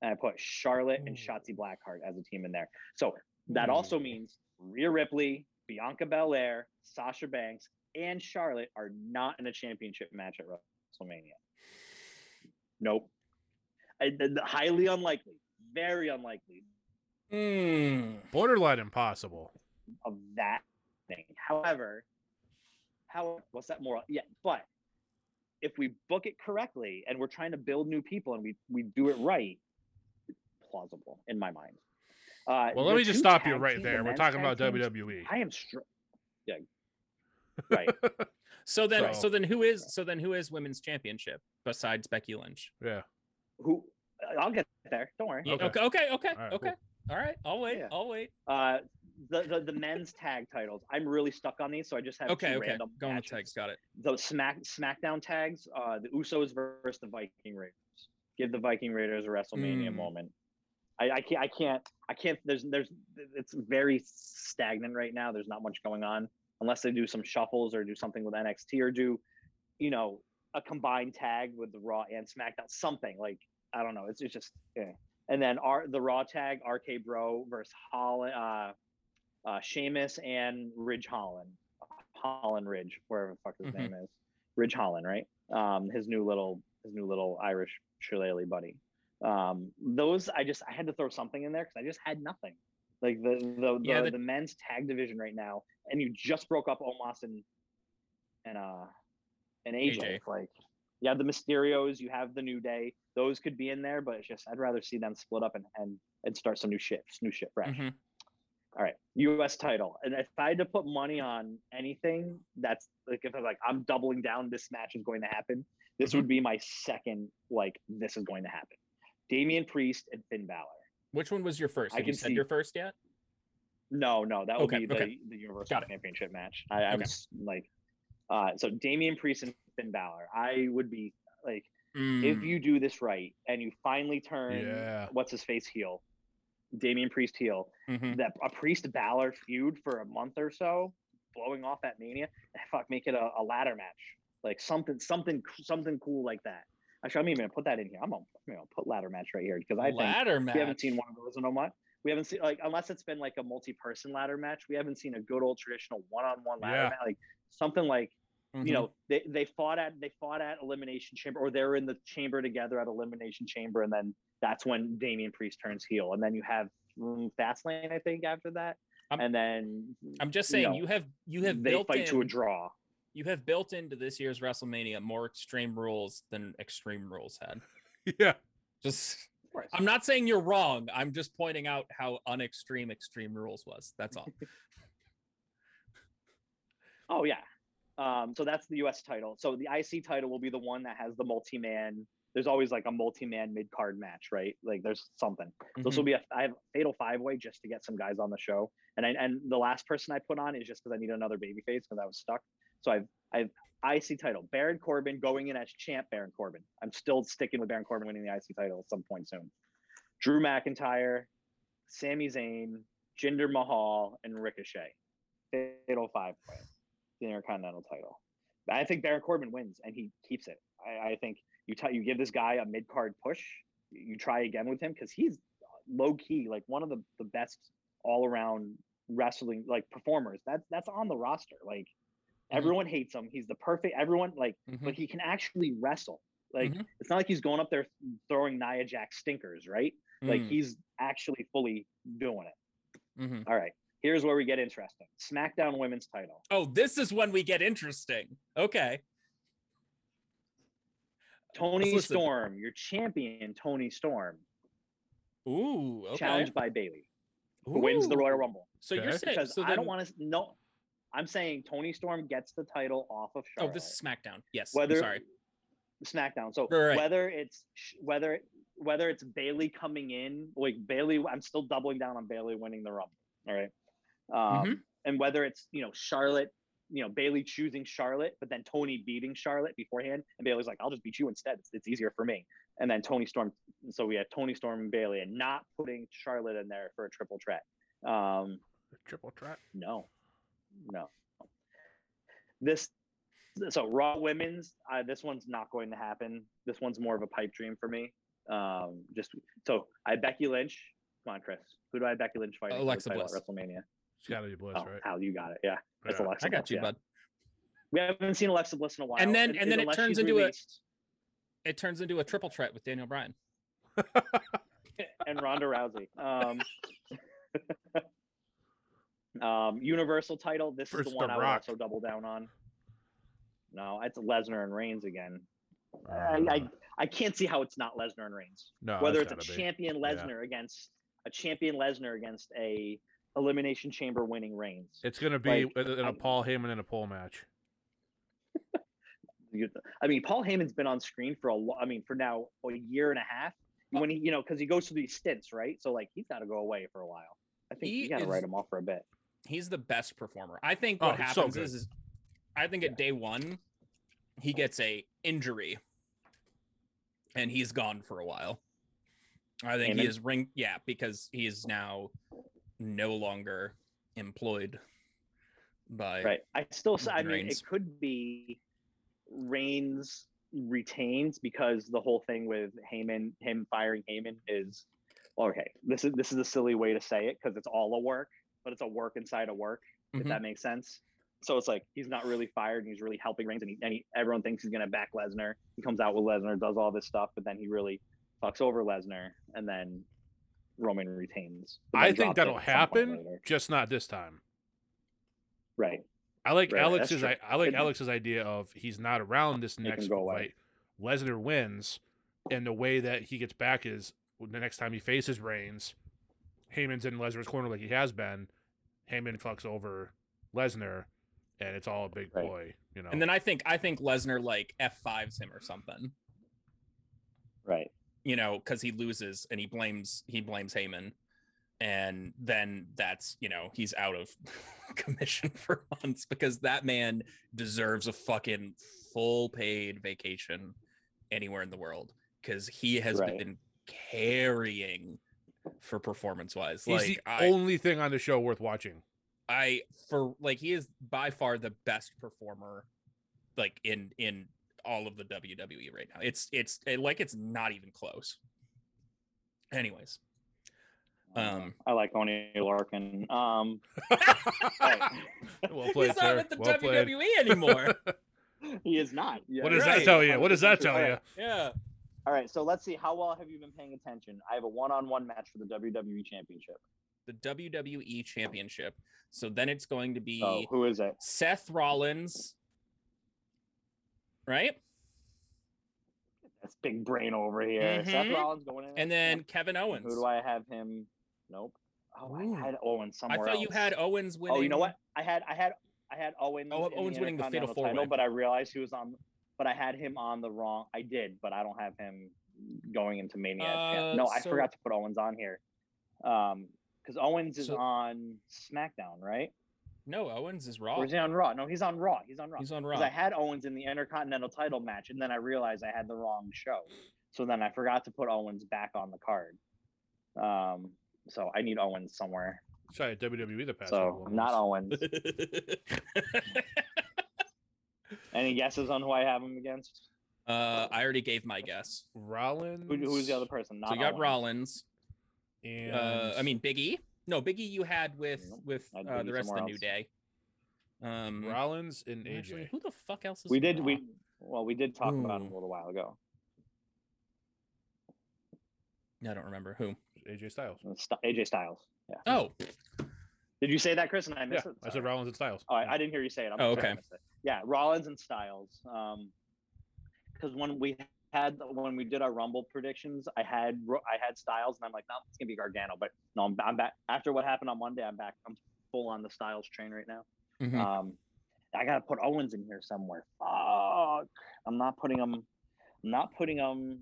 S2: and I put Charlotte and
S3: Ooh.
S2: Shotzi Blackheart as a team in there. So that
S3: Ooh.
S2: also means Rhea Ripley, Bianca Belair, Sasha Banks, and Charlotte are not in a championship match at WrestleMania. Nope. I, th- th- highly unlikely. Very unlikely
S3: Mm.
S1: borderline impossible.
S2: of that thing. However, how what's that moral? Yeah, but if we book it correctly and we're trying to build new people and we we do it right, plausible in my mind. Uh,
S1: Well, let
S2: the
S1: me just
S2: two
S1: stop you
S2: tag
S1: right
S2: team-
S1: there.
S2: the
S1: We're
S2: men's
S1: talking
S2: tag
S1: about E.
S2: teams,
S1: WWE.
S2: I am str- Yeah. Right.
S3: So then,
S1: So-
S3: so then, who is so then who is women's championship besides Becky Lynch?
S1: Yeah. <laughs>
S2: Who? I'll get there. Don't worry.
S3: Yeah,
S1: Okay.
S3: Okay, okay, okay,
S1: All right,
S3: okay. All right, I'll wait.
S2: Yeah.
S3: I'll wait.
S2: Uh, the, the the men's tag titles. I'm really stuck on these, so I just have
S3: Okay,
S2: two
S3: okay.
S2: random
S3: Going with
S2: matches.
S3: tags. Got it.
S2: the Smack SmackDown tags, uh, the Usos versus the Viking Raiders. Give the Viking Raiders a WrestleMania
S3: Mm.
S2: moment. I, I can't. I can't. I can't. There's. There's. It's very stagnant right now. There's not much going on unless they do some shuffles or do something with NXT or do, you know, a combined tag with the Raw and SmackDown. Something like I don't know. It's, it's just. eh. Yeah. And then our the Raw tag RK Bro versus Holland, uh, uh, Sheamus and Ridge Holland, Holland Ridge, wherever the fuck his
S3: Mhm.
S2: name is, Ridge Holland, right? Um, his new little his new little Irish shillelagh buddy. Um, those I just I had to throw something in there because I just had nothing. Like the the the,
S3: Yeah,
S2: the
S3: the-
S2: men's tag division right now, and you just broke up Omos and and uh and AJ.
S3: AJ.
S2: It's Like you have the Mysterios, you have the New Day. Those could be in there, but it's just I'd rather see them split up and and, and start some new shifts, new shit fresh.
S3: Mhm.
S2: All right, U.S. title. And if I had to put money on anything, that's like if I'm like I'm doubling down, this match is going to happen. This
S3: Mm-hmm.
S2: would be my second like this is going to happen. Damian Priest and Finn Balor.
S3: Which one was your first?
S2: I
S3: Have you
S2: can
S3: said
S2: see-
S3: your first yet?
S2: No, no, that would
S3: Okay,
S2: be the,
S3: okay.
S2: the Universal
S3: Got it.
S2: Championship match. I, I'm
S3: Okay.
S2: s- like, uh, so Damian Priest and Finn Balor. I would be like, if
S3: Mm.
S2: you do this right and you finally turn
S1: Yeah.
S2: what's his face heel, Damian Priest heel,
S3: Mhm.
S2: that a priest Balor feud for a month or so, blowing off at Mania. eh, Fuck, make it a, a ladder match, like something, something, something cool like that. Actually, I'm even gonna put that in here. I'm gonna, you know, put ladder match right here because I think
S3: ladder match.
S2: we haven't seen one of those in a month. We haven't seen like unless it's been like a multi-person ladder match. We haven't seen a good old traditional one-on-one ladder
S1: Yeah.
S2: match, like something like
S3: Mhm.
S2: you know they, they fought at they fought at elimination chamber or they're in the chamber together at elimination chamber and then that's when Damian Priest turns heel and then you have mm, Fastlane I think after that
S3: I'm-
S2: and then
S3: I'm just
S2: you
S3: saying
S2: know,
S3: you have you have
S2: they
S3: built
S2: fight
S3: in,
S2: to a draw.
S3: you have built into this year's WrestleMania more extreme rules than extreme rules had.
S1: Yeah.
S3: Just I'm not saying you're wrong. I'm just pointing out how unextreme extreme rules was. That's all.
S2: Oh yeah. Um, so that's the U.S. title. So the IC title will be the one that has the multi-man. There's always like a multi-man mid-card match, right? Like there's something. This will be a I have a fatal five-way just to get some guys on the show. And I and the last person I put on is just because I need another baby face because I was stuck. So I've I've IC title Baron Corbin going in as champ Baron Corbin. I'm still sticking with Baron Corbin winning the IC title at some point soon. Drew McIntyre, Sami Zayn, Jinder Mahal, and Ricochet. Fatal five way. the Intercontinental title. I think Baron Corbin wins and he keeps it. I, I think you t- you give this guy a mid card push. You try again with him because he's low key like one of the, the best all around wrestling like performers. That's that's on the roster. Like
S3: Mhm.
S2: everyone hates him. He's the perfect everyone like,
S3: Mhm.
S2: but he can actually wrestle. Like
S3: Mhm.
S2: it's not like he's going up there throwing Nia Jack stinkers, right? Like
S3: Mm,
S2: he's actually fully doing it.
S3: mhm.
S2: All right. Here's where we get interesting. SmackDown women's title.
S3: Oh, this is when we get interesting. Okay.
S2: Tony
S3: listen.
S2: Storm, your champion, Tony Storm,
S3: Ooh. Okay.
S2: challenged by Bailey, who wins the Royal
S3: Ooh.
S2: Rumble.
S3: So you're
S1: Okay.
S3: saying
S2: Because
S3: so
S2: I don't
S3: then-
S2: want to no. I'm saying Tony Storm gets the title off of
S3: Oh,
S2: Charlotte.
S3: this is SmackDown. Yes. I'm
S2: whether
S3: sorry.
S2: SmackDown. So
S3: Right, right.
S2: whether it's whether whether it's Bailey coming in, like Bailey, I'm still doubling down on Bailey winning the Rumble. All right, um,
S3: Mm-hmm.
S2: and whether it's you know Charlotte, you know Bailey choosing Charlotte, but then Tony beating Charlotte beforehand, and Bailey's like, I'll just beat you instead. It's, it's easier for me. And then Tony Storm. So we had Tony Storm and Bailey, and not putting Charlotte in there for a triple threat. Um,
S1: Triple threat.
S2: no, no. This so Raw Women's. Uh, this one's not going to happen. This one's more of a pipe dream for me. Um, just so I Becky Lynch. Come on, Chris. Who do I Becky Lynch fighting? for the
S3: Alexa
S2: title at
S3: Bliss.
S2: WrestleMania.
S1: It's got to be Bliss,
S2: Oh,
S1: right?
S2: Al, you got it. Yeah, it's
S1: Yeah.
S2: Alexa.
S3: I got
S2: Bliss,
S3: you,
S2: yeah.
S3: bud.
S2: We haven't seen Alexa Bliss in a while.
S3: And then- and then it
S2: unless
S3: turns
S2: she's
S3: into a-
S2: released
S3: It turns into a triple threat with Daniel Bryan.
S2: and Ronda Rousey. Um, <laughs> um, Universal title. This is
S1: Versus
S2: the
S1: The
S2: one I would
S1: Rock.
S2: also double down on. No, it's Lesnar and Reigns again. I,
S1: Uh,
S2: I I can't see how it's not Lesnar and Reigns.
S1: no,
S2: Whether it's
S1: it's
S2: a
S1: gotta be.
S2: champion
S1: Yeah.
S2: Lesnar against a champion Lesnar against a elimination chamber winning Reigns.
S1: It's gonna be
S2: like, um,
S1: in a- in a
S2: I'm-
S1: Paul Heyman and a pole match.
S2: you- I mean, Paul Heyman's been on screen for a lo- I mean, for now a year and a half. When he, you know, because he goes through these stints, right? So like, he's got to go away for a while. I think
S3: He
S2: you got to
S3: is-
S2: write him off for a bit.
S3: He's the best performer. I think
S1: Oh,
S3: what
S1: he's so
S3: happens
S1: good.
S3: is, is I think at day one, he gets a injury and he's gone for a while. I think
S2: Heyman?
S3: he is ring yeah, because he is now no longer employed by
S2: Right. I still, s- I
S3: Roman
S2: mean,
S3: Reigns.
S2: it could be Reigns retains because the whole thing with Heyman, him firing Heyman is okay. This is this is a silly way to say it because it's all a work, but it's a work inside a work. If
S1: Mm-hmm.
S3: Mhm.
S2: that makes sense. So it's like he's not really fired, and he's really helping Reigns, and, he, and he, everyone thinks he's gonna back Lesnar. He comes out with Lesnar, does all this stuff, but then he really fucks over Lesnar, and then Roman retains. but
S1: I
S2: then
S1: think
S2: drops it
S1: that'll
S2: at some point
S1: happen,
S2: later.
S1: just not this time.
S2: Right.
S1: I like
S2: Right, that's
S1: Alex's.
S2: true.
S1: I, I like
S2: Could-
S1: Alex's idea of he's not around this
S2: can
S1: next
S2: go away.
S1: fight. Lesnar wins, and the way that he gets back is the next time he faces Reigns, Heyman's in Lesnar's corner like he has been. Heyman fucks over Lesnar, and it's all a big
S2: Right.
S1: ploy, you know.
S3: And then I think I think Lesnar like F5s him or something.
S2: Right.
S3: you know, because he loses and he blames he blames Heyman, and then that's you know he's out of <laughs> commission <laughs> for months because that man deserves a fucking full paid vacation anywhere in the world because he has
S2: Right.
S3: been carrying for performance wise.
S1: he's
S3: Like
S1: the
S3: I,
S1: only thing on the show worth watching.
S3: I for like he is by far the best performer like in in all of the WWE right now. It's it's it, like it's not even close. Anyways, um
S2: I like Oni Larkin.
S3: <laughs>
S2: Um, oh,
S1: <laughs> well played,
S3: <laughs> he's not
S1: sir.
S3: at the E.
S1: well played.
S3: WWE
S1: <laughs>
S3: anymore.
S2: he is not. Yeah,
S1: What does
S3: Right.
S1: that tell you? What does that tell you?
S3: yeah.
S2: All right, so let's see. How well have you been paying attention? I have a one-on-one match for the WWE Championship.
S3: The WWE championship. So then it's going to be
S2: So who is it?
S3: Seth Rollins. Right?
S2: That's big brain over here. Seth
S3: Mhm.
S2: Rollins going in.
S3: And then Kevin Owens.
S2: who do I have him? Nope. Oh,
S3: Ooh.
S2: I had Owen
S3: I
S2: somewhere.
S3: thought you
S2: else.
S3: had Owens winning.
S2: Oh, you know what? I had I had I had Owens.
S3: Oh,
S2: in
S3: Owens winning the Fatal
S2: Intercontinental title,
S3: Four-Way.
S2: but I realized he was on. But I had him on the wrong. I did, but I don't have him going into Mania. Yeah,
S3: Uh,
S2: no, I
S3: so-
S2: forgot to put Owens on here. Um, because Owens is
S3: So-
S2: on SmackDown, right?
S3: No, Owens is
S2: Or
S3: Raw.
S2: is he on Raw? No, he's on Raw. He's on Raw.
S3: He's on Raw.
S2: Because I had Owens in the Intercontinental title match, and then I realized I had the wrong show. So then I forgot to put Owens back on the card. Um, so I need Owens somewhere.
S1: Sorry, WWE the past.
S2: so not
S3: <laughs>
S2: Owens. <laughs> Any guesses on who I have him against?
S3: uh, I already gave my guess.
S1: Rollins.
S2: Who, who's the other person? Not
S3: so you got
S2: Owens.
S3: Rollins.
S1: And
S3: Uh, I mean Biggie. No, Biggie you had with
S2: Nope,
S3: with
S2: I had
S3: uh, the
S2: Biggie
S3: rest of the
S2: somewhere
S3: New
S2: else.
S3: Day. Um,
S1: Rollins and AJ.
S3: actually, who the fuck else is
S2: We
S3: on
S2: did.
S3: Raw?
S2: We well, we did talk about him
S3: Ooh.
S2: a little while ago.
S3: I don't remember who.
S1: AJ Styles.
S2: It's Uh, St- AJ Styles. Yeah.
S3: Oh,
S2: Did you say that, Chris? And I
S1: Yeah,
S2: missed it.
S1: I said
S2: Sorry.
S1: Rollins and Styles.
S2: Oh, I, I didn't hear you say it. I'm
S3: Oh,
S2: sorry, I
S3: okay.
S2: missed it. Yeah, Rollins and Styles. Um, because when we had when we did our Rumble predictions, I had Ro- I had Styles, and I'm like, no, it's gonna be Gargano. But no, I'm, I'm back after what happened on Monday. I'm back. I'm full on the Styles train right now.
S3: mhm.
S2: Um, I gotta put Owens in here somewhere. Fuck, I'm not putting him. I'm not putting him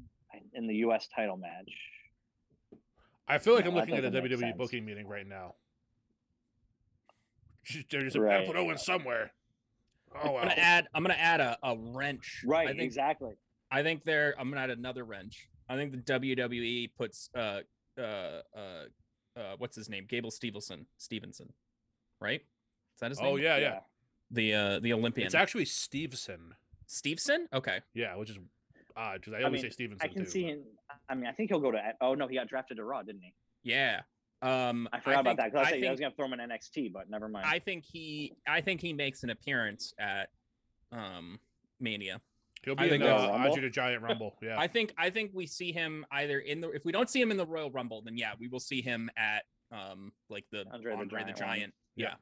S2: in the U.S. title match.
S1: I feel like I'm
S2: No, I
S1: looking at
S2: think
S1: a
S2: it makes
S1: WWE
S2: sense.
S1: booking meeting right now. Just- They're just like, gotta
S2: Right.
S1: put Owens somewhere. Oh
S3: I'm
S1: well.
S3: gonna add. I'm gonna add a, a wrench.
S2: Right,
S3: I think.
S2: exactly.
S3: I think they're. I'm gonna add another wrench. I think the WWE puts uh uh uh, uh what's his name? Gable Stevenson. Stevenson, right? Is that his name?
S1: oh yeah, yeah.
S3: The uh the Olympian.
S1: It's actually Stevenson.
S3: Stevenson. Okay.
S1: Yeah, which is odd because I always
S2: mean,
S1: say Stevenson
S2: I can
S1: too.
S2: see
S1: but-
S2: him. I mean, I think he'll go to. Oh no, he got drafted to Raw, didn't he?
S3: Yeah. Um.
S2: I forgot about
S3: think-
S2: that because I,
S3: I
S2: said- I was
S3: think
S2: gonna throw him in NXT, but never mind.
S3: I think he I think he makes an appearance at um Mania.
S1: He'll
S3: I
S1: be in
S3: think
S1: uh,
S2: that's- Rumble?
S1: Andre the Giant Rumble. Yeah,
S3: <laughs> I think I think we see him either in the if we don't see him in the Royal Rumble, then yeah, we will see him at um like the Andre the Giant.
S2: one.
S3: Yeah.
S1: Yeah.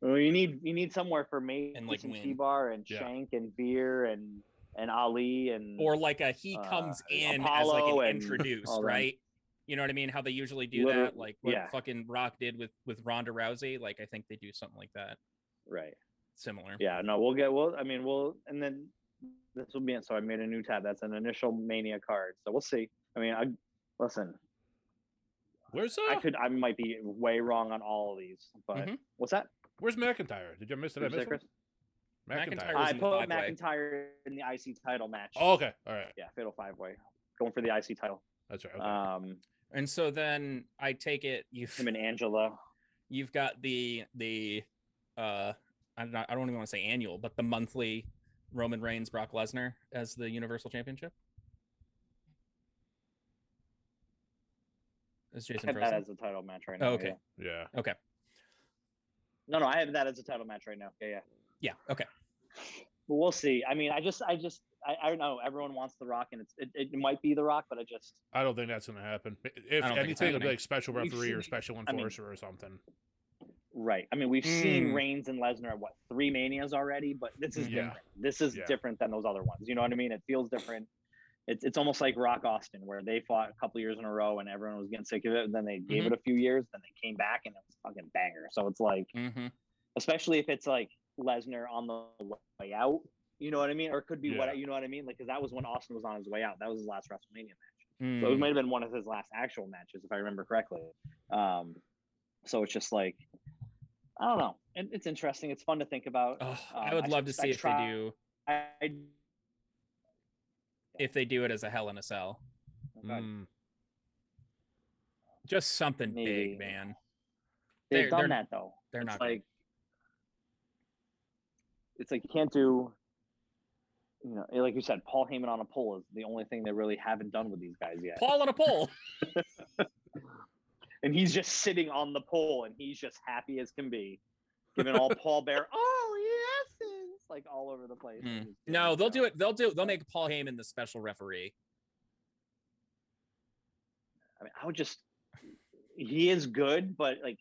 S2: Well, you need you need somewhere for me
S3: And, like, win.
S2: T-Bar and
S1: Yeah.
S2: Shank and Beer and and Ali and
S3: Or like a he
S2: Uh,
S3: comes in as like
S2: Apollo
S3: an
S2: and
S3: introduced,
S2: all them.
S3: right? You know what I mean? How they usually do
S2: Literally-
S3: that, like what
S2: yeah.
S3: fucking Rock did with with Ronda Rousey. Like I think they do something like that,
S2: right.
S3: similar.
S2: Yeah, no, we'll get. We'll. I mean, we'll. And then this will be it. So I made a new tab. That's an initial Mania card. So we'll see. I mean, I listen.
S1: where's
S2: I
S1: uh,
S2: could. I might be way wrong on all of these, but
S3: Mhm.
S2: what's that?
S1: where's McIntyre? Did you miss it?
S2: Did you say, Chris?
S1: McIntyre.
S3: McIntyre was
S2: I
S3: in the
S2: put
S3: five-way.
S2: McIntyre in the IC title match.
S1: Oh, okay, all right,
S2: yeah, fatal five way, going for the IC title.
S1: that's right. Okay.
S2: Um,
S3: And so then I take it you've
S2: him and Angela.
S3: you've got the the uh I don't, I don't even want to say annual, but the monthly Roman Reigns Brock Lesnar as the Universal Championship. Is
S2: I
S3: Jason
S2: have that
S3: frozen?
S2: as the title match right
S3: Oh,
S2: now.
S3: okay.
S2: yeah.
S1: yeah,
S3: Okay.
S2: No, no, I have that as a title match right now. Yeah, yeah.
S3: Yeah. Okay.
S2: But we'll see. I mean, I just, I just, I, I don't know. Everyone wants The Rock, and it's, it, it might be The Rock, but I just,
S1: I don't think that's gonna happen. If
S3: I don't think it's
S1: anything, it'll be
S3: happening.
S1: like special
S2: We've
S1: referee or
S2: seen-
S1: special
S2: mean-
S1: enforcer or something.
S2: right. I mean, we've seen
S3: Mm.
S2: Reigns and Lesnar at what three Manias already, but this is
S1: Yeah.
S2: different. This is
S1: Yeah.
S2: different than those other ones. You know what I mean? It feels different. It's, it's almost like Rock Austin, where they fought a couple years in a row, and everyone was getting sick of it. And then they gave
S1: Mm-hmm.
S2: it a few years, then they came back, and it was a fucking banger. So it's like.
S3: Mm-hmm.
S2: especially if it's like Lesnar on the way out. You know what I mean? Or it could be
S1: Yeah.
S2: what you know what I mean? Like, because that was when Austin was on his way out. That was his last WrestleMania match. So
S3: mm. Hmm.
S2: it might have been one of his last actual matches, if I remember correctly. Um, so it's just like, I don't know. It, it's interesting. It's fun to think about.
S3: I
S2: Um,
S3: would
S2: I
S3: love to
S2: s- I
S3: see if
S2: try-
S3: they do
S2: I, I-
S3: if they do it as a Hell in a Cell.
S2: oh God,
S3: Hmm.
S1: Mm.
S3: Just something
S2: Maybe.
S3: big, man.
S2: they've
S3: they're-
S2: done
S3: they're-
S2: that though.
S3: They're
S2: it's
S3: not gonna-
S2: like it's like you can't do you know like you said paul heyman on a pole is the only thing they really haven't done with these guys yet
S3: Paul on a
S2: <laughs>
S3: pole.
S2: and he's just sitting on the pole and he's just happy as can be giving
S3: <laughs>
S2: all paul bear oh yes it's like all over the place
S3: Mm. <laughs> No, they'll do it. They'll do. They'll make Paul Heyman the special referee.
S2: i mean i would just he is good but like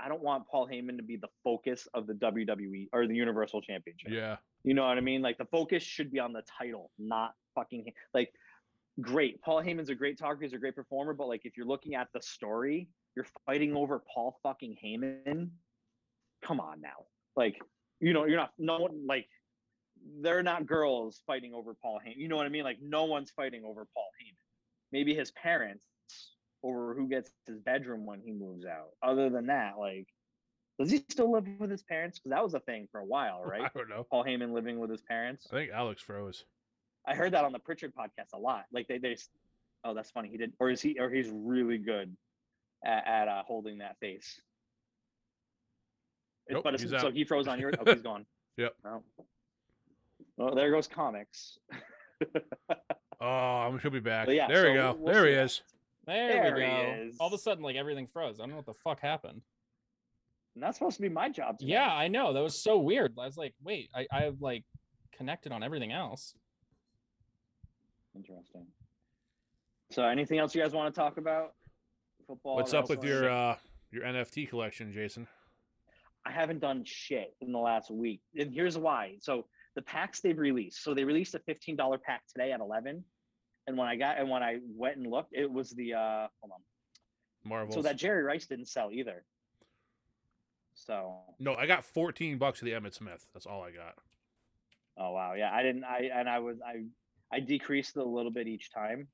S2: i don't want paul heyman to be the focus of the wwe or the universal championship
S1: Yeah,
S2: You know what I mean? Like the focus should be on the title, not fucking like great. Paul Heyman's a great talker, he's a great performer, but like if you're looking at the story, you're fighting over Paul fucking Heyman. Come on now. Like, you know, you're not no one like they're not girls fighting over Paul Heyman. You know what I mean? Like no one's fighting over Paul Heyman. Maybe his parents over who gets his bedroom when he moves out. Other than that, like does he still live with his parents? Because that was a thing for a while, right?
S1: <laughs> I don't know.
S2: Paul Heyman living with his parents.
S1: I think Alex froze.
S2: I heard that on the Pritchard podcast a lot. Like they, they s- oh, that's funny. He did, or is he, or he's really good at, at uh, holding that face. It-
S1: Nope,
S2: but it's,
S1: he's
S2: so
S1: out.
S2: he froze on yours.
S1: <laughs>
S2: Oh, he's gone.
S1: Yep.
S2: Oh. Well, there goes comics.
S1: Oh, I'm he'll be back.
S2: But yeah,
S1: there we
S2: so
S1: go.
S2: we'll- we'll
S1: there he
S2: see.
S1: is.
S3: There,
S2: There he
S3: we go.
S2: is.
S3: All of a sudden, like everything froze. I don't know what the fuck happened.
S2: And that's supposed to be my job. today.
S3: Yeah, I know. That was so weird. I was like, wait, I, I like connected on everything else.
S2: Interesting. So, anything else you guys want to talk about? Football.
S1: What's up with
S2: wrestling?
S1: your uh your NFT collection, Jason?
S2: I haven't done shit in the last week. And here's why. So the packs they've released. So they released a $15 pack today at 11. And when I got and when I went and looked, it was the uh hold on.
S1: Marvels.
S2: So that Jerry Rice didn't sell either. So
S1: No, I got 14 bucks of the Emmett Smith. That's all I got.
S2: oh wow. Yeah, I didn't I and I was I I decreased it a little bit each time.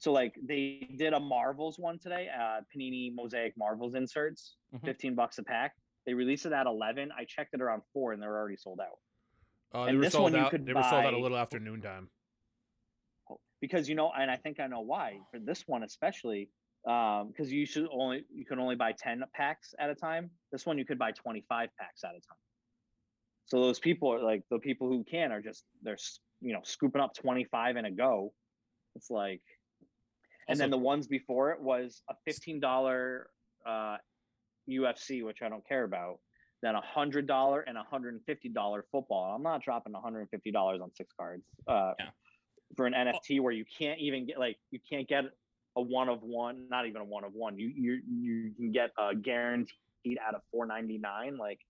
S2: So like they did a Marvels one today, uh Panini Mosaic Marvels inserts,
S3: Mhm.
S2: 15 bucks a pack. They released it at 11. I checked it around 4 and they were already sold out.
S1: Uh, they
S2: And
S1: were
S2: this
S1: sold
S2: one you
S1: out.
S2: could
S1: They were sold out a
S2: buy-
S1: little after noontime.
S2: because you know, and I think I know why for this one especially, because you should only you can only buy ten packs at a time. This one you could buy twenty five packs at a time. So those people are like the people who can are just they're s- you know scooping up twenty five in a go. It's like, and then the
S3: Also-
S2: ones before it was a fifteen dollar uh, UFC, which I don't care about. Then a hundred dollar and a hundred and fifty dollar football. I'm not dropping one hundred and fifty dollars on six cards. Uh,
S3: Yeah.
S2: For an NFT where you can't even get like you can't get a one of one, not even a one of one. You you you can get a guaranteed out of four ninety nine. Like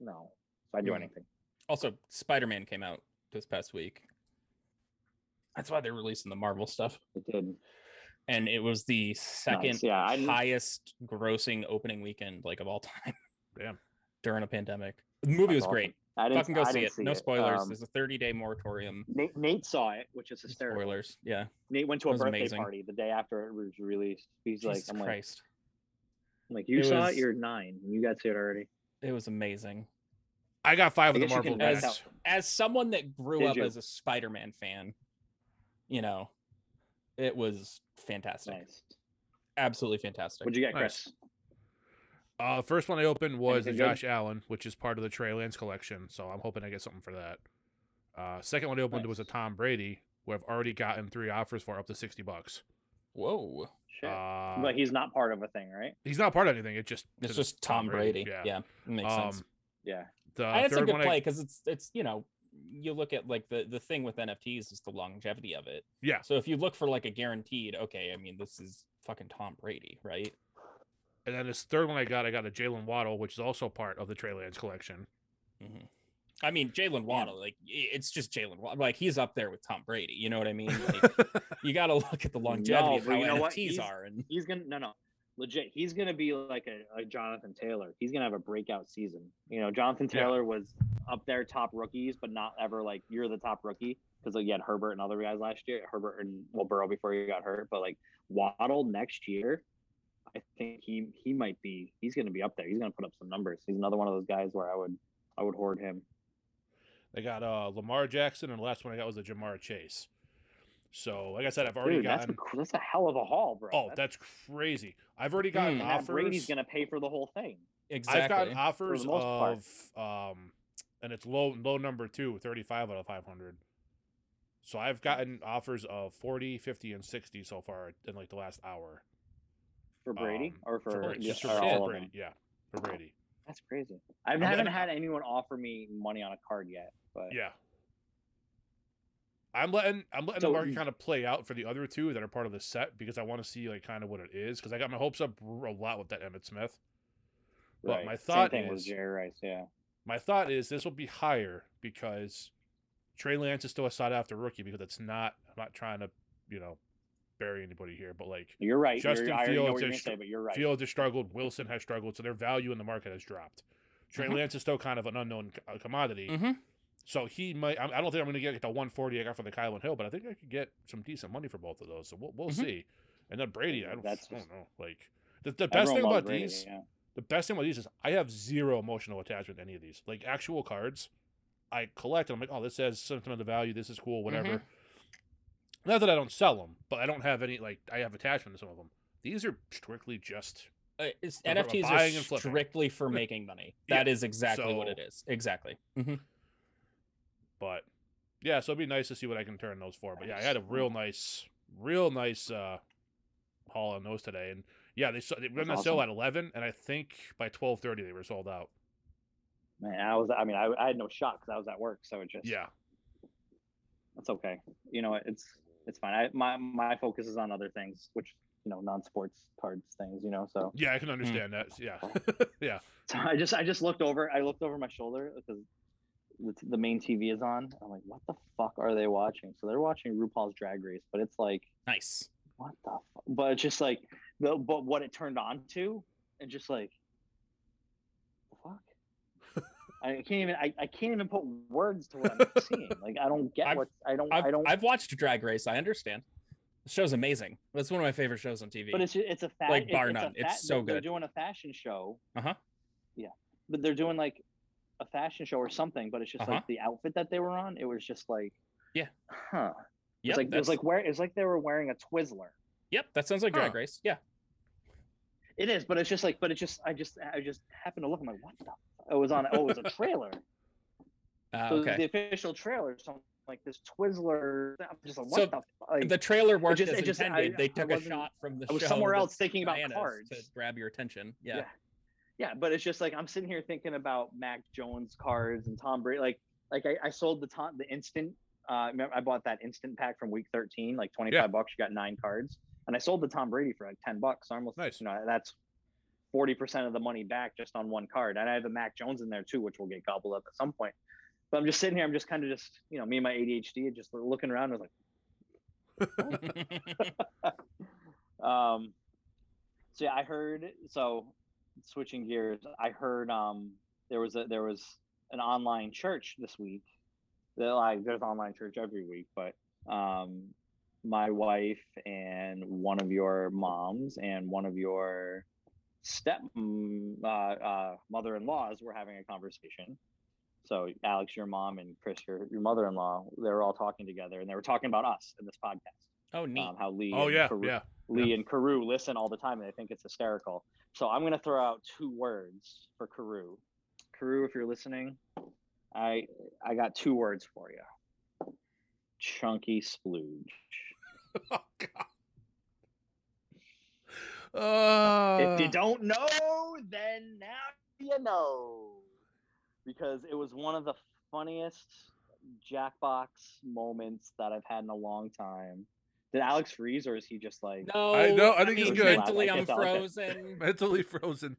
S2: no, if I do
S3: Mm.
S2: anything.
S3: Also, Spider Man came out this past week. That's why they're releasing the Marvel stuff.
S2: It did.
S3: And it was the second
S2: Yeah, I didn't-
S3: highest grossing opening weekend like of all <laughs> time.
S1: Damn.
S3: During a pandemic. The movie
S2: That's
S3: was
S2: awesome.
S3: great.
S2: I didn't
S3: Fucking go
S2: I
S3: see
S2: didn't
S3: it. No spoilers.
S2: Um,
S3: There's a 30 day moratorium.
S2: Nate, Nate saw it, which is hysterical.
S3: Spoilers. Yeah.
S2: Nate went to
S3: It
S2: a
S3: was
S2: birthday
S3: amazing.
S2: party the day after it was released. He's
S3: Jesus
S2: like, I'm like,
S3: Christ.
S2: I'm like, you
S3: It
S2: saw
S3: was-
S2: it. You're nine, and you got to it already.
S3: It was amazing.
S1: I got five
S2: I
S1: of the
S2: guess you
S1: Marvel
S2: can pass
S1: packs.
S2: out.
S3: as someone that grew
S2: Did
S3: up
S2: you?
S3: as a Spider-Man fan, you know, it was fantastic.
S2: Nice.
S3: Absolutely fantastic.
S2: What'd you get,
S1: Nice.
S2: Chris?
S1: Uh, first one I opened was the
S2: Anything good?
S1: Josh Allen, which is part of the Trey Lance collection. So I'm hoping I get something for that. Uh, second one I opened
S2: Nice.
S1: was a Tom Brady, who I've already gotten three offers for up to 60 bucks.
S3: Whoa.
S2: Shit.
S1: Uh,
S2: but he's not part of a thing, right?
S1: he's not part of anything. It just
S3: It's just Tom Brady. Yeah. it makes sense.
S1: Um,
S2: Yeah.
S1: The
S3: I and it's a
S1: third
S3: good
S1: one I
S3: play because it's it's you know, you look at like the the thing with NFTs is the longevity of it.
S1: yeah
S3: So if you look for like a guaranteed, okay, I mean this is fucking Tom Brady, right?
S1: And then this third one I got, I got a Jalen Waddle, which is also part of the Trey Lance
S3: <laughs>
S1: collection.
S3: hmm
S1: Mm-hmm.
S3: I mean Jalen Waddle, like i- it's just Jalen Waddle, like he's up there with Tom Brady. You know what I mean?
S2: <laughs>
S3: Like, you got to look at the longevity of
S2: but
S3: how
S2: you know what?
S3: NFTs
S2: He's-
S3: are, and
S2: He's gonna no no legit. He's gonna be like a, a Jonathan Taylor. He's gonna have a breakout season. You know, Jonathan
S1: Yeah.
S2: Taylor was up there top rookies, but not ever like you're the top rookie because like you had Herbert and other guys last year. Herbert and well Burrow before he got hurt, but like Waddle next year, I think he he might be he's gonna be up there. He's gonna put up some numbers. He's another one of those guys where I would I would hoard him.
S1: I got uh, Lamar Jackson, and the last one I got was a Jamar Chase. So, like I said, I've already
S2: Dude, that's a,
S1: gotten.
S2: that's a hell of a haul, bro.
S1: oh, that's crazy! I've already gotten
S3: Mm.
S2: and
S1: offers.
S2: Hmm, that Brady's gonna pay for the whole thing.
S3: exactly.
S1: I've gotten offers
S2: the most part.
S1: of um, and it's low low number two, 35 out of five hundred. So I've gotten offers of 40, 50, and 60 so far in like the last hour.
S2: For Brady
S1: Um,
S2: or for,
S1: Brady,
S2: yeah,
S1: just for,
S2: or
S1: for
S2: all of
S1: Brady,
S2: them?
S1: yeah, for Brady,
S2: That's crazy. I haven't
S1: gonna-
S2: had anyone offer me money on a card yet, but
S1: yeah. I'm letting I'm letting
S2: So
S1: the market
S2: you-
S1: kind of play out for the other two that are part of the set because I want to see like kind of what it is because I got my hopes up r- a lot with that Emmett Smith. But
S2: right.
S1: my
S2: Same
S1: thought
S2: thing with
S1: is-
S2: Jerry Rice, yeah.
S1: My thought is this will be higher because Trey Lance is still a sought after rookie because it's not I'm not trying to you know bury anybody here, but like
S2: You're right.
S1: Justin
S2: you're, I already know
S1: Fields
S2: what you're gonna
S1: is-
S2: say, but you're right.
S1: Fields has struggled, Wilson has struggled, so their value in the market has dropped. Trey
S2: Mm-hmm.
S3: Mhm.
S1: Lance is still kind of an unknown c- uh, commodity.
S3: Mhm.
S1: So he might. I I don't think I'm going to get the 140 I got for the Kylan Hill, but I think I could get some decent money for both of those. So we'll, we'll
S3: Mhm.
S1: see. And then Brady, I don't,
S2: Mm-hmm. That's
S1: I
S2: just-
S1: don't know. Like the, the best
S2: Everyone
S1: thing
S2: loves
S1: about
S2: Brady,
S1: these,
S2: yeah.
S1: the best thing about these is I have zero emotional attachment to any of these. Like actual cards, I collect. And I'm like, oh, this has sentimental value. This is cool. Whatever.
S3: Mhm.
S2: Mm-hmm.
S1: Not that I don't sell them, but I don't have any like I have attachment to some of them. These are strictly just
S3: uh, it's,
S1: They're talking
S3: NFTs
S1: about buying
S3: are
S1: and flipping.
S3: strictly for making money.
S1: Yeah,
S3: That is exactly what it
S1: so- Mm-hmm.
S3: is. Exactly. Mhm.
S1: But yeah, so it'd be nice to see what I can turn those for. But yeah, I had a real nice, real nice uh, haul on those today. And yeah, they s- they went on
S2: That's
S1: sale
S2: awesome.
S1: at eleven, and I think by twelve thirty they were sold out.
S2: Man, I was. I mean, I, I had no shot because I was at work, so it just.
S1: Yeah,
S2: That's okay. You know, it's it's fine. I my my focus is on other things, which you know, non-sports cards things. You know, so
S1: yeah, I can understand that. Yeah, <laughs> yeah,
S2: so I just I just looked over. I looked over my shoulder because the, t- the main TV is on. I'm like, what the fuck are they watching? So they're watching RuPaul's Drag Race, but it's like
S3: Nice.
S2: what the fu- but it's just like the but what it turned on to and just like the fuck
S3: <laughs>
S2: i can't even I, I can't even put words to what i'm
S3: <laughs>
S2: seeing like i don't get
S3: I've-
S2: what i don't
S3: I've,
S2: i don't
S3: I've watched Drag Race. I understand. The show's amazing. That's one of my favorite shows on TV.
S2: but it's ju- it's a fa-
S3: like,
S2: it-
S3: bar
S2: it's, a
S3: none. It's
S2: fa-
S3: so
S2: they're- they're
S3: good.
S2: doing a fashion show
S3: Uh-huh.
S2: yeah but they're doing like a fashion show or something but it's just
S3: Uh-huh.
S2: like the outfit that they were on it was just like
S3: Yeah.
S2: huh
S3: yep,
S2: it's like it was
S3: that's-
S2: like where it's like they were wearing a twizzler
S3: yep, that sounds like Drag
S1: Huh.
S3: Race. Yeah.
S2: It is, but it's just like, but it's just, I just, I just happened to look. I'm like, what the? f-" It was on. Oh, it was a
S3: <laughs>
S2: trailer.
S3: Uh,
S2: so it was
S3: okay.
S2: the official trailer. So I'm like this Twizzler. I'm just like, what
S3: So
S2: the? f-" Like,
S3: the trailer worked
S2: just-
S3: as
S2: it just- I-
S3: intended. they
S2: I
S3: took a
S2: wasn't-
S3: shot from the
S2: I was
S3: show
S2: somewhere
S3: that's
S2: else thinking about
S3: bananas
S2: cards.
S3: to grab your attention. Yeah.
S2: Yeah. yeah, but it's just like I'm sitting here thinking about Mac Jones cards and Tom Brady. Like, like I, I sold the Tom the instant. Uh, remember I bought that instant pack from week 13, like 25
S1: Yeah.
S2: bucks. You got nine cards, and I sold the Tom Brady for like 10 bucks. So I almost,
S1: Nice.
S2: you know, that's 40 percent of the money back just on one card. And I have a Mac Jones in there too, which will get gobbled up at some point. But I'm just sitting here. I'm just kind of just, you know, me and my ADHD, just looking around. I was like. Um, so yeah, I heard. So switching gears, I heard um there was a there was an online church this week. That like there's online church every week, but um, my wife and one of your moms and one of your step mm, uh, uh, mother-in-laws were having a conversation. So Alex, your mom, and Chris, your, your mother-in-law, they were all talking together, and they were talking about us in this podcast.
S3: <laughs> oh, neat.
S2: Um, how Lee,
S1: oh
S2: and
S1: yeah,
S2: Farouk-
S1: yeah. <laughs>
S2: Lee and Carew listen all the time and they think it's hysterical. So I'm going to throw out two words for Carew. Carew, if you're listening, I I got two words for you. Chunky splooge.
S1: Oh god. Uh,
S2: if you don't know, then now you know. Because it was one of the funniest Jackbox moments that I've had in a long time. Did Alex freeze or is he just like
S3: no,
S1: I know, I think
S2: it's
S3: mean,
S2: good.
S3: Mentally,
S2: Like,
S3: I'm
S2: it's all good. <sighs>
S3: frozen.
S1: mentally frozen.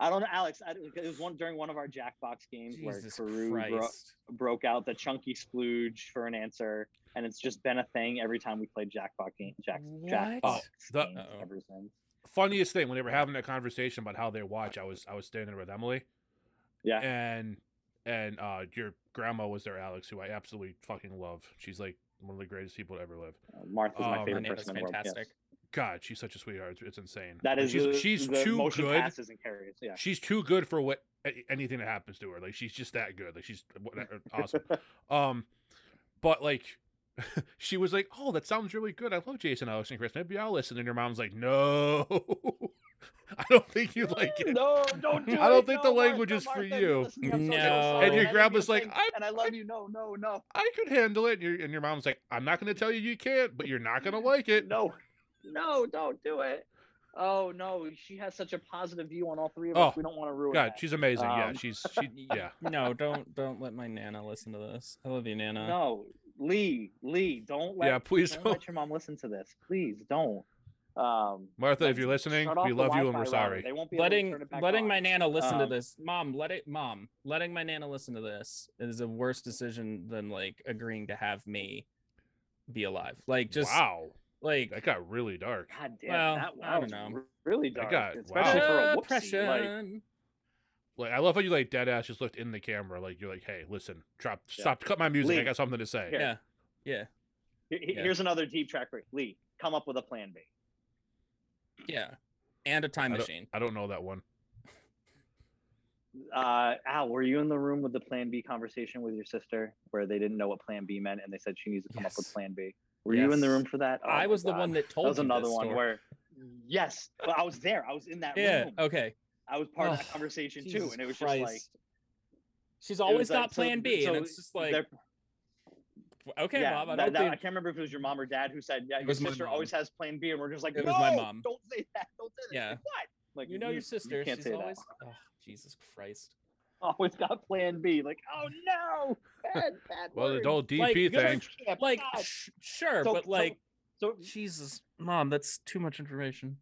S2: I don't know, Alex. I, it was one during one of our Jackbox games
S3: Jesus
S2: where Carew bro-
S3: Christ.
S2: broke out the chunky splooge for an answer, and it's just been a thing every time we played Jackbox game, Jack,
S3: What?
S2: Jackbox
S1: Oh, The-
S2: games
S3: Uh-oh.
S2: ever since.
S1: Funniest thing when they were having that conversation about how they watch, I was I was standing there with Emily.
S2: Yeah.
S1: And and uh your grandma was there, Alex, who I absolutely fucking love. She's like one of the greatest people to ever live.
S2: Uh, Martha's
S1: Oh,
S2: my
S1: my
S2: favorite
S3: name
S2: person
S3: is
S2: in the world. yes.
S3: fantastic.
S1: God, she's such a sweetheart. It's, it's insane.
S2: That
S1: Like,
S2: is
S1: she's
S2: the,
S1: she's
S2: the
S1: too
S2: motion
S1: good.
S2: passes and carries. Yeah.
S1: She's too good for what a- anything that happens to her. Like she's just that good. Like she's what- <laughs>
S2: <laughs>
S1: awesome. Um, but like, <laughs> she was like, "Oh, that sounds really good. I love Jason, Alex, and Chris. Maybe I'll listen." And your mom's like, "No, <laughs> I don't think you like it."
S2: No, don't do
S1: <laughs> I don't
S2: it,
S1: think
S2: no,
S1: the language
S2: Martha,
S1: is for
S2: Martha,
S1: you.
S2: listen, I'm so- I'm so
S3: No.
S2: sorry,
S3: And your
S2: I love
S1: grandma's
S2: you,
S1: like,
S2: thank-
S1: "I-
S2: and I love you. No,
S1: <laughs>
S2: no, no,
S1: I could handle it. And your, and your mom's like, "I'm not going to tell you you can't, but you're not going to like it."
S2: no, no, don't do it." Oh no, she has such a positive view on all three of us.
S1: Oh,
S2: We don't want to ruin
S1: God,
S2: that.
S1: she's amazing. yeah,
S2: Um, <laughs>
S1: she's she. Yeah,
S3: No, don't don't let my nana listen to this. I love you, nana.
S2: No, Lee, Lee, don't let
S1: yeah. Please
S2: don't,
S1: don't,
S2: let your mom listen to this. Please don't. Um,
S1: Martha. If
S2: let's
S1: you're listening,
S2: shut off
S1: we
S2: the
S1: love you and
S2: Wi-Fi
S1: we're
S2: router.
S1: sorry.
S2: They won't be able to
S3: letting
S2: turn it back
S3: letting
S2: on.
S3: my nana listen to
S2: Um,
S3: this mom let it mom letting my nana listen to this is a worse decision than like agreeing to have me be alive like just
S1: wow,
S3: like
S1: that got really dark.
S2: God damn,
S3: well,
S2: that
S3: I don't
S2: was
S3: know.
S2: really
S1: That
S2: dark,
S1: got-
S2: especially
S1: wow.
S2: for
S3: uh,
S2: a whoopsie. Like,
S3: oppression
S1: Like I love how you like dead ass just looked in the camera. Like you're like, hey, listen, drop,
S2: Yeah.
S1: stop, cut my music. I
S2: Leave.
S1: got something to say.
S2: Here.
S3: yeah yeah
S2: he- he-
S3: Yeah.
S2: here's another deep track for you. Lee. Come up with a plan B.
S3: yeah and a time machine
S1: I don't know that one.
S2: Uh, Al, were you in the room with the plan B conversation with your sister, where they didn't know what plan B meant, and they said she needs to come up
S3: Yes.
S2: with plan B? Were you in the
S3: Yes.
S2: room for that? Oh
S3: i
S2: my
S3: was the
S2: God.
S3: one that
S2: That
S3: told
S2: was
S3: you
S2: another
S3: this
S2: one
S3: story.
S2: where yes, well, I was there. I was in that
S3: yeah.
S2: room.
S3: Okay.
S2: I was part of that
S3: Ugh,
S2: conversation too,
S3: Jesus
S2: and it was
S3: Christ.
S2: just like
S3: she's always
S2: like,
S3: got
S2: so-
S3: Plan B,
S2: so
S3: and it's just like
S2: they're-
S3: okay,
S2: yeah,
S3: Bob. I
S2: that-
S3: don't
S2: that-
S3: think
S2: I can't remember if it was your mom or dad who said, "Yeah,
S3: It
S2: your
S3: was my
S2: sister
S3: mom.
S2: always has Plan B," and we're just like,
S3: It was my
S2: "No,
S3: mom."
S2: Don't say that. Don't say that.
S3: Yeah.
S2: What? Like
S3: you know your sister.
S2: You can't
S3: she's
S2: say
S3: always. Oh, Jesus Christ.
S2: that. <laughs> Always got Plan B. Like, oh no, bad, bad.
S1: Well, the
S2: word.
S1: whole DP
S3: Like, good
S1: thing.
S2: Church camp,
S3: Like,
S2: God.
S3: sh- sure,
S2: So-
S3: but
S2: so-
S3: like,
S2: so
S3: Jesus, mom, that's too much information.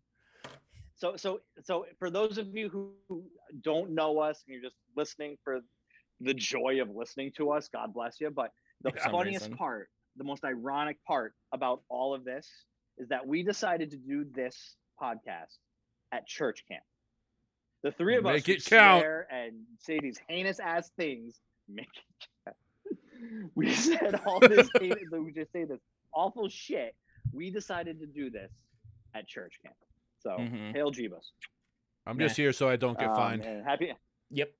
S2: so so so for those of you who who don't know us and you're just listening for the joy of listening to us god bless you but the
S3: For some
S2: funniest
S3: reason.
S2: part the most ironic part about all of this is that we decided to do this podcast at church camp the three of us
S1: Make
S2: who
S1: it count.
S2: swear and say these heinous ass things <laughs> make it count. we <laughs> said all this
S1: <laughs>
S2: hate, we just say this awful shit we decided to do this at church camp
S1: Oh.
S2: so
S3: Mhm.
S2: Hail Jeebus.
S1: I'm just here so I don't get
S2: Um,
S1: fined.
S2: and happy
S3: Yep.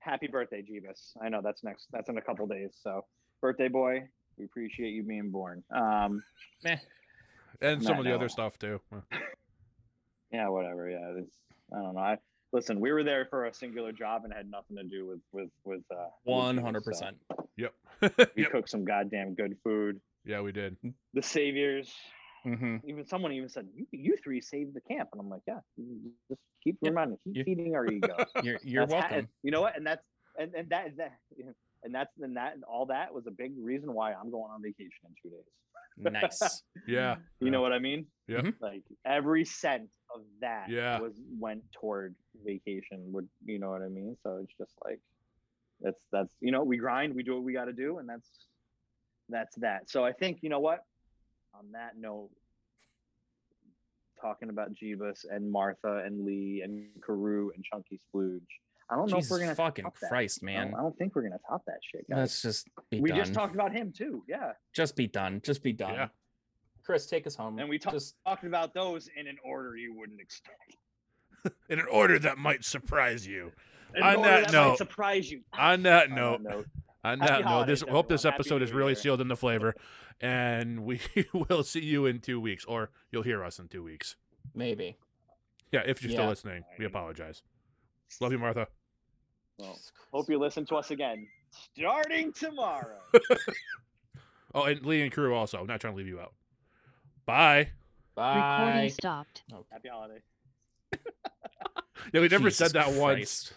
S2: happy birthday, Jeebus. I know that's next that's in a couple days. So birthday boy, we appreciate you being born. Um
S3: Meh.
S1: And some
S2: no,
S1: of the
S2: no.
S1: other stuff
S2: <laughs>
S1: too. Well,
S2: yeah, whatever. Yeah. It's, I don't know. I listen, we were there for a singular job and had nothing to do with with with uh with
S3: One
S2: Jeebus,
S3: hundred
S2: so
S3: percent.
S1: Yep. <laughs>
S2: We
S1: yep.
S2: cooked some goddamn good food.
S1: Yeah, we
S2: <laughs>
S1: did.
S2: The saviors, <laughs>
S3: Mm-hmm.
S2: even someone even said, you, you three saved the camp. And I'm like, yeah, you just keep
S3: Yeah,
S2: reminding, keep
S3: you-
S2: feeding
S3: <laughs>
S2: our ego.
S3: You're you're
S2: That's ha-
S3: welcome.
S2: you know what? And that's and, and that that and that's and that and all that was a big reason why I'm going on vacation in two days. <laughs>
S3: nice.
S1: Yeah.
S2: You know what I mean?
S1: Yeah.
S3: Mhm.
S2: Like every cent of that
S1: Yeah.
S2: was went toward vacation. Would you know what I mean? So it's just like that's that's you know, we grind, we do what we gotta do, and that's that's that. So I think you know what? On that note, talking about Jeebus and Martha and Lee and Carew and Chunky Splooge. I don't know if
S3: Jesus
S2: we're gonna
S3: fucking
S2: top that.
S3: Christ,
S2: I don't- Um,
S3: man.
S2: I don't think we're gonna top that shit, guys.
S3: Let's just be
S2: we
S3: done.
S2: just talked about him too, yeah.
S3: just be done. Just be done.
S1: Yeah.
S3: Chris, take us home.
S2: And we talked
S3: Just
S2: talked about those in an order you wouldn't expect. <laughs>
S1: In an order that might surprise you.
S2: In
S1: On
S2: order
S1: that
S2: might
S1: note-
S2: surprise you.
S1: On that
S2: On
S1: note,
S2: that note,
S1: on
S2: Happy
S1: that note, this
S2: holidays,
S1: hope this
S2: everyone. Happy
S1: episode is
S2: New
S1: really
S2: Year.
S1: sealed in the flavor, and we <laughs> will see you in two weeks, or you'll hear us in two weeks.
S3: maybe.
S1: Yeah, if you're
S3: Yeah.
S1: still listening, we apologize. Love you, Martha.
S2: well,
S3: Jesus Christ.
S2: hope you listen to us again
S1: <laughs>
S2: starting tomorrow.
S1: Oh, and Lee and crew also. I'm not trying to leave you out. Bye.
S3: Bye.
S4: Recording stopped.
S2: Happy holidays.
S1: Yeah, we never
S3: Jesus
S1: said that once.
S3: Christ.